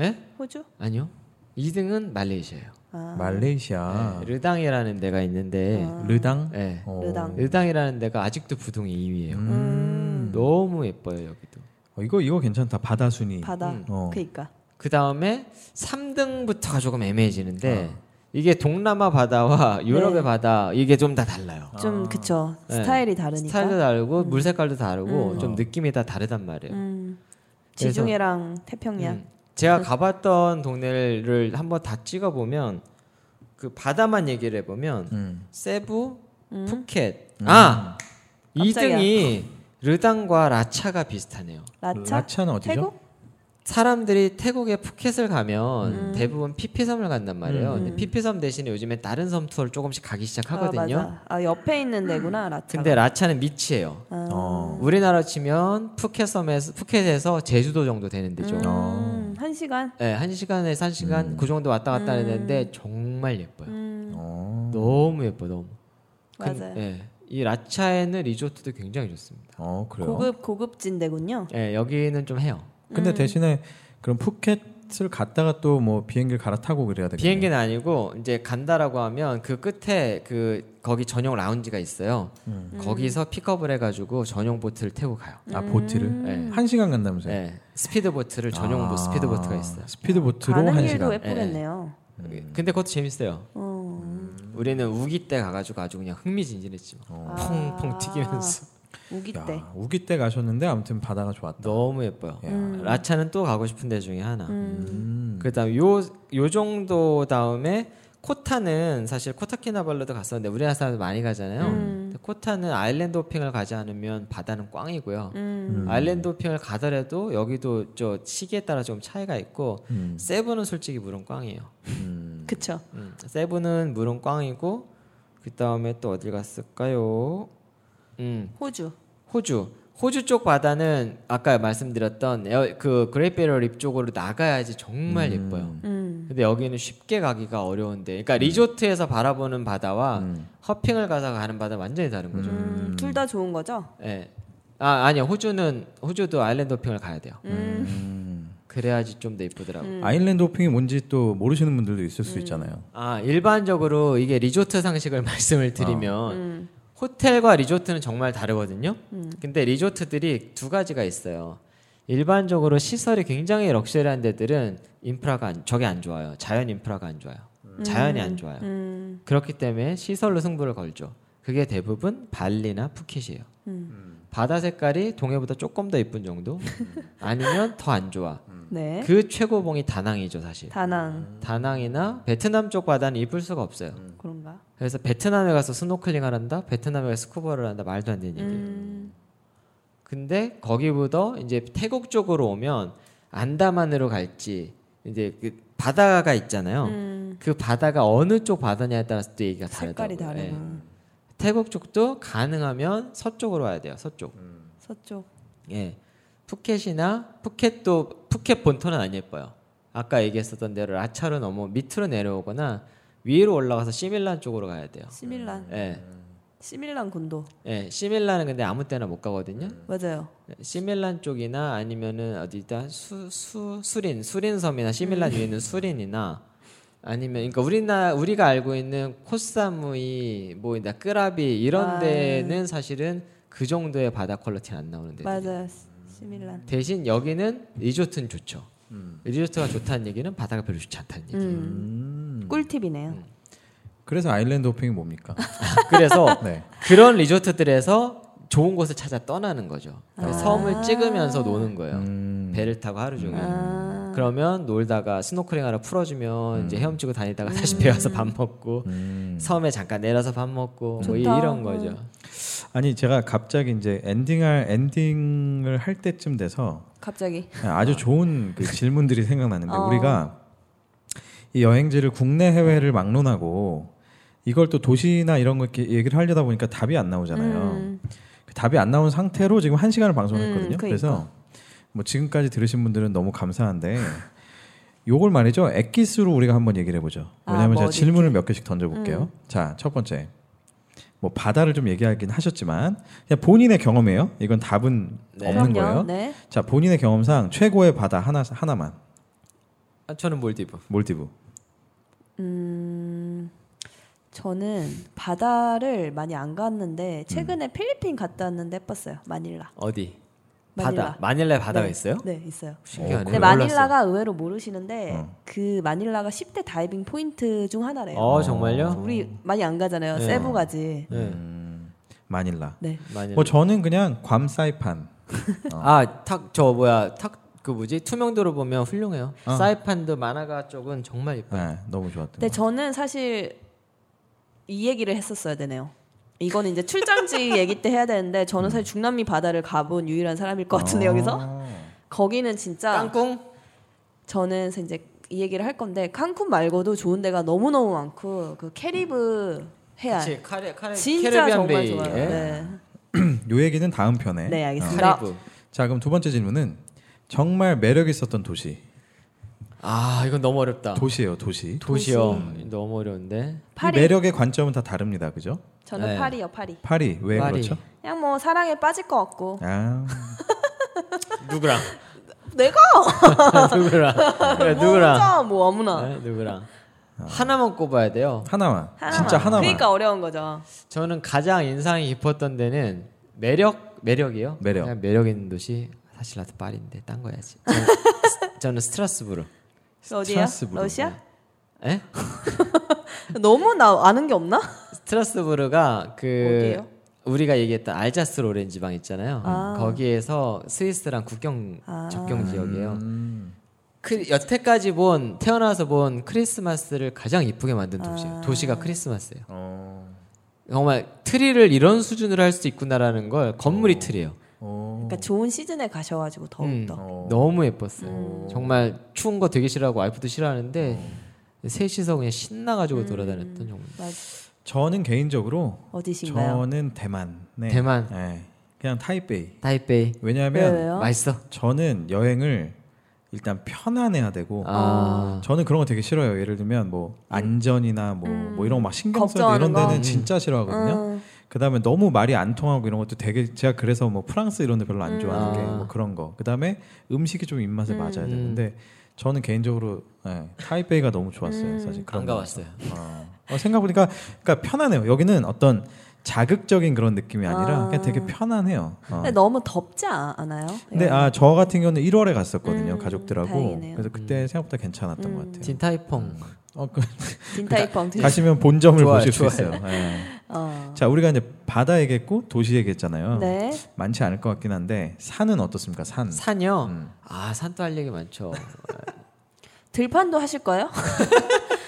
Speaker 3: 예?
Speaker 2: 호주?
Speaker 3: 아니요. 2등은 말레이시아예요.
Speaker 2: 아.
Speaker 1: 말레이시아,
Speaker 3: 예, 르당이라는 데가 있는데
Speaker 1: 르당,
Speaker 3: 예.
Speaker 1: 어.
Speaker 2: 네. 르당.
Speaker 3: 르당이라는 데가 아직도 부동이 2위예요.
Speaker 1: 음.
Speaker 3: 너무 예뻐요, 여기도.
Speaker 1: 어, 이거 이거 괜찮다. 바다 순위.
Speaker 2: 바다.
Speaker 3: 음.
Speaker 1: 어.
Speaker 2: 그니까.
Speaker 3: 그 다음에 3등부터가 조금 애매해지는데
Speaker 1: 어.
Speaker 3: 이게 동남아 바다와 유럽의
Speaker 2: 네.
Speaker 3: 바다 이게 좀 다 달라요.
Speaker 2: 좀 그쵸.
Speaker 3: 네.
Speaker 2: 스타일이 다르니까.
Speaker 3: 아. 스타일도 다르고 물 색깔도 다르고
Speaker 1: 음.
Speaker 3: 좀 느낌이 다 다르단 말이에요.
Speaker 2: 음.
Speaker 3: 네. 그래서-
Speaker 2: 지중해랑 태평양.
Speaker 3: 음. 제가 가봤던 동네를 한번 다 찍어 보면 그 바다만 얘기를 해보면
Speaker 1: 음.
Speaker 3: 세부,
Speaker 2: 음.
Speaker 3: 푸켓 아
Speaker 2: 깜짝이야.
Speaker 3: 2등이 르당과 라차가 비슷하네요.
Speaker 2: 라차?
Speaker 1: 는 어디죠?
Speaker 2: 태국?
Speaker 3: 사람들이 태국의 푸켓을 가면
Speaker 2: 음.
Speaker 3: 대부분 피피섬을 간단 말이에요.
Speaker 2: 음.
Speaker 3: 근데 피피섬 대신에 요즘에 다른 섬 투어를 조금씩 가기 시작하거든요.
Speaker 2: 아, 맞아. 아 옆에 있는 데구나 라차.
Speaker 3: 근데 라차는 밑이에요.
Speaker 2: 아.
Speaker 1: 어.
Speaker 3: 우리나라 치면 푸켓 섬에서 푸켓에서 제주도 정도 되는 데죠.
Speaker 2: 음, 한 시간.
Speaker 3: 네, 한 시간에서 한 시간 그 정도 왔다 갔다
Speaker 2: 음.
Speaker 3: 하는데 정말 예뻐요.
Speaker 2: 음,
Speaker 1: 어.
Speaker 3: 너무 예뻐, 너무. 근-
Speaker 2: 맞아요.
Speaker 3: 네, 이 라차에는 리조트도 굉장히 좋습니다.
Speaker 1: 어, 그래요.
Speaker 2: 고급 고급진데군요.
Speaker 3: 네, 여기는 좀 해요.
Speaker 2: 음.
Speaker 1: 근데 대신에 그럼 푸켓을 갔다가 또 뭐 비행기를 갈아타고 그래야 되겠네요.
Speaker 3: 비행기는 아니고 이제 간다라고 하면 그 끝에 그 거기 전용 라운지가 있어요. 거기서 픽업을 해가지고 전용 보트를 태고 가요.
Speaker 1: 아
Speaker 2: 음,
Speaker 1: 보트를
Speaker 3: 네.
Speaker 1: 한 시간 간다면서요?
Speaker 3: 네, 스피드 보트를 전용
Speaker 1: 아.
Speaker 3: 보 스피드 보트가 있어요.
Speaker 1: 스피드 보트로
Speaker 2: 가는
Speaker 1: 한
Speaker 2: 길도
Speaker 1: 시간.
Speaker 2: 예쁘겠네요.
Speaker 3: 근데 그것도 재밌어요.
Speaker 2: 어.
Speaker 3: 우리는 우기 때 가가지고 아주 그냥 흥미진진했지. 뭐. 막. 퐁퐁 튀기면서
Speaker 2: 아, 우기
Speaker 1: 어. 야,
Speaker 2: 때.
Speaker 1: 우기 때 가셨는데 아무튼 바다가 좋았다.
Speaker 3: 너무 예뻐요.
Speaker 1: 예.
Speaker 3: 라차는 또 가고 싶은 데 중에 하나.
Speaker 2: 음.
Speaker 3: 그다음 요 요 정도 다음에 코타는 사실 코타키나발루도 갔었는데 우리나라 사람들 많이 가잖아요.
Speaker 2: 음.
Speaker 3: 근데 코타는 아일랜드 호핑을 가지 않으면 바다는 꽝이고요.
Speaker 2: 음.
Speaker 3: 아일랜드 호핑을 가더라도 여기도 저 시기에 따라 좀 차이가 있고
Speaker 1: 음.
Speaker 3: 세부는 솔직히 물은 꽝이에요.
Speaker 2: 그쵸.
Speaker 3: 음, 세부는 물은 꽝이고 그 다음에 또 어딜 갔을까요? 음
Speaker 2: 호주.
Speaker 3: 호주. 호주 쪽 바다는 아까 말씀드렸던 에어, 그 그레이베럴 립 쪽으로 나가야지 정말 예뻐요.
Speaker 2: 음.
Speaker 3: 근데 여기는 쉽게 가기가 어려운데, 그러니까 리조트에서 바라보는 바다와 허핑을 가서 가는 바다 완전히 다른 거죠.
Speaker 2: 음. 둘 다 좋은 거죠?
Speaker 3: 예. 아 아니요 호주는 호주도 아일랜드 호핑을 가야 돼요.
Speaker 2: 음.
Speaker 3: 그래야지 좀 더 예쁘더라고. 요
Speaker 1: 아일랜드 호핑이 뭔지 또 모르시는 분들도 있을
Speaker 2: 음.
Speaker 1: 수 있잖아요.
Speaker 3: 아 일반적으로 이게 리조트 상식을 *laughs* 말씀을
Speaker 2: 어.
Speaker 3: 드리면
Speaker 2: 음.
Speaker 3: 호텔과 리조트는 정말 다르거든요. 근데 리조트들이 두 가지가 있어요. 일반적으로 시설이 굉장히 럭셔리한 데들은 인프라가 안, 저게 안 좋아요. 자연 인프라가 안 좋아요. 자연이 안 좋아요.
Speaker 2: 음.
Speaker 3: 그렇기 때문에 시설로 승부를 걸죠. 그게 대부분 발리나 푸켓이에요.
Speaker 2: 음.
Speaker 3: 바다 색깔이 동해보다 조금 더 이쁜 정도? 아니면 더 안 좋아.
Speaker 2: 네.
Speaker 3: 그 최고봉이 다낭이죠, 사실.
Speaker 2: 다낭
Speaker 3: 다낭이나 베트남 쪽 바다는 입을 수가 없어요.
Speaker 2: 그런가?
Speaker 3: 그래서 베트남에 가서 스노클링을 한다? 베트남에 가서 스쿠버를 한다? 말도 안 되는 얘기예요.
Speaker 2: 음.
Speaker 3: 근데 거기보다 이제 태국 쪽으로 오면 안다만으로 갈지 이제 그 바다가 있잖아요.
Speaker 2: 음.
Speaker 3: 그 바다가 어느 쪽 바다냐에 따라서 또 얘기가 다르더라고요.
Speaker 2: 색깔이 다르고
Speaker 3: 예. 태국 쪽도 가능하면 서쪽으로 와야 돼요. 서쪽.
Speaker 2: 서쪽.
Speaker 3: 예. 푸켓이나 푸켓도 푸켓 본토는 안 예뻐요. 아까 얘기했었던 대로 라차로 넘어 밑으로 내려오거나 위로 올라가서 시밀란 쪽으로 가야 돼요.
Speaker 2: 시밀란
Speaker 3: 예.
Speaker 2: 시밀란 군도
Speaker 3: 예, 시밀란은 근데 아무 때나 못 가거든요.
Speaker 2: 맞아요.
Speaker 3: 시밀란 쪽이나 아니면은 어디다 수, 수 수린 수린 섬이나 시밀란 위에 있는 수린이나 아니면 그러니까 우리나 우리가 알고 있는 코사무이 뭐이다 끄라비 이런
Speaker 2: 아.
Speaker 3: 데는 사실은 그 정도의 바다 퀄리티는 안 나오는데
Speaker 2: 맞아요. 시- 시밀란.
Speaker 3: 대신 여기는 리조트는 좋죠. 리조트가 좋다는 얘기는 바다가 별로 좋지 않다는 얘기.
Speaker 2: 음. 꿀팁이네요.
Speaker 3: 음.
Speaker 1: 그래서 아일랜드 호핑이
Speaker 2: *laughs*
Speaker 1: 뭡니까?
Speaker 3: 그래서
Speaker 1: 네.
Speaker 3: 그런 리조트들에서 좋은 곳을 찾아 떠나는 거죠. 그러니까
Speaker 2: 아.
Speaker 3: 섬을 찍으면서 노는 거예요.
Speaker 1: 음,
Speaker 3: 배를 타고 하루 종일.
Speaker 2: 아.
Speaker 3: 그러면 놀다가 스노클링 하러 풀어주면 이제 헤엄치고 다니다가
Speaker 2: 음.
Speaker 3: 다시 배 와서 밥 먹고
Speaker 1: 음.
Speaker 3: 섬에 잠깐 내려서 밥 먹고 뭐 이-
Speaker 2: 좋다.
Speaker 3: 이런 거죠.
Speaker 1: 아니 제가 갑자기 이제 엔딩할 엔딩을 할 때쯤 돼서
Speaker 2: 갑자기
Speaker 1: 네, 아주 좋은
Speaker 2: *laughs*
Speaker 1: 그 질문들이 생각나는데
Speaker 2: 어.
Speaker 1: 우리가 이 여행지를 국내 해외를 막론하고 이걸 또 도시나 이런 거 이렇게 얘기를 하려다 보니까 답이 안 나오잖아요.
Speaker 2: 음.
Speaker 1: 그 답이 안 나온 상태로 지금 한 시간을 방송했거든요.
Speaker 2: 음, 그러니까.
Speaker 1: 그래서 뭐 지금까지 들으신 분들은 너무 감사한데 요걸 말이죠. 액기스로 우리가 한번 얘기를 해보죠.
Speaker 2: 아, 음.
Speaker 1: 왜냐하면
Speaker 2: 뭐
Speaker 1: 제가
Speaker 2: 어디
Speaker 1: 질문을 몇 개씩 던져볼게요. 자, 첫 번째. 뭐 바다를 좀 얘기하긴 하셨지만 그냥 본인의 경험이에요. 이건 답은
Speaker 3: 네.
Speaker 1: 없는
Speaker 2: 그럼요.
Speaker 1: 거예요.
Speaker 2: 네.
Speaker 1: 자 본인의 경험상 최고의 바다 하나 하나만
Speaker 3: 아, 저는 몰디브.
Speaker 1: 몰디브.
Speaker 2: 저는 바다를 많이 안 갔는데
Speaker 3: 음.
Speaker 2: 최근에 필리핀 갔다 왔는데 예뻤어요. 마닐라.
Speaker 3: 어디?
Speaker 2: 마닐라.
Speaker 3: 바다. 마닐라에 바다가
Speaker 2: 네.
Speaker 3: 있어요? 아,
Speaker 2: 네, 있어요.
Speaker 3: 신기하네.
Speaker 2: 근데 마닐라가 의외로 모르시는데 그 마닐라가 10대 다이빙 포인트 중 하나래요.
Speaker 3: 어 정말요?
Speaker 2: 우리 많이 안 가잖아요.
Speaker 3: 네.
Speaker 2: 세부까지.
Speaker 3: 네.
Speaker 1: 마닐라.
Speaker 2: 네.
Speaker 3: 마닐라.
Speaker 1: 뭐 저는 그냥 괌 사이판.
Speaker 3: 아, 탁 저 뭐야? 탁 그 뭐지? 투명도로 보면 훌륭해요. 사이판도 마나가 쪽은 정말 예뻐요.
Speaker 1: 네, 너무 좋았던.
Speaker 3: 음.
Speaker 2: 근데 저는 사실 이 얘기를 했었어야 되네요. 이건
Speaker 3: *laughs*
Speaker 2: 이제 출장지 얘기 때 해야 되는데 저는
Speaker 3: 음.
Speaker 2: 사실 중남미 바다를 가본 유일한 사람일 것 같은데 여기서 거기는 진짜
Speaker 3: 아. 땅콩?
Speaker 2: 저는 이제 이 얘기를 할 건데 칸쿤 말고도 좋은 데가 너무 너무 많고 그 캐리브 해안
Speaker 3: 그치, 카레 카레
Speaker 2: 진짜
Speaker 3: 캐리비안
Speaker 2: 정말
Speaker 3: 베이.
Speaker 2: 좋아요.
Speaker 3: 예.
Speaker 2: 네,
Speaker 1: 요 얘기는 다음 편에.
Speaker 2: 네 알겠습니다.
Speaker 3: 카리브.
Speaker 1: 자 그럼 두 번째 질문은 정말 매력 있었던 도시.
Speaker 3: 아, 이건 너무 어렵다.
Speaker 1: 도시예요 도시.
Speaker 3: 도시요. 너무
Speaker 2: *laughs*
Speaker 3: 어려운데.
Speaker 1: 이
Speaker 2: 파리.
Speaker 1: 매력의 관점은 다 다릅니다, 그죠?
Speaker 2: 저는
Speaker 3: 네.
Speaker 2: 파리요 파리.
Speaker 1: 파리 왜
Speaker 3: 파리.
Speaker 1: 그렇죠?
Speaker 2: 그냥 뭐 사랑에 빠질 것 같고
Speaker 1: 아
Speaker 2: *laughs*
Speaker 3: 누구랑?
Speaker 2: 내가
Speaker 3: 누구랑?
Speaker 1: 네,
Speaker 3: 그래,
Speaker 2: 뭐
Speaker 3: 네, 누구랑?
Speaker 2: 혼자 네, 뭐 아무나
Speaker 3: 네, 누구랑? 하나만 꼽아야 돼요.
Speaker 1: 하나만.
Speaker 2: *laughs* 하나만.
Speaker 1: 진짜 하나만.
Speaker 2: 그러니까 어려운 거죠.
Speaker 3: 저는 가장 인상이 깊었던 데는 매력 매력이요.
Speaker 1: 매력.
Speaker 3: 그냥 매력 있는 도시. 사실 나도 파리인데 딴 거야지.
Speaker 2: *laughs*
Speaker 3: 저는, 스- 저는 스트라스부르.
Speaker 2: 그 어디야?
Speaker 1: 스트라스부르. 예?
Speaker 2: 러시아?
Speaker 3: 에?
Speaker 2: *laughs* 너무 나 아는 게 없나?
Speaker 3: 스트라스부르가 그
Speaker 2: 어디예요?
Speaker 3: 우리가 얘기했던 알자스 로렌 지방 있잖아요.
Speaker 2: 아.
Speaker 3: 거기에서 스위스랑 국경
Speaker 2: 아.
Speaker 3: 접경 지역이에요.
Speaker 1: 음,
Speaker 3: 그 여태까지 본 태어나서 본 크리스마스를 가장 이쁘게 만든
Speaker 2: 아.
Speaker 3: 도시예요. 도시가 크리스마스예요.
Speaker 1: 어,
Speaker 3: 정말 트리를 이런 수준으로 할 수 있구나라는 걸 건물이 트리예요.
Speaker 1: 어,
Speaker 2: 그러니까 좋은 시즌에 가셔가지고 더욱 더.
Speaker 1: 어.
Speaker 3: 너무 예뻤어요. 정말 추운 거 되게 싫어하고 와이프도 싫어하는데 셋이서 그냥 신나가지고
Speaker 2: 음.
Speaker 3: 돌아다녔던 정말.
Speaker 2: 맞-
Speaker 1: 저는 개인적으로
Speaker 2: 어디신가요?
Speaker 1: 저는 대만. 네.
Speaker 3: 대만,
Speaker 1: 네. 그냥 타이베이.
Speaker 3: 타이베이
Speaker 1: 왜냐하면
Speaker 2: 왜, 왜요?
Speaker 3: 맛있어.
Speaker 1: 저는 여행을 일단 편안해야 되고
Speaker 3: 아, 음.
Speaker 1: 저는 그런 거 되게 싫어요. 예를 들면 뭐 안전이나 뭐, 뭐 이런 거 막 신경 써야 돼
Speaker 2: 음. 걱정하는
Speaker 1: 이런 데는
Speaker 2: 거.
Speaker 1: 진짜 싫어하거든요.
Speaker 2: 음.
Speaker 1: 그다음에 너무 말이 안 통하고 이런 것도 되게 제가 그래서 뭐 프랑스 이런 데 별로 안 좋아하는
Speaker 3: 음.
Speaker 1: 게 뭐 그런 거. 그다음에 음식이 좀 입맛에 맞아야
Speaker 3: 음.
Speaker 1: 되는데 저는 개인적으로 예, 타이베이가 너무 좋았어요.
Speaker 2: 음.
Speaker 1: 사실 그런
Speaker 3: 안
Speaker 1: 거.
Speaker 3: 가봤어요.
Speaker 1: 어, 어, 생각보니까 그러니까 편안해요. 여기는 어떤 자극적인 그런 느낌이 아니라
Speaker 2: 아.
Speaker 1: 그냥 되게 편안해요. 어.
Speaker 2: 근데 너무 덥지 아- 않아요?
Speaker 1: 근데 아 저 같은 경우는 1월에 갔었거든요
Speaker 2: 음,
Speaker 1: 가족들하고
Speaker 2: 다행이네요.
Speaker 1: 그래서 그때 생각보다 괜찮았던
Speaker 2: 음.
Speaker 1: 것 같아요.
Speaker 3: 진타이펑.
Speaker 1: 어,
Speaker 2: *laughs*
Speaker 1: 그,
Speaker 2: 딘타이펑 드
Speaker 1: 가시면 본점을
Speaker 3: 좋아요,
Speaker 1: 보실 수
Speaker 3: 좋아요.
Speaker 1: 있어요. 예.
Speaker 2: 어.
Speaker 1: 자 우리가 이제 바다 얘기했고 도시 얘기했잖아요.
Speaker 2: 네.
Speaker 1: 많지 않을 것 같긴 한데 산은 어떻습니까? 산.
Speaker 3: 산이요.
Speaker 1: 음.
Speaker 3: 아, 산도 할 얘기 많죠.
Speaker 2: 들판도 하실 거예요?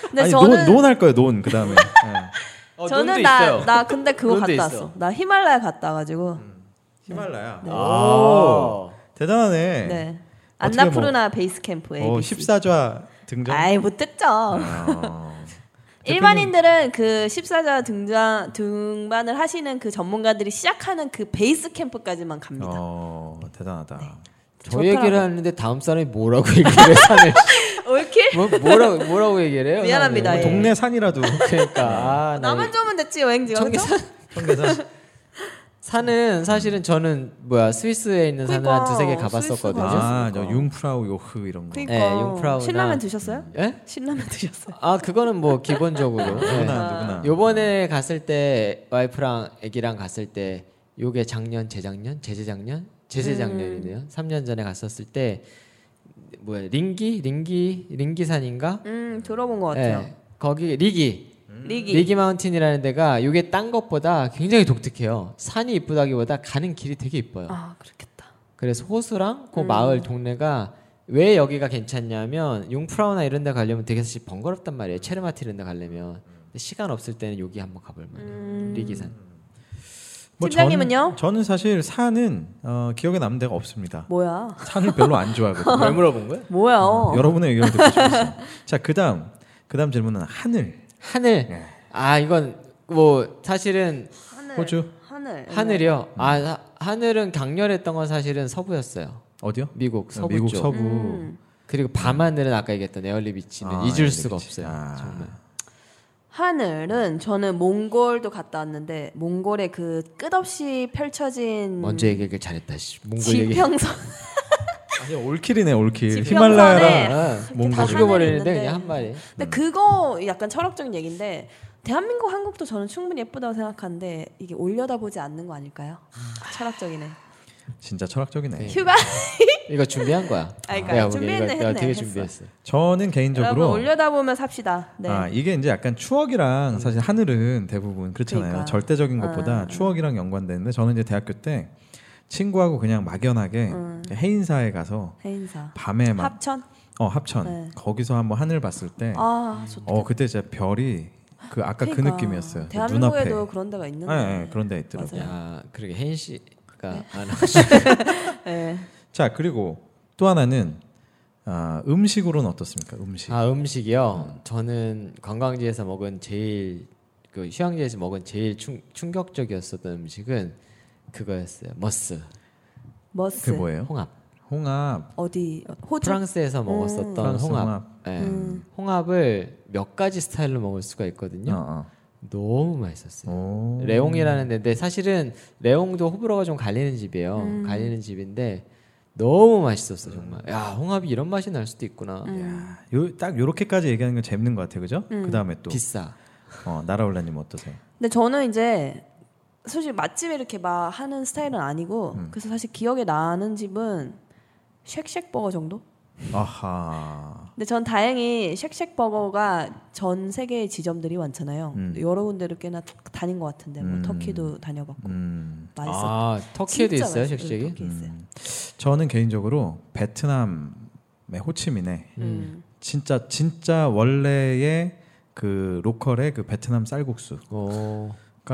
Speaker 2: 근데
Speaker 1: 아니
Speaker 2: 저는
Speaker 1: 논, 논할 거예요 논
Speaker 2: *laughs*
Speaker 1: 그다음에. 예.
Speaker 2: 저는 나 나 근데 그거
Speaker 3: 어, 논도
Speaker 2: 갔다
Speaker 3: 있어. 음.
Speaker 2: 왔어. 나 히말라야 갔다 와가지고.
Speaker 1: 히말라야.
Speaker 2: 네.
Speaker 1: 오. 대단하네.
Speaker 2: 네.
Speaker 1: 어떻게
Speaker 2: 안나푸르나 베이스 캠프
Speaker 1: 어,
Speaker 2: ABC.
Speaker 1: 14좌 등정.
Speaker 2: 아이 못됐죠.
Speaker 1: 어.
Speaker 2: 일반인들은 그 14자 등장 등반을 하시는 그 전문가들이 시작하는 그 베이스 캠프까지만 갑니다.
Speaker 1: 어, 대단하다.
Speaker 3: 저 얘기를 하는데 다음 사람이 뭐라고 얘기를 해
Speaker 2: *laughs*
Speaker 3: 산을
Speaker 2: *laughs* 올킬?
Speaker 3: 뭐, 뭐라고 뭐라고 얘기를 해요?
Speaker 2: 미안합니다,
Speaker 3: 산을?
Speaker 2: 예.
Speaker 1: 동네
Speaker 2: *laughs*
Speaker 1: 산이라도 네.
Speaker 3: 그러니까 아, 나
Speaker 2: 나만 좋으면 됐지 여행지가 그쵸?
Speaker 1: 청계산.
Speaker 3: 산은 사실은 저는 뭐야 스위스에 있는 산을
Speaker 2: 그러니까,
Speaker 3: 한 두세 개
Speaker 2: 스위스가.
Speaker 3: 가봤었거든요.
Speaker 1: 아, 저
Speaker 3: 그러니까.
Speaker 1: 융프라우 요흐 이런 거.
Speaker 2: 어. 그러니까
Speaker 3: 예, 융프라우나-
Speaker 2: 신라면 드셨어요?
Speaker 3: 예?
Speaker 2: 신라면
Speaker 3: *laughs*
Speaker 2: 드셨어요?
Speaker 3: 아 그거는
Speaker 1: *laughs*
Speaker 3: 뭐 기본적으로.
Speaker 2: 네.
Speaker 3: 예.
Speaker 2: 아.
Speaker 1: 누구나 누구나.
Speaker 3: 요번에 갔을 때 와이프랑 애기랑 갔을 때 요게 작년 재작년 재재작년
Speaker 2: 음.
Speaker 3: 재재작년이네요. 3년 전에 갔었을 때 뭐야 링기 링기 링기산인가?
Speaker 2: 음 들어본 것 같아요.
Speaker 3: 예, 거기 리기
Speaker 2: 리기.
Speaker 3: 리기 마운틴이라는 데가 요게 딴 것보다 굉장히 독특해요. 산이 이쁘다기보다 가는 길이 되게 이뻐요.
Speaker 2: 아 음. 그렇겠다.
Speaker 3: 그래서 호수랑 그 마을 동네가 왜 여기가 괜찮냐면 융프라우나 이런 데 가려면 되게 사실 번거롭단 말이에요. 체르마티 이런 데 가려면 근데 시간 없을 때는 여기 한번 가볼 만해요.
Speaker 2: 음.
Speaker 3: 리기산.
Speaker 2: 팀장님은요?
Speaker 1: 뭐 저는, 저는 사실 산은 어, 기억에 남는 데가 없습니다.
Speaker 2: 뭐야?
Speaker 1: 산을 별로 안
Speaker 2: *laughs*
Speaker 1: 좋아하거든요.
Speaker 3: 왜 물어본 거야?
Speaker 2: 뭐야?
Speaker 1: 음, 여러분의 의견을 듣고 싶었어요. 자, 그다음 그다음 질문은 하늘.
Speaker 3: 하늘.
Speaker 1: 네.
Speaker 3: 아 이건 뭐 사실은
Speaker 2: 하늘.
Speaker 1: 호주
Speaker 2: 하늘. 네.
Speaker 3: 하늘이요.
Speaker 2: 음.
Speaker 3: 아 하- 하늘은 강렬했던 건 사실은 서부였어요.
Speaker 1: 어디요?
Speaker 3: 미국 서부
Speaker 1: 미국
Speaker 3: 쪽.
Speaker 1: 서부.
Speaker 2: 음.
Speaker 3: 그리고 밤하늘은 아까 얘기했던 에어리 비치는
Speaker 1: 아,
Speaker 3: 잊을
Speaker 1: 에어리
Speaker 3: 수가
Speaker 1: 비치.
Speaker 3: 없어요.
Speaker 1: 아.
Speaker 3: 정말.
Speaker 2: 하늘은 저는 몽골도 갔다 왔는데 몽골의 그 끝없이 펼쳐진
Speaker 3: 먼저 얘기를 잘했다. 씨. 몽골 얘기.
Speaker 2: 음.
Speaker 1: *laughs*
Speaker 2: 지평선
Speaker 1: 아니 올킬이네 올킬.
Speaker 3: *laughs*
Speaker 2: 지평선에
Speaker 1: 히말라야랑
Speaker 2: 이렇게 네. 다
Speaker 1: 몽골.
Speaker 3: 다
Speaker 2: 하늘이
Speaker 3: 죽여버리는데
Speaker 2: 있는데
Speaker 3: 그냥 한 마리.
Speaker 2: 근데
Speaker 1: 음.
Speaker 2: 그거 약간 철학적인 얘기인데 대한민국 한국도 저는 충분히 예쁘다고 생각하는데 이게 올려다보지 않는 거 아닐까요? 철학적이네.
Speaker 1: *laughs* 진짜 철학적이네.
Speaker 2: 휴가
Speaker 3: 이거 준비한 거야.
Speaker 2: 아니, 그러니까
Speaker 3: 내가 보기엔
Speaker 2: 준비는
Speaker 3: 이거 내가
Speaker 2: 했네,
Speaker 3: 되게
Speaker 2: 했어.
Speaker 3: 준비했어.
Speaker 1: 저는
Speaker 2: 여러분
Speaker 1: 개인적으로
Speaker 2: 올려다보면 삽시다. 네. 음.
Speaker 1: 아, 이게 이제 약간 추억이랑 사실 하늘은 대부분 그렇잖아요.
Speaker 2: 그러니까.
Speaker 1: 절대적인 것보다
Speaker 2: 아.
Speaker 1: 추억이랑 연관되는데 저는 이제 대학교 때 친구하고 그냥 막연하게
Speaker 2: 음.
Speaker 1: 해인사에 가서
Speaker 2: 해인사.
Speaker 1: 밤에 막
Speaker 2: 합천.
Speaker 1: 어, 합천
Speaker 2: 네.
Speaker 1: 거기서 한번 하늘 봤을 때
Speaker 2: 아 좋다.
Speaker 1: 어, 그때 진짜 별이 그 아까 네. 그
Speaker 2: 그러니까.
Speaker 1: 느낌이었어요. 그
Speaker 2: 대한민국에도
Speaker 1: 눈앞에.
Speaker 2: 그런 데가 있는데.
Speaker 1: 예, 예, 그런 데 있더라고요.
Speaker 2: 맞아요.
Speaker 3: 야, 그러게 혜인
Speaker 2: 네.
Speaker 3: 씨가 안
Speaker 2: 예.
Speaker 1: 자, 그리고 또 하나는 아, 음식으로는 어떻습니까? 음식.
Speaker 3: 아 음식이요. 저는 관광지에서 먹은 제일 그 휴양지에서 먹은 제일 충, 충격적이었었던 음식은 그거였어요. 머스
Speaker 2: 머스.
Speaker 1: 그 뭐예요?
Speaker 3: 홍합.
Speaker 1: 홍합.
Speaker 2: 어디 호주.
Speaker 3: 프랑스에서 먹었었던
Speaker 1: 프랑스
Speaker 3: 홍합.
Speaker 1: 홍합.
Speaker 3: 예.
Speaker 2: 음.
Speaker 3: 홍합을 몇 가지 스타일로 먹을 수가
Speaker 1: 어,
Speaker 3: 있거든요.
Speaker 1: 어.
Speaker 3: 너무 맛있었어요.
Speaker 1: 오.
Speaker 3: 레옹이라는 데인데 사실은 레옹도 호불호가 좀 갈리는 집이에요.
Speaker 2: 음.
Speaker 3: 갈리는 집인데 너무 맛있었어 정말. 야 홍합이 이런 맛이 날 수도 있구나.
Speaker 1: 야, 요, 딱 요렇게까지 얘기하는 건 재밌는 것 같아요, 그죠?
Speaker 2: 음.
Speaker 1: 그 다음에 또
Speaker 3: 비싸.
Speaker 1: 어, 나라올라님 어떠세요?
Speaker 2: 근데 저는 이제 솔직히 맛집에 이렇게 막 하는 스타일은 아니고
Speaker 1: 음.
Speaker 2: 그래서 사실 기억에 나는 집은 쉑쉑 버거 정도?
Speaker 1: 아하.
Speaker 2: 근데 전 다행히 쉑쉑 버거가 전 세계의 지점들이 많잖아요.
Speaker 1: 음.
Speaker 2: 여러 군데를 꽤나 다닌 것 같은데 뭐
Speaker 1: 음.
Speaker 2: 터키도 다녀봤고
Speaker 1: 음,
Speaker 2: 맛있어.
Speaker 3: 아 터키에도 있어요 쉑쉑이?
Speaker 2: 터키 있어요.
Speaker 1: 저는 개인적으로 베트남의 호치민에
Speaker 2: 음.
Speaker 1: 진짜 진짜 원래의 그 로컬의 그 베트남 쌀국수가
Speaker 3: 오.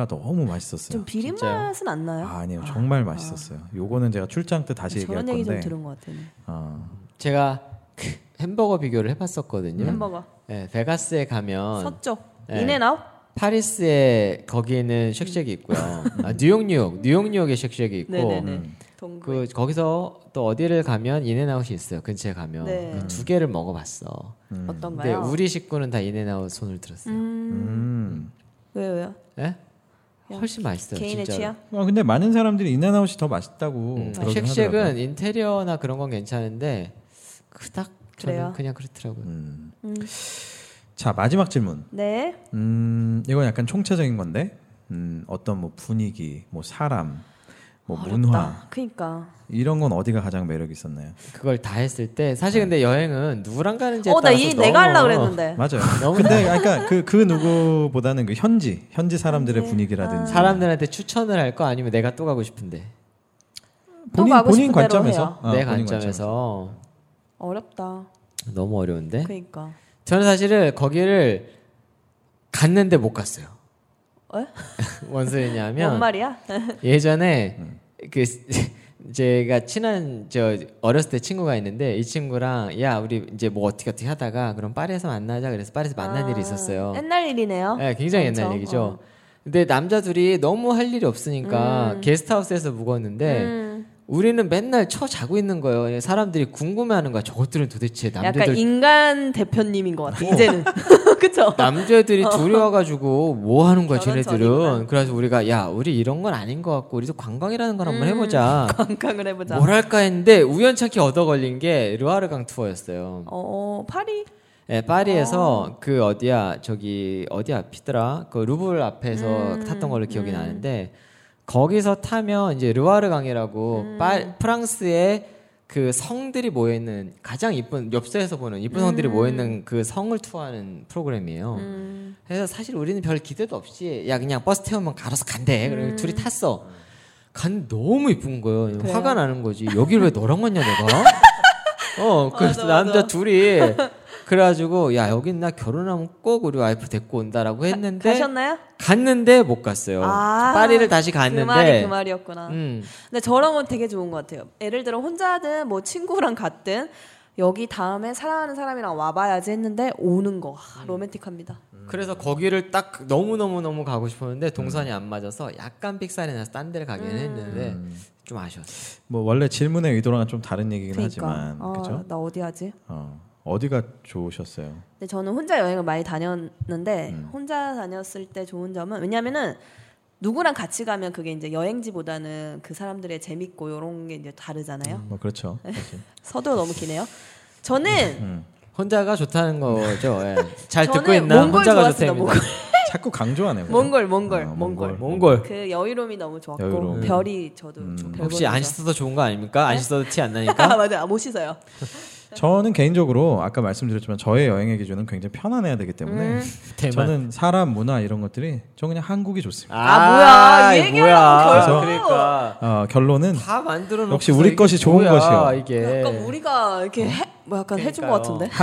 Speaker 1: 너무 맛있었어요.
Speaker 2: 좀 비린
Speaker 3: 진짜요?
Speaker 2: 맛은 안 나요?
Speaker 1: 아, 아니요, 정말 맛있었어요. 요거는 제가 출장 때 다시 얘기할
Speaker 2: 저런 얘기 좀
Speaker 1: 건데.
Speaker 2: 들은 것 같아요.
Speaker 1: 어,
Speaker 3: 제가 그 햄버거 비교를 해봤었거든요.
Speaker 2: 햄버거
Speaker 3: 네, 베가스에 가면
Speaker 2: 서쪽
Speaker 3: 네.
Speaker 2: 인앤아웃
Speaker 3: 파리스에 거기는 쉑쉑이 있고요. 아, 뉴욕 뉴욕 뉴욕 뉴욕에 쉑쉑이 있고
Speaker 2: 음. 네네네
Speaker 1: 음.
Speaker 2: 동구
Speaker 3: 그 거기서 또 어디를 가면 인앤아웃이 있어요. 근처에 가면
Speaker 2: 네.
Speaker 3: 그두 개를 먹어봤어.
Speaker 1: 음.
Speaker 3: 근데
Speaker 2: 어떤가요?
Speaker 3: 우리 식구는 다 인앤아웃 손을 들었어요.
Speaker 2: 음.
Speaker 1: 음.
Speaker 2: 왜요 왜요?
Speaker 3: 예? 훨씬 맛있어요.
Speaker 2: 개인의
Speaker 3: 진짜로.
Speaker 2: 취향?
Speaker 1: 아, 근데 많은 사람들이 인앤아웃이 더 맛있다고
Speaker 3: 음,
Speaker 1: 그러긴
Speaker 3: 쉑쉑은
Speaker 1: 하더라고요.
Speaker 3: 인테리어나 그런 건 괜찮은데 그닥
Speaker 2: 그래요?
Speaker 3: 저는 그냥 그렇더라고요.
Speaker 1: 음.
Speaker 2: 음.
Speaker 1: 자 마지막 질문.
Speaker 2: 네.
Speaker 1: 음, 이건 약간 총체적인 건데, 음, 어떤 뭐 분위기, 뭐 사람, 뭐
Speaker 2: 어렵다.
Speaker 1: 문화
Speaker 2: 아, 그니까.
Speaker 1: 이런 건 어디가 가장 매력 있었나요?
Speaker 3: 그걸 다 했을 때 사실
Speaker 1: 네.
Speaker 3: 근데 여행은 누구랑 가는지에
Speaker 2: 어, 나
Speaker 3: 따라서
Speaker 2: 이
Speaker 3: 너무
Speaker 2: 내가 하려고 그랬는데.
Speaker 1: 맞아요.
Speaker 3: 너무
Speaker 1: 근데 그러니까 그, 그 누구보다는 그 현지, 현지 사람들의
Speaker 2: 음.
Speaker 1: 분위기라든지
Speaker 2: 아.
Speaker 3: 사람들한테 추천을 할 거 아니면 내가 또 가고 싶은데
Speaker 1: 본인
Speaker 2: 가고
Speaker 1: 본인
Speaker 2: 싶은 대로
Speaker 1: 관점에서
Speaker 2: 해요.
Speaker 1: 어,
Speaker 3: 내
Speaker 1: 본인
Speaker 3: 아, 관점에서
Speaker 2: 어렵다. 그러니까.
Speaker 3: 너무 어려운데
Speaker 2: 그니까.
Speaker 3: 저는 사실은 거기를 갔는데 못 갔어요.
Speaker 2: 에?
Speaker 3: *laughs* 뭔
Speaker 2: 뭔
Speaker 3: 소리냐면
Speaker 2: 말이야?
Speaker 3: 예전에 그 *laughs* 제가 친한 저 어렸을 때 친구가 있는데 이 친구랑 야 우리 이제 뭐 어떻게 어떻게 하다가 그럼 파리에서 만나자 그래서 파리에서 만난
Speaker 2: 아,
Speaker 3: 일이 있었어요.
Speaker 2: 옛날 일이네요.
Speaker 3: 네, 굉장히
Speaker 2: 엄청,
Speaker 3: 옛날 얘기죠.
Speaker 2: 어.
Speaker 3: 근데 남자들이 너무 할 일이 없으니까 게스트하우스에서 묵었는데
Speaker 2: 음.
Speaker 3: 우리는 맨날 쳐 자고 있는 거예요. 사람들이 궁금해하는 거야. 저것들은 도대체
Speaker 2: 약간
Speaker 3: 남자들
Speaker 2: 인간 대표님인 것
Speaker 3: *laughs*
Speaker 2: 같아 이제는 *laughs* 그쵸?
Speaker 3: 남자들이 둘이 와가지고 뭐 하는 거야,
Speaker 2: 저런
Speaker 3: 쟤네들은.
Speaker 2: 저런구나.
Speaker 3: 그래서 우리가 야, 우리 이런 건 아닌 것 같고 우리도 관광이라는 걸 한번
Speaker 2: 음.
Speaker 3: 해보자.
Speaker 2: 관광을 해보자.
Speaker 3: 뭐랄까 했는데 우연찮게 얻어 걸린 게 르와르강 투어였어요.
Speaker 2: 어 파리?
Speaker 3: 예, 파리에서 그 어디야 저기 어디야 피더라 그 루블 앞에서
Speaker 2: 음,
Speaker 3: 탔던 걸로 기억이
Speaker 2: 음.
Speaker 3: 나는데 거기서 타면 이제 르와르강이라고
Speaker 2: 음.
Speaker 3: 파- 프랑스의 그 성들이 모여 있는 가장 이쁜 엽서에서 보는 이쁜 성들이 모여 있는 그 성을 투어하는 프로그램이에요.
Speaker 2: 음.
Speaker 3: 그래서 사실 우리는 별 기대도 없이 야 그냥 버스 태우면 가서 간대. 그래 고 둘이 탔어. 간 너무 이쁜 거예요.
Speaker 2: 음. 그래요?
Speaker 3: 화가 나는 거지. 여기를 왜 너랑 왔냐
Speaker 2: *laughs*
Speaker 3: 내가? 어, 그래서
Speaker 2: 맞아,
Speaker 3: 남자
Speaker 2: 맞아.
Speaker 3: 둘이 그래가지고 야 여긴 나 결혼하면 꼭 우리 와이프 데리고 온다라고 했는데
Speaker 2: 가셨나요?
Speaker 3: 갔는데 못 갔어요.
Speaker 2: 아,
Speaker 3: 파리를 다시 갔는데.
Speaker 2: 그 말이 그 말이었구나.
Speaker 3: 음,
Speaker 2: 근데 저런 건 되게 좋은 것 같아요. 예를 들어 혼자든 뭐 친구랑 갔든 여기 다음에 사랑하는 사람이랑 와봐야지 했는데 오는 거
Speaker 3: 음.
Speaker 2: 아, 로맨틱합니다.
Speaker 3: 그래서 거기를 딱 너무 너무 너무 가고 싶었는데 동선이
Speaker 2: 음.
Speaker 3: 안 맞아서 약간 삑살이 나서 딴 데를 가긴 했는데 좀 아쉬웠어요.
Speaker 1: 뭐 원래 질문의 의도랑은 좀 다른 얘기긴 하지만
Speaker 2: 아,
Speaker 1: 그죠?
Speaker 2: 나 어디 하지?
Speaker 1: 어. 어디가 좋으셨어요?
Speaker 2: 근데 저는 혼자 여행을 많이 다녔는데
Speaker 1: 음.
Speaker 2: 혼자 다녔을 때 좋은 점은 왜냐면은 누구랑 같이 가면 그게 이제 여행지보다는 그 사람들의 재밌고 이런 게 이제 다르잖아요.
Speaker 1: 뭐 그렇죠.
Speaker 2: 네.
Speaker 1: 그치.
Speaker 2: 서도 너무 기네요. 저는
Speaker 3: 혼자가 좋다는 거죠.
Speaker 2: *laughs*
Speaker 3: 예. 잘
Speaker 2: 저는
Speaker 3: 듣고 있나?
Speaker 2: 몽골
Speaker 3: 혼자가
Speaker 2: 좋았습니다,
Speaker 3: 좋답니다.
Speaker 2: 몽골.
Speaker 1: 자꾸 *laughs* 강조하네요. 그죠?
Speaker 2: 몽골 몽골
Speaker 1: 아,
Speaker 2: 몽골.
Speaker 3: 몽골.
Speaker 2: 그 여유로움이 너무 좋았고
Speaker 1: 여유로움. 음.
Speaker 2: 별이 저도 별
Speaker 3: 혹시
Speaker 2: 보면서.
Speaker 3: 안 씻어서 좋은 거 아닙니까? 안 씻어도 티 안
Speaker 2: *laughs*
Speaker 3: *laughs*
Speaker 2: 아
Speaker 3: 나니까.
Speaker 2: 맞아 아, 못 씻어요.
Speaker 1: 저는 개인적으로 아까 말씀드렸지만 저의 여행의 기준은 굉장히 편안해야 되기 때문에
Speaker 2: 음.
Speaker 1: 저는 사람 문화 이런 것들이 저 그냥 한국이 좋습니다.
Speaker 2: 아, 뭐야.
Speaker 3: 아이,
Speaker 2: 얘기하라고 결국.
Speaker 3: 그러니까
Speaker 1: 어, 결론은
Speaker 3: 다 만들어 놓고
Speaker 1: 역시 우리 것이 좋은 것이요.
Speaker 3: 이게.
Speaker 2: 약간 그러니까 우리가
Speaker 1: 어?
Speaker 2: 이렇게 해, 뭐 약간 해준 것
Speaker 3: 그러니까요.
Speaker 2: 같은데.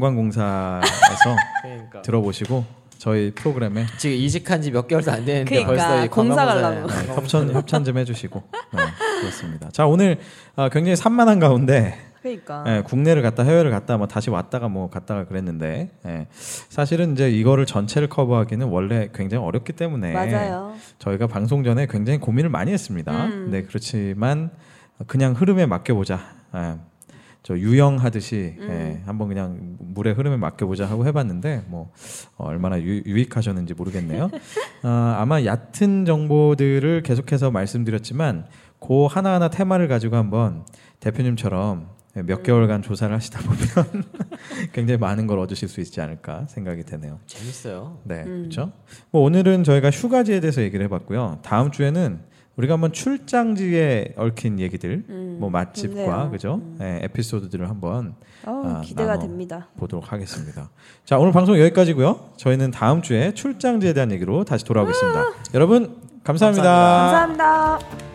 Speaker 1: *laughs* 한국관광공사에서
Speaker 3: 그러니까.
Speaker 1: 들어보시고 저희 프로그램에
Speaker 3: 지금 이직한 지 몇 개월도 안 되는데
Speaker 2: 그러니까,
Speaker 3: 벌써 이
Speaker 2: 공사
Speaker 3: 관광공사에-
Speaker 2: 가려고.
Speaker 3: 네.
Speaker 1: 협찬 협찬 좀 해주시고 네, 그렇습니다. 자 오늘 아, 굉장히 산만한 가운데
Speaker 2: 그러니까.
Speaker 1: 예, 국내를 갔다 해외를 갔다 뭐 다시 왔다가 뭐 갔다가 그랬는데 예, 사실은 이제 이거를 전체를 커버하기는 원래 굉장히 어렵기 때문에
Speaker 2: 맞아요.
Speaker 1: 저희가 방송 전에 굉장히 고민을 많이 했습니다. 네 그렇지만 그냥 흐름에 맡겨보자. 예, 저 유영하듯이 예, 한번 그냥 물의 흐름에 맡겨보자 하고 해봤는데 뭐 어, 얼마나 유, 익하셨는지 모르겠네요. 아, 아마 얕은 정보들을 계속해서 말씀드렸지만 그 하나하나 테마를 가지고 한번 대표님처럼 몇 개월간 조사를 하시다 보면 *laughs* 굉장히 많은 걸 얻으실 수 있지 않을까 생각이 되네요.
Speaker 3: 재밌어요.
Speaker 1: 네, 그렇죠. 뭐 오늘은 저희가 휴가지에 대해서 얘기를 해봤고요. 다음 주에는 우리가 한번 출장지에 얽힌 얘기들,
Speaker 2: 음,
Speaker 1: 뭐 맛집과
Speaker 2: 좋네요.
Speaker 1: 그죠? 네, 에피소드들을 한번
Speaker 2: 어우,
Speaker 1: 아,
Speaker 2: 기대가
Speaker 1: 나눠.
Speaker 2: 됩니다.
Speaker 1: 보도록 하겠습니다. 자, 오늘 방송 여기까지고요. 저희는 다음 주에 출장지에 대한 얘기로 다시 돌아오겠습니다. 여러분 아. 감사합니다.
Speaker 2: 감사합니다.